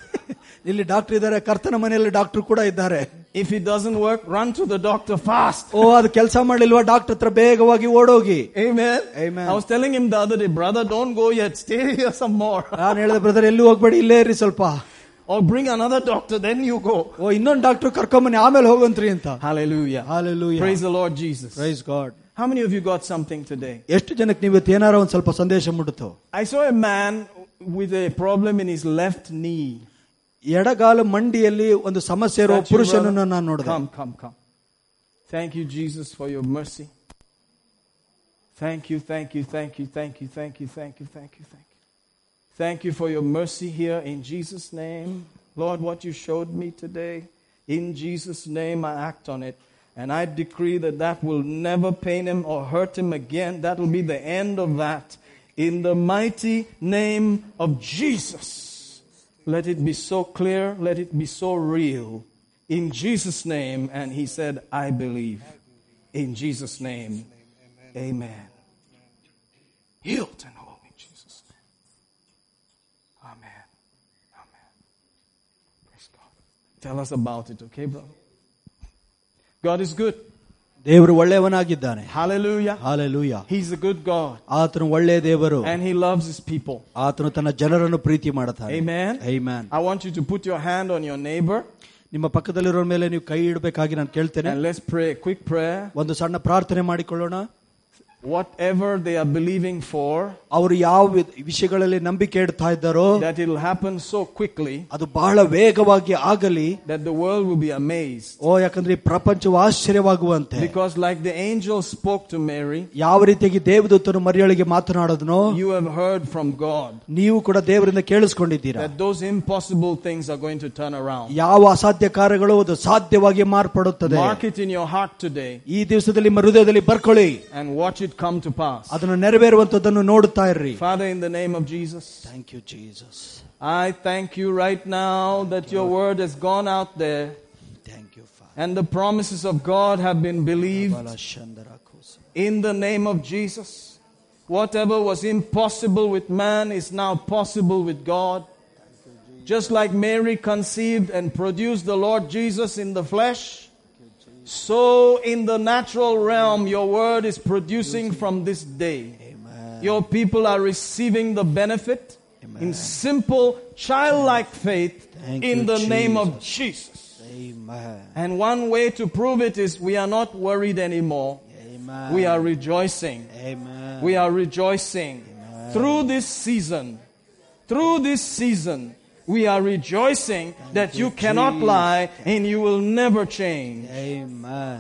ಇಲ್ಲಿ ಡಾಕ್ಟರ್ ಇದ್ದಾರೆ ಕರ್ತನ ಮನೆಯಲ್ಲಿ ಡಾಕ್ಟರ್ ಕೂಡ ಇದ್ದಾರೆ
If it doesn't work, run to the doctor fast.
ಓ ಅದು ಕೆಲಸ ಮಾಡ್ಲಿಲ್ವಾ ಡಾಕ್ಟರ್ ಹತ್ರ ಬೇಗವಾಗಿ ಓಡೋಗಿ
Amen.
Amen.
I was telling him the other day, brother, don't go yet. Stay here some more.
ನಾನು ಹೇಳಿದೆ ಬ್ರದರ್ ಎಲ್ಲೂ ಹೋಗ್ಬೇಡಿ ಇಲ್ಲೇ ಇರಿ ಸ್ವಲ್ಪ
Or bring another doctor, then you go.
ಓ ಇನ್ನೊಂದು ಡಾಕ್ಟರ್ ಕರ್ಕೊಂಬನ್ನಿ ಆಮೇಲೆ ಹೋಗಂತ್ರಿ ಅಂತ
Hallelujah.
Hallelujah.
Praise the Lord Jesus.
Praise God
How many of you got something today?
ಎಷ್ಟು ಜನಕ್ಕೆ ನೀವು ಇವತ್ತು ಏನಾರ ಒಂದ್ ಸ್ವಲ್ಪ ಸಂದೇಶ ಮುಟ್ಟುತ್ತೋ
I saw a man with a problem in his left knee.
ಎಡಗಾಲು ಮಂಡಿಯಲ್ಲಿ ಒಂದು ಸಮಸ್ಯೆ ಇರೋ
That you,
ಪುರುಷನನ್ನು
brother?
ನಾನು ನೋಡಿದೆ
Come, come, come. Thank you, Jesus, for your mercy. Thank you, thank you, thank you, thank you, thank you, thank you, thank you, thank you. Thank you for your mercy here in Jesus' name. Lord, what you showed me today, in Jesus' name I act on it. And I decree that that will never pain him or hurt him again. That will be the end of that. In the mighty name of Jesus. Let it be so clear. Let it be so real. In Jesus' name. And he said, I believe. In Jesus' name. Amen. Healed and whole in Jesus' name. Amen. Amen. Praise God. Tell us about it, okay, brother? God is good.
ದೇವರು ಒಳ್ಳೆಯವನಾಗಿದ್ದಾನೆ
Hallelujah.
Hallelujah
He's a good God.
ಆತನು ಒಳ್ಳೆಯ ದೇವರು
And He loves His people.
ಆತನು ತನ್ನ ಜನರನ್ನು ಪ್ರೀತಿ ಮಾಡ್ತಾನೆ
Amen.
Amen.
I want you to put your hand on your neighbor
ನಿಮ್ಮ ಪಕ್ಕದಲ್ಲಿರೋ ಮೇಲೆ ನೀವು ಕೈ ಇಡಬೇಕಾಗಿ ನಾನು ಕೇಳ್ತೇನೆ
and let's pray a quick prayer.
ಒಂದು ಸಣ್ಣ ಪ್ರಾರ್ಥನೆ ಮಾಡಿಕೊಳ್ಳೋಣ
Whatever they are believing for,
ಅವರು ಯಾವ ವಿ- ವಿಷಯಗಳಲ್ಲಿ ನಂಬಿಕೆ ಇಡ್ತಾ ಇದ್ದಾರೋ
that it'll happen so quickly
ಅದು ಬಹಳ ವೇಗವಾಗಿ ಆಗಲಿ
that the world will be amazed.
ಓ ಯಾಕಂದ್ರೆ ಈ ಪ್ರಪಂಚವು ಆಶ್ಚರ್ಯವಾಗುವಂತೆ
Because, like the angel spoke to Mary,
ಯಾವ ರೀತಿಯಾಗಿ ದೇವದೂತನು ಮರಿಯೊಳಗೆ ಮಾತನಾಡೋದನೋ
you have heard from God
ನೀವು ಕೂಡ ದೇವರಿಂದ ಕೇಳಿಸ್ಕೊಂಡಿದ್ದೀರಾ
that those impossible things are going to turn around.
ಯಾವ ಅಸಾಧ್ಯ ಕಾರ್ಯಗಳು ಅದು ಸಾಧ್ಯವಾಗಿ ಮಾರ್ಪಡುತ್ತದೆ
Mark it in your heart today
ಈ ದಿವಸದಲ್ಲಿ ನಿಮ್ಮ ಹೃದಯದಲ್ಲಿ ಬರ್ಕೊಳ್ಳಿ
and watch it come to pass.
ಅದನ್ನು ನೆರವೇರುವಂತದ್ದನ್ನು ನೋಡುತ್ತಾ ಇರ್ರಿ
Father, in the name of Jesus,
thank you Jesus
I thank you right now that your word has gone out there
thank you
and the promises of God have been believed in the name of Jesus. Whatever was impossible with man is now possible with God. Just like Mary conceived and produced the Lord Jesus in the flesh, so in the natural realm, your word is producing from this day. Your people are receiving the benefit in simple, childlike faith
Thank
in
you,
the name of Jesus. And one way to prove it is we are not worried anymore. We are rejoicing. We are rejoicing. Through this season, through this season, we are rejoicing that you cannot lie and you will never change.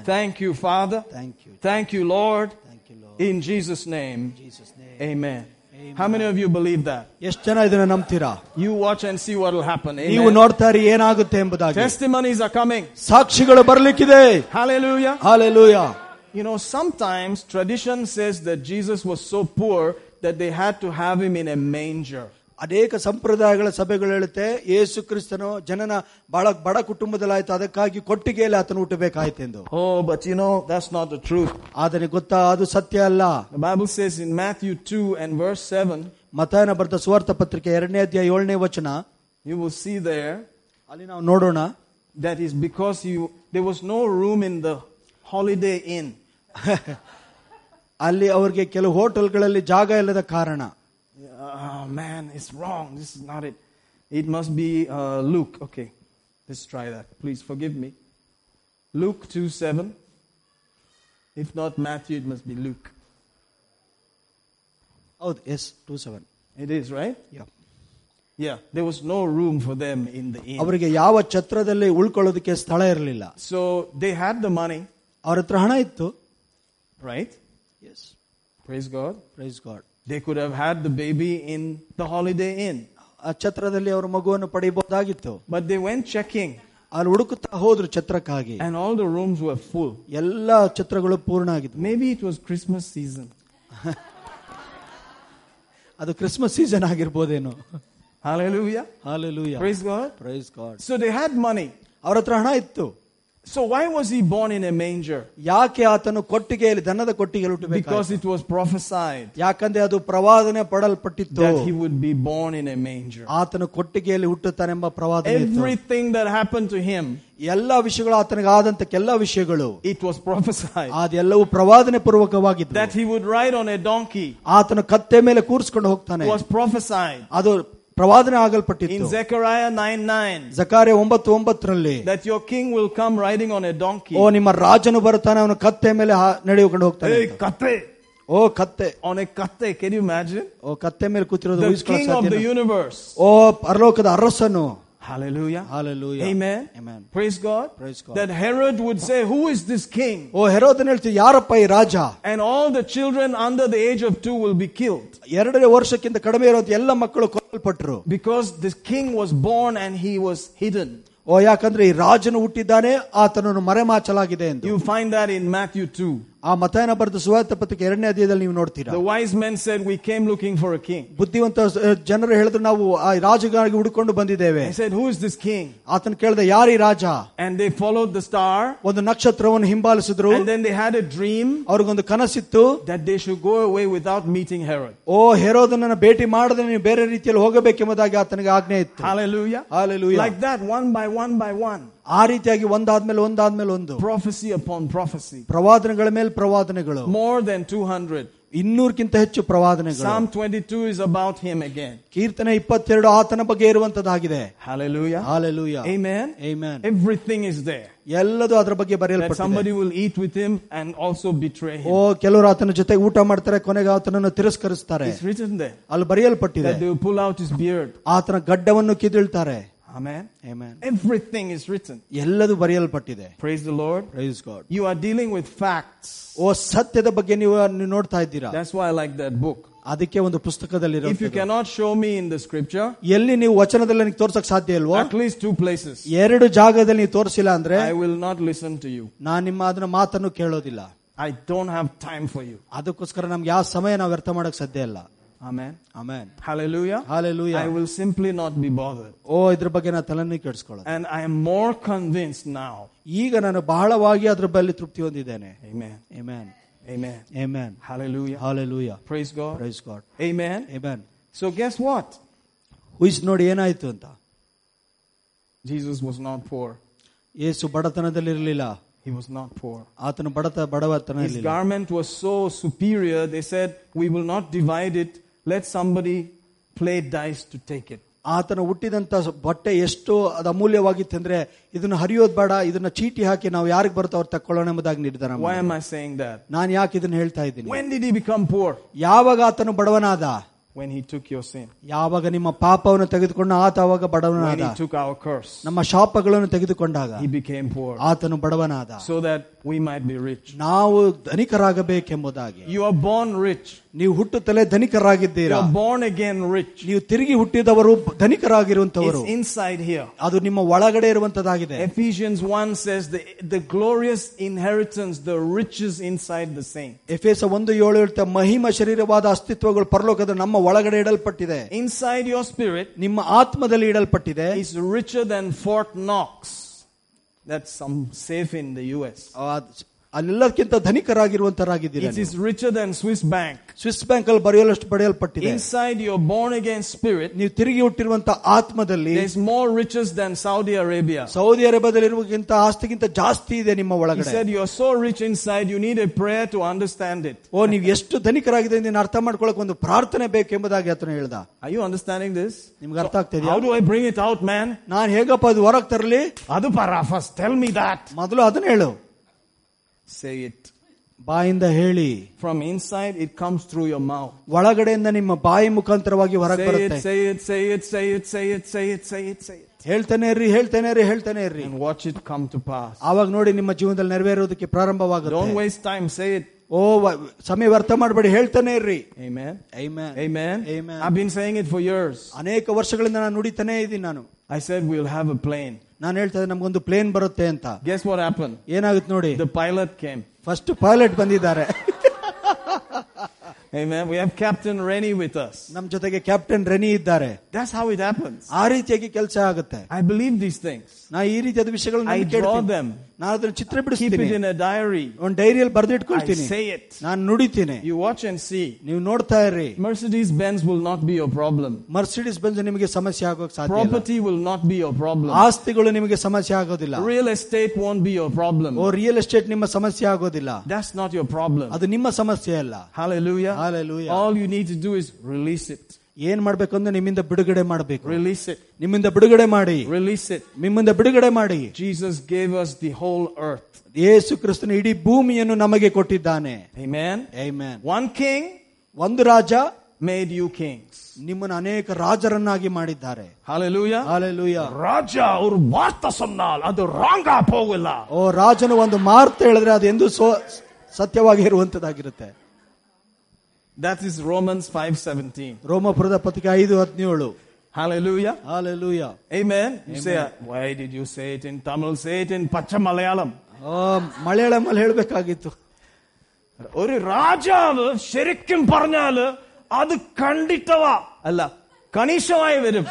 Thank you, Father.
Thank you.
Thank you, Lord.
Thank you, Lord.
In Jesus' name, amen. How many of you believe that?
ಎಷ್ಟು ಜನ ಇದನ್ನ ನಂಬ್ತೀರಾ
You watch and see what will happen.
ನೀವು
Amen.
ನೋಡ್ತಾ ಇರಿ ಏನಾಗುತ್ತೆ ಎಂಬುದಾಗಿ
Testimonies are coming.
ಸಾಕ್ಷಿಗಳು ಬರ್ಲಿಕ್ಕಿದೆ
Hallelujah.
Hallelujah
You know, sometimes tradition says that Jesus was so poor that they had to have him in a manger.
ಅನೇಕ ಸಂಪ್ರದಾಯಗಳ ಸಭೆಗಳು ಹೇಳುತ್ತೆ ಯೇಸು ಕ್ರಿಸ್ತನು ಜನನ ಬಹಳ ಬಡ ಕುಟುಂಬದಲ್ಲಾಯ್ತು ಅದಕ್ಕಾಗಿ ಕೊಟ್ಟಿಗೆಯಲ್ಲಿ ಆತನು ಹುಟ್ಟಬೇಕಾಯ್ತೆಂದು
Oh, but you know, that's not the truth.
ಆದರೆ ಗೊತ್ತಾ ಅದು ಸತ್ಯ ಅಲ್ಲ
The Bible says in Matthew 2 and verse 7,
ಮತಾಯನ ಬರೆದ ಸುವಾರ್ಥ ಪತ್ರಿಕೆ ಎರಡನೇ ಅಧ್ಯಾಯ ಏಳನೇ ವಚನ
you will see there
ಅಲ್ಲಿ ನಾವು ನೋಡೋಣ
that is because you, there was no room in the holiday inn.
ಅಲ್ಲಿ ಅವ್ರಿಗೆ ಕೆಲವು ಹೋಟೆಲ್ಗಳಲ್ಲಿ ಜಾಗ ಇಲ್ಲದ ಕಾರಣ
Oh man, it's wrong. This is not it. It must be uh, Luke. Okay, let's try that. Please forgive me. Luke 2 7. If not Matthew, it must be Luke.
ಹೌದು yes two seven
It is, right? Yeah, there was no room for them in the inn.
ಅವರಿಗೆ ಯಾವ ಛತ್ರದಲ್ಲಿ ಉಳ್ಕೊಳ್ಳೋದಕ್ಕೆ ಸ್ಥಳ ಇರಲಿಲ್ಲ
So they had the money,
ಅವ್ರ ಹತ್ರ ಹಣ ಇತ್ತು
right?
Yes
Praise God.
Praise God
They could have had the baby in the holiday inn.
ಆ ಛತ್ರದಲ್ಲಿ ಅವರ ಮಗುವನ್ನು ಪಡೆಯಬಹುದಾಗಿತ್ತು
But they went checking,
ಅಲ್ಲಿ ಹುಡುಕುತ್ತಾ ಹೋದ್ರು ಛತ್ರಕ್ಕಾಗಿ
and all the rooms were full.
ಎಲ್ಲಾ ಛತ್ರಗಳು ಪೂರ್ಣ ಆಗಿದ್ವು
Maybe it was Christmas season.
ಅದು Christmas season ಆಗಿರ್ಬೋದೇನೋ
Hallelujah.
Hallelujah
Praise God.
Praise god
So they had money.
ಅವ್ರ ಹತ್ರ ಹಣ ಇತ್ತು
So why was he born in a manger?
ಯಾಕೆ ಆತನು ಕೊಟ್ಟಿಗೆಯಲ್ಲಿ ದನದ ಕೊಟ್ಟಿಗೆಯಲ್ಲಿ ಹುಟ್ಟಬೇಕು
Because it was prophesied
ಯಾಕಂದ್ರೆ ಅದು ಪ್ರವಾದನೆ ಪಡಲ್ಪಟ್ಟಿತ್ತು
that he would be born in a manger.
ಆತನು ಕೊಟ್ಟಿಗೆಯಲ್ಲಿ ಹುಟ್ಟುತ್ತಾನೆಂಬ ಪ್ರವಾದನೆ ಇತ್ತು.
Everything that happened to him,
ಎಲ್ಲಾ ವಿಷಯಗಳು ಆತನಿಗೆ ಆದಂತ ಎಲ್ಲಾ ವಿಷಯಗಳು
it was prophesied
ಅದೆಲ್ಲವೂ ಪ್ರವಾದನೆ ಪೂರ್ವಕವಾಗಿತ್ತು
that he would ride on a donkey.
ಆತನ ಕತ್ತೆ ಮೇಲೆ ಕೂರಿಸ್ಕೊಂಡು ಹೋಗ್ತಾನೆ
Was prophesied
ಅದು ಪ್ರವಾದನೆ
in
ಆಗಲ್ಪಟ್ಟಿತ್ತು
Zechariah 9 9
ಜಕಾರೆ ಒಂಬತ್ತು ಒಂಬತ್ತರಲ್ಲಿ
that your king will come riding on a donkey.
ಓ ನಿಮ್ಮ ರಾಜನು ಬರ್ತಾನೆ ಅವನು ಕತ್ತೆ ಮೇಲೆ ಹಾ- ನಡೆದುಕೊಂಡು ಹೋಗ್ತಾನೆ
Hey, kate.
ಓ ಕತ್ತೆ
On a kate, can you imagine?
ಓ ಕತ್ತೆ ಮೇಲೆ ಕೂತಿರೋದು
The
ಊಹಿಸ್ಕೊಳ್ಳೋಕೆ
king of the
ಸಾಧ್ಯನಾ?
universe.
ಓ ಪರಲೋಕದ ಅರಸನು
Hallelujah.
Hallelujah.
Amen.
Amen.
Praise God.
Praise God.
That Herod would say, Who is this king?
ಓ ಹೆರೋದನ್ ಹೇಳ್ತೀವಿ ಯಾರಪ್ಪ ಈ ರಾಜ
And all the children under the age of two will be killed
ಎರಡನೇ ವರ್ಷಕ್ಕಿಂತ ಕಡಿಮೆ ಇರೋದು ಎಲ್ಲ ಮಕ್ಕಳು ಕೊಲ್ಲಲ್ಪಟ್ರು
because this king was born and he was hidden.
ಓ ಯಾಕಂದ್ರೆ ಈ ರಾಜನು ಹುಟ್ಟಿದ್ದಾನೆ ಆತನನ್ನು ಮರೆಮಾಚಲಾಗಿದೆ ಎಂದು
You find that in Matthew 2.
ಆ ಮತಯನ ಬರೆದ ಸುವಾರ್ತೆ ಪತ್ರಿಕೆ ಎರಡನೇ ಅಧ್ಯಾಯದಲ್ಲಿ ನೀವು ನೋಡ್ತೀರಾ
The wise men said, We came looking for a king.
ಬುದ್ಧಿವಂತ ಅಹ್, ಜನರು ಹೇಳಿದ್ರು ನಾವು ಆ ರಾಜಗಾಗಿ ಹುಡುಕೊಂಡು ಬಂದಿದ್ದೇವೆ
They said, Who is this king?
ಆತನ ಕೇಳಿದ ಯಾರೀ ರಾಜ
And they followed the star.
ಒಂದು ನಕ್ಷತ್ರವನ್ನು ಹಿಂಬಾಲಿಸಿದ್ರು
And then they had a dream
ಅವ್ರಿಗೊಂದು ಕನಸಿತ್ತು
that they should go away without meeting Herod.
ಓ ಹೆರೋದನನ್ನ ಭೇಟಿ ಮಾಡದೆ ನೀವು ಬೇರೆ ರೀತಿಯಲ್ಲಿ ಹೋಗಬೇಕೆಂಬುದಾಗಿ ಆತನಿಗೆ ಆಜ್ಞೆ ಇತ್ತು
Hallelujah.
Hallelujah.
Like that, one by one by one.
ಆ ರೀತಿಯಾಗಿ ಒಂದಾದ್ಮೇಲೆ ಒಂದಾದ್ಮೇಲೆ ಒಂದು
Prophecy upon prophecy.
ಪ್ರವಾದನೆಗಳ ಮೇಲೆ ಪ್ರವಾದನೆಗಳು
More than 200.
ಇನ್ನೂರಕ್ಕಿಂತ ಹೆಚ್ಚು ಪ್ರವಾದನೆಗಳು
Psalm 22 is about him again.
ಕೀರ್ತನೆ ಇಪ್ಪತ್ತೆರಡು ಆತನ ಬಗ್ಗೆ ಇರುವಂತದ್ದಾಗಿದೆ
Hallelujah.
Hallelujah
Amen.
Amen.
Everything is there.
ಎಲ್ಲದೂ ಅದರ ಬಗ್ಗೆ
that
ಬರೆಯಲ್ಪಟ್ಟಿದೆ
somebody will eat with him and also betray
O
him.
ಕೆಲವರು ಆತನ ಜೊತೆ ಊಟ ಮಾಡ್ತಾರೆ ಕೊನೆಗೆ ಆತನನ್ನು ತಿರಸ್ಕರಿಸ್ತಾರೆ
It's written there
ಅಲ್ಲಿ ಬರೆಯಲ್ಪಟ್ಟಿದೆ
that they will pull out his beard.
ಆತನ ಗಡ್ಡವನ್ನು ಕಿದಿಳ್ತಾರೆ
Amen.
Amen.
Everything is written.
ಎಲ್ಲದೂ ಬರೆಯಲ್ಪಟ್ಟಿದೆ
Praise the Lord.
Praise God
You are dealing with facts.
ಓ ಸತ್ಯದ ಬಗ್ಗೆ ನೀವು ನೀವು ನೋಡ್ತಾ ಇದ್ದೀರಾ
That's why I like that book.
ಅದಕ್ಕೆ ಒಂದು ಪುಸ್ತಕದಲ್ಲಿ
If you cannot show me in the scripture,
ಎಲ್ಲಿ ನೀವು ವಚನದಲ್ಲಿ ನನಗೆ ತೋರ್ಸಕ್ ಸಾಧ್ಯ ಇಲ್ವೋ
at least two places,
ಎರಡು ಜಾಗದಲ್ಲಿ ನೀವು ತೋರಿಸಿಲ್ಲ ಅಂದ್ರೆ
I will not listen to you.
ನಾನ್ ನಿಮ್ಮ ಅದನ್ನ ಮಾತನ್ನು ಕೇಳೋದಿಲ್ಲ
I don't have time for you.
ಅದಕ್ಕೋಸ್ಕರ ನಮ್ಗೆ ಯಾವ ಸಮಯ ನಾವು ವ್ಯರ್ಥ ಮಾಡಕ್ ಸಾಧ್ಯ ಇಲ್ಲ
Amen.
Amen
Hallelujah.
Hallelujah
I will simply not be bothered.
ಓ ಇದ್ರ ಬಗ್ಗೆ ನಾ ತಲೆನೇ ಕೆಡಿಸ್ಕೊಳ್ಳೋದು
And I am more convinced now.
ಈಗ ನಾನು ಬಹಳವಾಗಿ ಅದ್ರ ಬಲ್ಲಿ ತೃಪ್ತಿ ಹೊಂದಿದ್ದೇನೆ
Amen.
Amen
Amen.
Amen
Hallelujah.
Hallelujah
Praise God.
Praise god
Amen.
Amen
So guess what?
ಊಹಿಸ್ ನೋಡಿ ಏನಾಯ್ತು ಅಂತ
Jesus was not poor.
ಯೇಸು ಬಡತನದಲ್ಲಿ ಇರಲಿಲ್ಲ
He was not poor.
ಆತನ ಬಡತ ಬಡವತನ
His
ಇರಲಿಲ್ಲ
garment was so superior, they said, We will not divide it. Let somebody play dice to take it.
ಆತನ ಹುಟ್ಟಿದಂತ ಬಟ್ಟೆ ಎಷ್ಟು ಅದು ಅಮೂಲ್ಯವಾಗಿತ್ತಂದ್ರೆ ಇದನ್ನ ಹರಿಯೋದ್ ಬೇಡ ಇದನ್ನ ಚೀಟಿ ಹಾಕಿ ನಾವು ಯಾರಿಗೆ ಬರುತ್ತೋ ಅವ್ರು ತಕ್ಕೊಳ್ಳೋಣ ಎಂಬುದಾಗಿ ನಿರ್ಧಾರ
Why am I saying that?
ನಾನು ಯಾಕೆ ಇದನ್ನ ಹೇಳ್ತಾ ಇದ್ದೀನಿ
When did he become poor?
ಯಾವಾಗ ಆತನು ಬಡವನಾದ
When he took your sin.
ಯಾವಾಗ ನಿಮ್ಮ ಪಾಪವನ್ನು ತೆಗೆದುಕೊಂಡು ಆತ ಆವಾಗ
When
ಬಡವನಾದ
he took our curse.
ನಮ್ಮ ಶಾಪಗಳನ್ನು ತೆಗೆದುಕೊಂಡಾಗ Ah.
He became poor.
ಆತನು ಬಡವನಾದ
So that we might be rich.
ನಾವು ಧನಿಕರಾಗಬೇಕೆಂಬುದಾಗಿ
You are born rich.
ನೀವು ಹುಟ್ಟುತ್ತಲೇ
You
ಧನಿಕರಾಗಿದ್ದೀರಾ
are born again rich.
ನೀವು ತಿರುಗಿ ಹುಟ್ಟಿದವರು ಧನಿಕರಾಗಿರುವಂತವರು
It's inside here.
ಅದು ನಿಮ್ಮ ಒಳಗಡೆ ಇರುವಂತದಾಗಿದೆ
Ephesians 1 says the, the glorious inheritance, the riches inside the saint.
ಎಫೆಸ ಒಂದು ಏಳು ಹೇಳ್ತಾ ಮಹಿಮ ಶರೀರವಾದ ಅಸ್ತಿತ್ವಗಳು ಪರಲೋಕದ ನಮ್ಮ ಒಳಗಡೆ ಇಡಲ್ಪಟ್ಟಿದೆ
Inside your spirit
ನಿಮ್ಮ ಆತ್ಮದಲ್ಲಿ ಇಡಲ್ಪಟ್ಟಿದೆ
is richer than Fort Knox. That's some safe in the US.
ಆ, ಅಲ್ಲೆಲ್ಲಕ್ಕಿಂತ ಧನಿಕರಾಗಿರುವಂತರಾಗಿದ್ದೀರಾ
It
ನೀವು.
is richer than Swiss Bank.
Swiss bank ಅಲ್ಲಿ ಬರೆಯಲಷ್ಟು ಬರೆಯಲ್ಪಟ್ಟಿದೆ
Inside your born again spirit,
ನೀವು ತಿರುಗಿ ಹುಟ್ಟಿರುವಂತ ಆತ್ಮದಲ್ಲಿ
there's more riches than Saudi Arabia.
Saudi ಅರೇಬಿಯಾದಲ್ಲಿ ಇರುವಕ್ಕಿಂತ ಆಸ್ತಿಗಿಂತ ಜಾಸ್ತಿ ಇದೆ ನಿಮ್ಮ
He
ಒಳಗಡೆ
said, You're so rich inside, you need a prayer to understand it.
ಓ ನೀವು ಎಷ್ಟು ಧನಿಕರಾಗಿದೆ ನೀನು ಅರ್ಥ ಮಾಡ್ಕೊಳಕ್ ಒಂದು ಪ್ರಾರ್ಥನೆ ಬೇಕೆಂಬುದಾಗಿ ಆತನ ಹೇಳ್ದ
Are you understanding this?
ನಿಮ್ಗೆ ಅರ್ಥ ಆಗ್ತಾ ಇದೆಯಾ
How do I bring it out, man?
ನಾನು ಹೇಗಪ್ಪ ಅದು ಹೊರಗ್ ತರಲಿ
Adupara first, tell me that.
ಮೊದಲು ಅದನ್ನ ಹೇಳು
Say it.
ಬಾಯಿಂದ ಹೇಳಿ
From inside, it comes through your mouth.
ಒಳಗಡೆಯಿಂದ ನಿಮ್ಮ ಬಾಯಿ ಮುಖಾಂತರವಾಗಿ ಹೊರಗೆ
Say it,
ಬರುತ್ತೆ
say it, say it, say it, say it, say it, say it, say it.
ಹೇಳ್ತಾನೆ ಇರ್ರಿ ಹೇಳ್ತಾನೆ ಇರ್ರಿ ಹೇಳ್ತಾನೆ ಇರ್ರಿ
And watch it come to pass.
ಆವಾಗ ನೋಡಿ ನಿಮ್ಮ ಜೀವನದಲ್ಲಿ ನೆರವೇರೋದಕ್ಕೆ
Don't
ಪ್ರಾರಂಭವಾಗುತ್ತೆ
waste time, say it.
ಓ ವ- ಸಮಯ ವ್ಯರ್ಥ ಮಾಡಬೇಡಿ ಹೇಳ್ತಾನೆ ಇರ್ರಿ
Amen.
Amen.
Amen.
Amen.
I've been saying it for years.
ಅನೇಕ ವರ್ಷಗಳಿಂದ ನಾನು ನುಡಿತಾನೇ ಇದ್ದೀನಿ ನಾನು
I said we'll have a plane.
ನಾನು ಹೇಳ್ತಾ ಇದ್ದೆ, ನಮ್ಗೊಂದು ಪ್ಲೇನ್ ಬರುತ್ತೆ ಅಂತ
Guess what happened?
ಏನಾಗುತ್ತೆ ನೋಡಿ
The pilot came.
First pilot ಬಂದಿದ್ದಾರೆ
Amen. We have Captain Rennie with us.
ನಮ್ ಜೊತೆಗೆ ಕ್ಯಾಪ್ಟನ್ ರೆನಿ ಇದ್ದಾರೆ
That's how it happens.
ಆ ರೀತಿಯಾಗಿ ಕೆಲಸ ಆಗುತ್ತೆ
I believe these things.
ನಾ ಈ ರೀತಿಯಾದ ವಿಷಯಗಳನ್ನ
I draw
ಕೇಳ್ತೀನಿ.
them.
ನಾನು ಅದನ್ನ ಚಿತ್ರ
Keep
ಬಿಡಿಸ್ತೀನಿ
it in a diary.
ಒಂದು ಡೈರಿಯಲ್ಲಿ
I
ಬರೆದಿಟ್ಕೊಳ್ತೀನಿ
say it.
ನಾನು ನುಡಿತೀನಿ
You watch and see.
ನೀವು ನೋಡ್ತಾ ಇರ್ರಿ
Mercedes Benz will not be your problem.
Mercedes ಬಂದು ನಿಮಗೆ ಸಮಸ್ಯೆ ಆಗೋಕ್ ಸಾಧ್ಯ ಇಲ್ಲ.
Property will not be your problem.
ಆಸ್ತಿಗಳು ನಿಮಗೆ ಸಮಸ್ಯೆ ಆಗೋದಿಲ್ಲ
Real estate won't be your
ಓ
problem.
ರಿಯಲ್ ಎಸ್ಟೇಟ್ ನಿಮ್ಮ ಸಮಸ್ಯೆ ಆಗೋದಿಲ್ಲ
That's not your problem.
ಅದು ನಿಮ್ಮ ಸಮಸ್ಯೆ ಅಲ್ಲ
Hallelujah.
Hallelujah.
All you need to do is release it.
ಏನ್ ಮಾಡ್ಬೇಕಂದ್ರೆ ನಿಮ್ಮಿಂದ ಬಿಡುಗಡೆ ಮಾಡಬೇಕು
Release it.
ನಿಮ್ಮಿಂದ ಬಿಡುಗಡೆ ಮಾಡಿ
Release it.
ನಿಮ್ಮಿಂದ ಬಿಡುಗಡೆ ಮಾಡಿ
Jesus gave us the whole earth.
ಯೇಸು ಕ್ರಿಸ್ತನ ಇಡೀ ಭೂಮಿಯನ್ನು ನಮಗೆ ಕೊಟ್ಟಿದ್ದಾನೆ
Amen.
Amen.
One king
ಒಂದು ರಾಜ
made you kings.
ನಿಮ್ಮನ್ನು ಅನೇಕ ರಾಜರನ್ನಾಗಿ ಮಾಡಿದ್ದಾರೆ
Hallelujah.
ಹಾಲೆಲೂಯ
ರಾಜ ಅವ್ರು ವಾರ್ತ ಸೊನ್നാൽ ಅದು ರಾಂಗ ಹೋಗಲ್ಲ
ಓ ರಾಜನು ಒಂದು ಮಾರ್ತ ಹೇಳಿದ್ರೆ ಅದು ಎಂದೂ ಸೋ ಸತ್ಯವಾಗಿ ಇರುವಂತದ್ದಾಗಿರುತ್ತೆ
that is Romans five seventeen
ರೋಮಪುರದ ಪತ್ರಿಕೆ ಐದು ಹದಿನೇಳು
Hallelujah.
Hallelujah
Amen. You say, why did you say it in Tamil? Say it in Pacha Malayalam.
ಆ, ಮಲಯಾಳಮಲ್ಲಿ ಹೇಳ್ಬೇಕಾಗಿತ್ತು
ഒരു രാജാവ് ശരിക്കും പറഞ്ഞാല് അത് കണ്ടിട്ടവാ അല്ല കണീശമായി വരും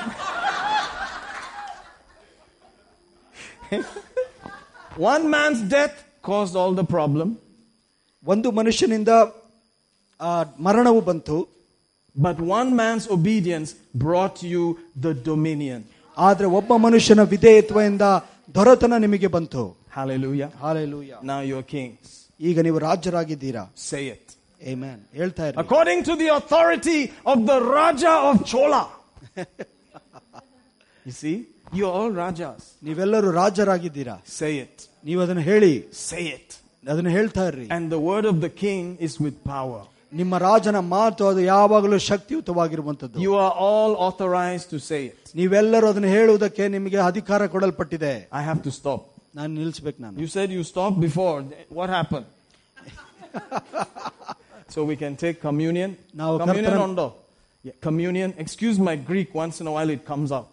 one man's death cause all the problem
ಒಂದು ಮನುಷ್ಯನಿಂದ ಆ, ಮರಣವು ಬಂತು
but one man's obedience brought you the dominion
ಆದ್ರೆ ಒಬ್ಬ ಮನುಷ್ಯನ ವಿಧೇಯತ್ವದಿಂದ ದೊರೆತನ ನಿಮಗೆ ಬಂತು
hallelujah
hallelujah
now your kings
ಈಗ ನೀವು ರಾಜರಾಗಿದ್ದೀರಾ
ಸೇ ಇಟ್
ಏಮ್ಯಾನ್ ಹೇಳ್ತಾ ಇರಿ
according to the authority of the Raja of Chola you see you all rajas
ನೀವೆಲ್ಲರೂ ರಾಜರಾಗಿದ್ದೀರಾ
ಸೇ ಇಟ್
ನೀವು ಅದನ್ನು ಹೇಳಿ
Say it.
ಅದನ್ನು ಹೇಳ್ತಾ ಇರ್ರಿ
And the word of the king is with power.
ನಿಮ್ಮ ರಾಜನ ಮಾತು ಅದು ಯಾವಾಗಲೂ ಶಕ್ತಿಯುತವಾಗಿರುವಂತದ್ದು
You are all authorized to say it.
ನೀವೆಲ್ಲರೂ ಅದನ್ನು ಹೇಳುವುದಕ್ಕೆ ನಿಮಗೆ ಅಧಿಕಾರ ಕೊಡಲ್ಪಟ್ಟಿದೆ
I have to stop.
ನಾನು ನಿಲ್ಲಿಸ್ಬೇಕು ನಾನು
You said you stopped before. What happened? so we can take communion.
Now,
communion
Kartan-
on the yeah, communion. Excuse my Greek. Once in a while, it comes out.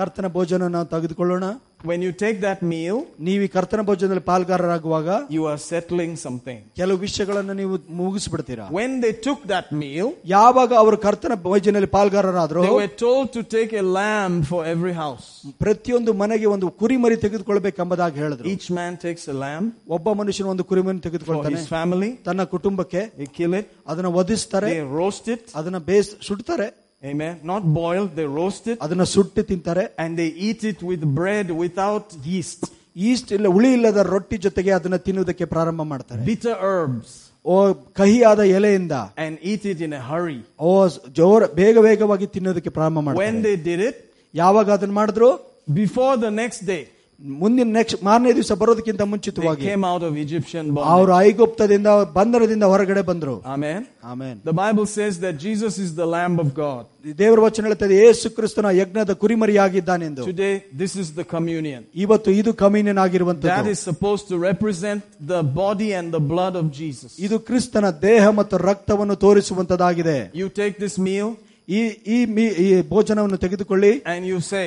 ಕರ್ತನ ಭೋಜನ ನಾವು ತೆಗೆದುಕೊಳ್ಳೋಣ
When you take that meal,
ನೀವು ಈ ಕರ್ತನ ಭೋಜನದಲ್ಲಿ ಪಾಲ್ಗಾರರಾಗುವಾಗ
you are settling something.
ಕೆಲವು ವಿಷಯಗಳನ್ನು ನೀವು ಮುಗಿಸ್ಬಿಡ್ತೀರಾ
When they took that meal,
ಯಾವಾಗ ಅವರು ಕರ್ತನ ಭೋಜನದಲ್ಲಿ ಪಾಲ್ಗಾರರಾದ್ರು
they were told to take a lamb for every house.
ಪ್ರತಿಯೊಂದು ಮನೆಗೆ ಒಂದು ಕುರಿಮರಿ ತೆಗೆದುಕೊಳ್ಬೇಕೆಂಬುದಾಗಿ ಹೇಳಿದ್ರು
Each man takes a lamb
ಒಬ್ಬ ಮನುಷ್ಯನ ಒಂದು ಕುರಿಮರಿ
for
ತೆಗೆದುಕೊಳ್ತಾನೆ
his family.
ತನ್ನ ಕುಟುಂಬಕ್ಕೆ
They kill it.
ಅದನ್ನ ವಧಿಸ್ತಾರೆ
They roast it.
ಅದನ್ನ ಬೇಸ್ ಸುಡ್ತಾರೆ
Amen. Not boiled, they roast it
ಅದನ್ನ ಸುಟ್ಟು ತಿಂತಾರೆ
and they eat it with bread without yeast,
yeast ಇಲ್ಲ ಹುಳಿ ಇಲ್ಲದ ರೊಟ್ಟಿ ಜೊತೆಗೆ ಅದನ್ನ ತಿನ್ನುವುದಕ್ಕೆ ಪ್ರಾರಂಭ ಮಾಡ್ತಾರೆ
bitter herbs,
ಓ ಕಹಿಯಾದ ಎಲೆಯಿಂದ
and eat it in a hurry.
ಓ ಜೋರ ಬೇಗ ವೇಗವಾಗಿ ತಿನ್ನೋದಕ್ಕೆ ಪ್ರಾರಂಭ
When
ಮಾಡ್ತಾರೆ
they did it,
ಯಾವಾಗ ಅದನ್ನ ಮಾಡಿದ್ರು
before the next day,
ಮುಂದಿನ ನೆಕ್ಸ್ಟ್ ಮಾರನೇ ದಿವಸ ಬರೋದಕ್ಕಿಂತ
They
ಮುಂಚಿತವಾಗಿ
came out of Egyptian bondage.
ಅವರು ಐಗುಪ್ತದಿಂದ ಬಂದರದಿಂದ ಹೊರಗಡೆ ಬಂದರು
Amen.
Amen
The Bible says that Jesus is the Lamb of God.
ದೇವರ ವಚನ ಹೇಳ್ತದೆ ಏಸು ಕ್ರಿಸ್ತನ ಯಜ್ಞದ ಕುರಿಮರಿಯಾಗಿದ್ದಾನೆಂದು
Today, this is the communion.
ಇವತ್ತು ಇದು ಕಮೀನಿಯನ್
That
ಆಗಿರುವಂತದ್ದು
is supposed to represent the body and the blood of Jesus.
ಇದು ಕ್ರಿಸ್ತನ ದೇಹ ಮತ್ತು ರಕ್ತವನ್ನು ತೋರಿಸುವಂತದಾಗಿದೆ
You take this meal
ಈ ಈ ಮೀ- ಈ ಭೋಜನವನ್ನು ತೆಗೆದುಕೊಳ್ಳಿ
and you say,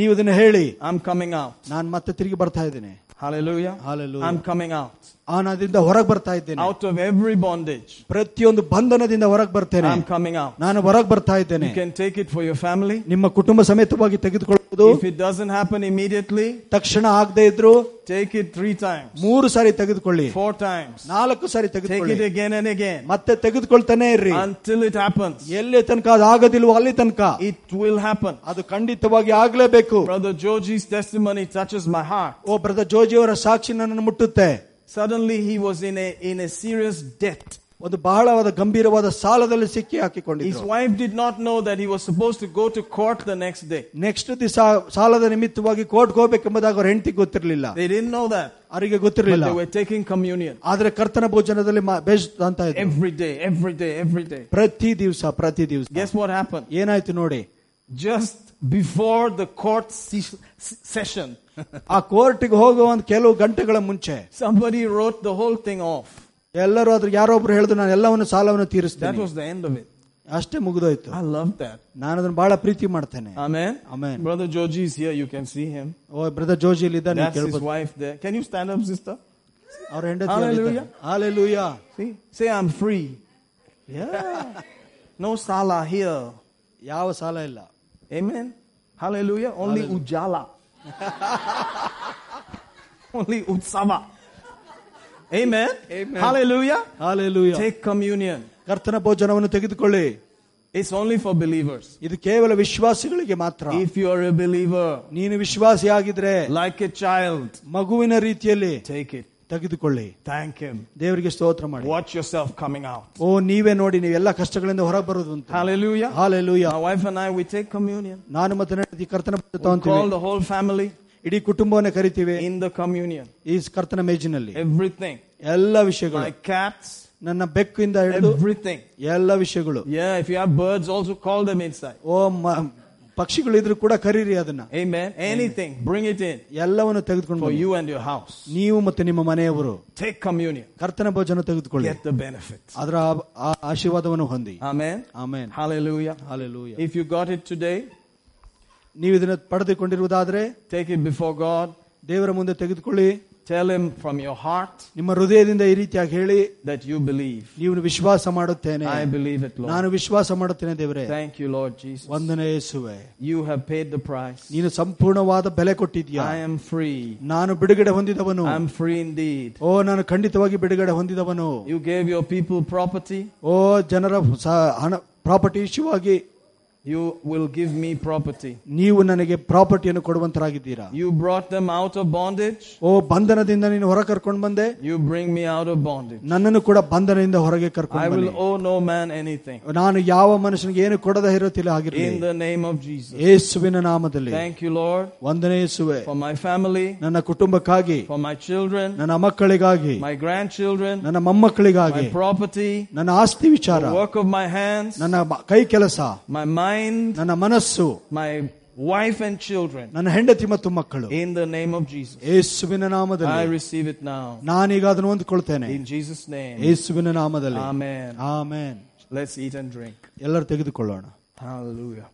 ನೀವು ಇದನ್ನು ಹೇಳಿ
I'm coming out.
ನಾನು ಮತ್ತೆ ತಿರುಗಿ ಬರ್ತಾ ಇದ್ದೇನೆ
Hallelujah.
Hallelujah.
I'm coming out.
ಆ ನಾದಿಂದ ಹೊರಗೆ ಬರ್ತಾ ಇದ್ದೇನೆ
Out of every bondage.
ಪ್ರತಿಯೊಂದು ಬಂಧನದಿಂದ ಹೊರಗೆ ಬರ್ತೇನೆ
I'm coming out.
ನಾನು ಹೊರಗೆ ಬರ್ತಾ ಇದ್ದೇನೆ
You can take it for your family.
ನಿಮ್ಮ ಕುಟುಂಬ ಸಮೇತವಾಗಿ ತೆಗೆದುಕೊಳ್ಳಬಹುದು
If it doesn't happen immediately,
ತಕ್ಷಣ ಆಗದೆ ಇದ್ರು
take it three times,
ಮೂರು ಸಾರಿ ತೆಗೆದುಕೊಳ್ಳಿ
four times.
ನಾಲ್ಕು ಸಾರಿ
Take it
ತೆಗೆದುಕೊಳ್ಳಿ
again and again
ಮತ್ತೆ ತೆಗೆದುಕೊಳ್ತಾನೆ ಇರ್ರಿ
until it happens.
ಎಲ್ಲಿ ತನಕ ಅದು ಆಗದಿಲ್ವೋ ಅಲ್ಲಿ ತನಕ
It will happen.
ಅದು ಖಂಡಿತವಾಗಿ ಆಗ್ಲೇಬೇಕು
Brother Georgie's testimony touches my heart.
ಓ ಬ್ರದರ್ ಜೋಜಿ ಅವರ ಸಾಕ್ಷಿ ನನ್ನನ್ನು ಮುಟ್ಟುತ್ತೆ
Suddenly he was in a in a serious debt.
ಒಂದು ಬಹಳವಾದ ಗಂಭೀರವಾದ ಸಾಲದಲ್ಲಿ ಸಿಕ್ಕಿ
His
ಹಾಕಿಕೊಂಡಿದ್ರು
wife did not know that he was supposed to go to court the next day.
Next ದಿವಸ ಸಾಲದ ನಿಮಿತ್ತವಾಗಿ ಕೋರ್ಟ್ಗೆ ಹೋಗ್ಬೇಕೆಂಬುದಾಗ ಅವ್ರ ಹೆಂಡತಿ ಗೊತ್ತಿರಲಿಲ್ಲ
They didn't know that.
ಅವರಿಗೆ
But
ಗೊತ್ತಿರಲಿಲ್ಲ
they were taking communion
ಆದ್ರೆ ಕರ್ತನ ಭೋಜನದಲ್ಲಿ ಮಾ- ಬೇಸ್ ಅಂತ ಇದ್ರು
every day, every day, every day.
ಪ್ರತಿ ದಿವಸ ಪ್ರತಿ ದಿವಸ
Guess what happened?
ಏನಾಯ್ತು ನೋಡಿ
Just before the court se- session,
ಆ ಕೋರ್ಟ್ಗೆ ಹೋಗೋ ಒಂದು ಕೆಲವು ಗಂಟೆಗಳ ಮುಂಚೆ
somebody wrote the whole thing off.
ಎಲ್ಲರೂ ಅದ್ರ ಯಾರೊಬ್ರು ಹೇಳಿದ್ರು ನಾನು ಎಲ್ಲವನ್ನು ಸಾಲವನ್ನು
That
ತೀರಿಸ್ತೇನೆ
was the end of it.
ಅಷ್ಟೇ ಮುಗಿದೋಯ್ತು
I love that.
ನಾನು ಅದನ್ನು ಬಹಳ ಪ್ರೀತಿ ಮಾಡ್ತೇನೆ
Amen.
Amen.
Brother Georgie is here. You can see him.
ಓ ಬ್ರದರ್ ಜೋಜಿ ಇಲ್ಲಿದ್ದಾನೆ
That's his
ಕೇಳ್ಬೋದು
wife there. Can you stand up, sister?
ಅವ್ರ ಹೆಂಡತಿ
Hallelujah.
Hallelujah
See? Say, I'm free. Yeah. no sala here.
ಯಾವ ಸಾಲ ಇಲ್ಲ
Amen. Hallelujah. Only Ujala. Only Utsava. Amen. Amen. Hallelujah.
Hallelujah
Take communion.
ಕರ್ತನ ಭೋಜನವನ್ನು ತೆಗೆದುಕೊಳ್ಳಿ
It's only for believers.
ಇದು ಕೇವಲ ವಿಶ್ವಾಸಿಗಳಿಗೆ ಮಾತ್ರ
If you are a believer,
ನೀನು ವಿಶ್ವಾಸಿ ಆಗಿದ್ರೆ
like a child,
ಮಗುವಿನ ರೀತಿಯಲ್ಲಿ
take it.
ತೆಗೆದುಕೊಳ್ಳಿ
Thank Him.
ದೇವರಿಗೆ ಸ್ತೋತ್ರ ಮಾಡಿ
Watch yourself coming out.
ಓ ನೀವೇ ನೋಡಿ ನೀವು ಎಲ್ಲ ಕಷ್ಟಗಳಿಂದ ಹೊರಗೆ ಬರೋದು ಅಂತ
Hallelujah.
Hallelujah
My wife and I, we take communion.
ನಾನು ಮತ್ತೆ ನನ್ನ ಈ ಕರ್ತನ ಭೋಜನ
We
ತಗೊಂತೀವಿ.
call the whole family
ಇಡೀ ಕುಟುಂಬವನ್ನ ಕರಿತೀವಿ
in the communion.
ಈ ಕರ್ತನ ಮೇಜಿನಲ್ಲಿ
Everything.
ಎಲ್ಲ ವಿಷಯಗಳು
My cats,
ನನ್ನ ಬೆಕ್ಕಿಂದ ಹಿಡಿದು
everything.
ಎಲ್ಲ ವಿಷಯಗಳು
Yeah, if you have birds, also call them inside.
ಓ ಮ- ಪಕ್ಷಿಗಳು ಇದ್ರು ಕೂಡ ಕರೀರಿ ಅದನ್ನ
Amen. Anything, bring it in
ಎಲ್ಲವನ್ನು ತೆಗೆದುಕೊಂಡು
for
ಬನ್ನಿ.
you and your house.
ನೀವು ಮತ್ತೆ ನಿಮ್ಮ ಮನೆಯವರು
Take communion.
ಕರ್ತನ ಭೋಜನ ತೆಗೆದುಕೊಳ್ಳಿ
Get the benefit.
ಅದರ ಆ- ಆ ಆಶೀರ್ವಾದವನ್ನು ಹೊಂದಿ
Amen.
Amen
Hallelujah.
Hallelujah
If you got it today,
ನೀವು ಇದನ್ನ ಪಡೆದುಕೊಂಡಿರುವುದಾದ್ರೆ
take it before God.
ದೇವರ ಮುಂದೆ ತೆಗೆದುಕೊಳ್ಳಿ
Tell Him from your heart
ನಿಮ್ಮ ಹೃದಯದಿಂದ ಈ ರೀತಿಯಾಗಿ ಹೇಳಿ
that you believe.
ನೀವು ವಿಶ್ವಾಸ ಮಾಡುತ್ತೇನೆ
I believe it, Lord.
ನಾನು ವಿಶ್ವಾಸ ಮಾಡುತ್ತೇನೆ ದೇವರೇ
Thank you, Lord Jesus.
ವಂದನೆ ಯೇಸುವೆ
You have paid the price.
ನೀನು ಸಂಪೂರ್ಣವಾದ ಬೆಲೆ ಕೊಟ್ಟಿದ್ಯಾ
I am free.
ನಾನು ಬಿಡುಗಡೆ ಹೊಂದಿದವನು
I'm free indeed.
ಓ ನಾನು ಖಂಡಿತವಾಗಿ ಬಿಡುಗಡೆ ಹೊಂದಿದವನು
You gave your people property.
ಓ ಜನರ ಸ- ಹಣ ಪ್ರಾಪರ್ಟಿ ವಿಷಯವಾಗಿ
You will give me property.
ನೀವು ನನಗೆ ಪ್ರಾಪರ್ಟಿಯನ್ನು ಕೊಡುವಂತರಾಗಿದ್ದೀರಾ
You brought them out of bondage.
ಓ ಬಂಧನದಿಂದ ನೀನು ಹೊರ ಕರ್ಕೊಂಡು ಬಂದೆ
You bring me out of bondage.
ನನ್ನನ್ನು ಕೂಡ ಬಂಧನದಿಂದ ಹೊರಗೆ
I
ಕರ್ಕೊಂಡು
will
ಬನ್ನಿ.
owe no man anything.
ನಾನು ಯಾವ ಮನುಷ್ಯನಿಗೆ ಏನು ಕೊಡದ ಇರೋತಿಲ್ಲ ಆಗಿರಲಿ
In the name of Jesus.
ಯೇಸುವಿನ ನಾಮದಲ್ಲಿ
Thank you, Lord,
ವಂದನೆ ಯೇಸುವೆ
for my family,
ನನ್ನ ಕುಟುಂಬಕ್ಕಾಗಿ
for my children,
ನನ್ನ ಮಕ್ಕಳಿಗಾಗಿ
my grandchildren,
ನನ್ನ ಮೊಮ್ಮಕ್ಕಳಿಗಾಗಿ
my property,
ನನ್ನ ಆಸ್ತಿ ವಿಚಾರ
the work of my hands,
ನನ್ನ ಮ- ಕೈ ಕೆಲಸ
my mind,
ನನ್ನ ಮನಸ್ಸು
my wife and children.
ನನ್ನ ಹೆಂಡತಿ ಮತ್ತು ಮಕ್ಕಳು
In the name of Jesus.
ಯೇಸುವಿನ
I
ನಾಮದಲ್ಲಿ
receive it now.
ನಾನೀಗ ಅದನ್ನು ಹೊಂದ್ಕೊಳ್ತೇನೆ
In Jesus' name.
ಯೇಸುವಿನ ನಾಮದಲ್ಲಿ
Amen.
Amen
Let's eat and drink.
ಎಲ್ಲರೂ ತೆಗೆದುಕೊಳ್ಳೋಣ
Hallelujah.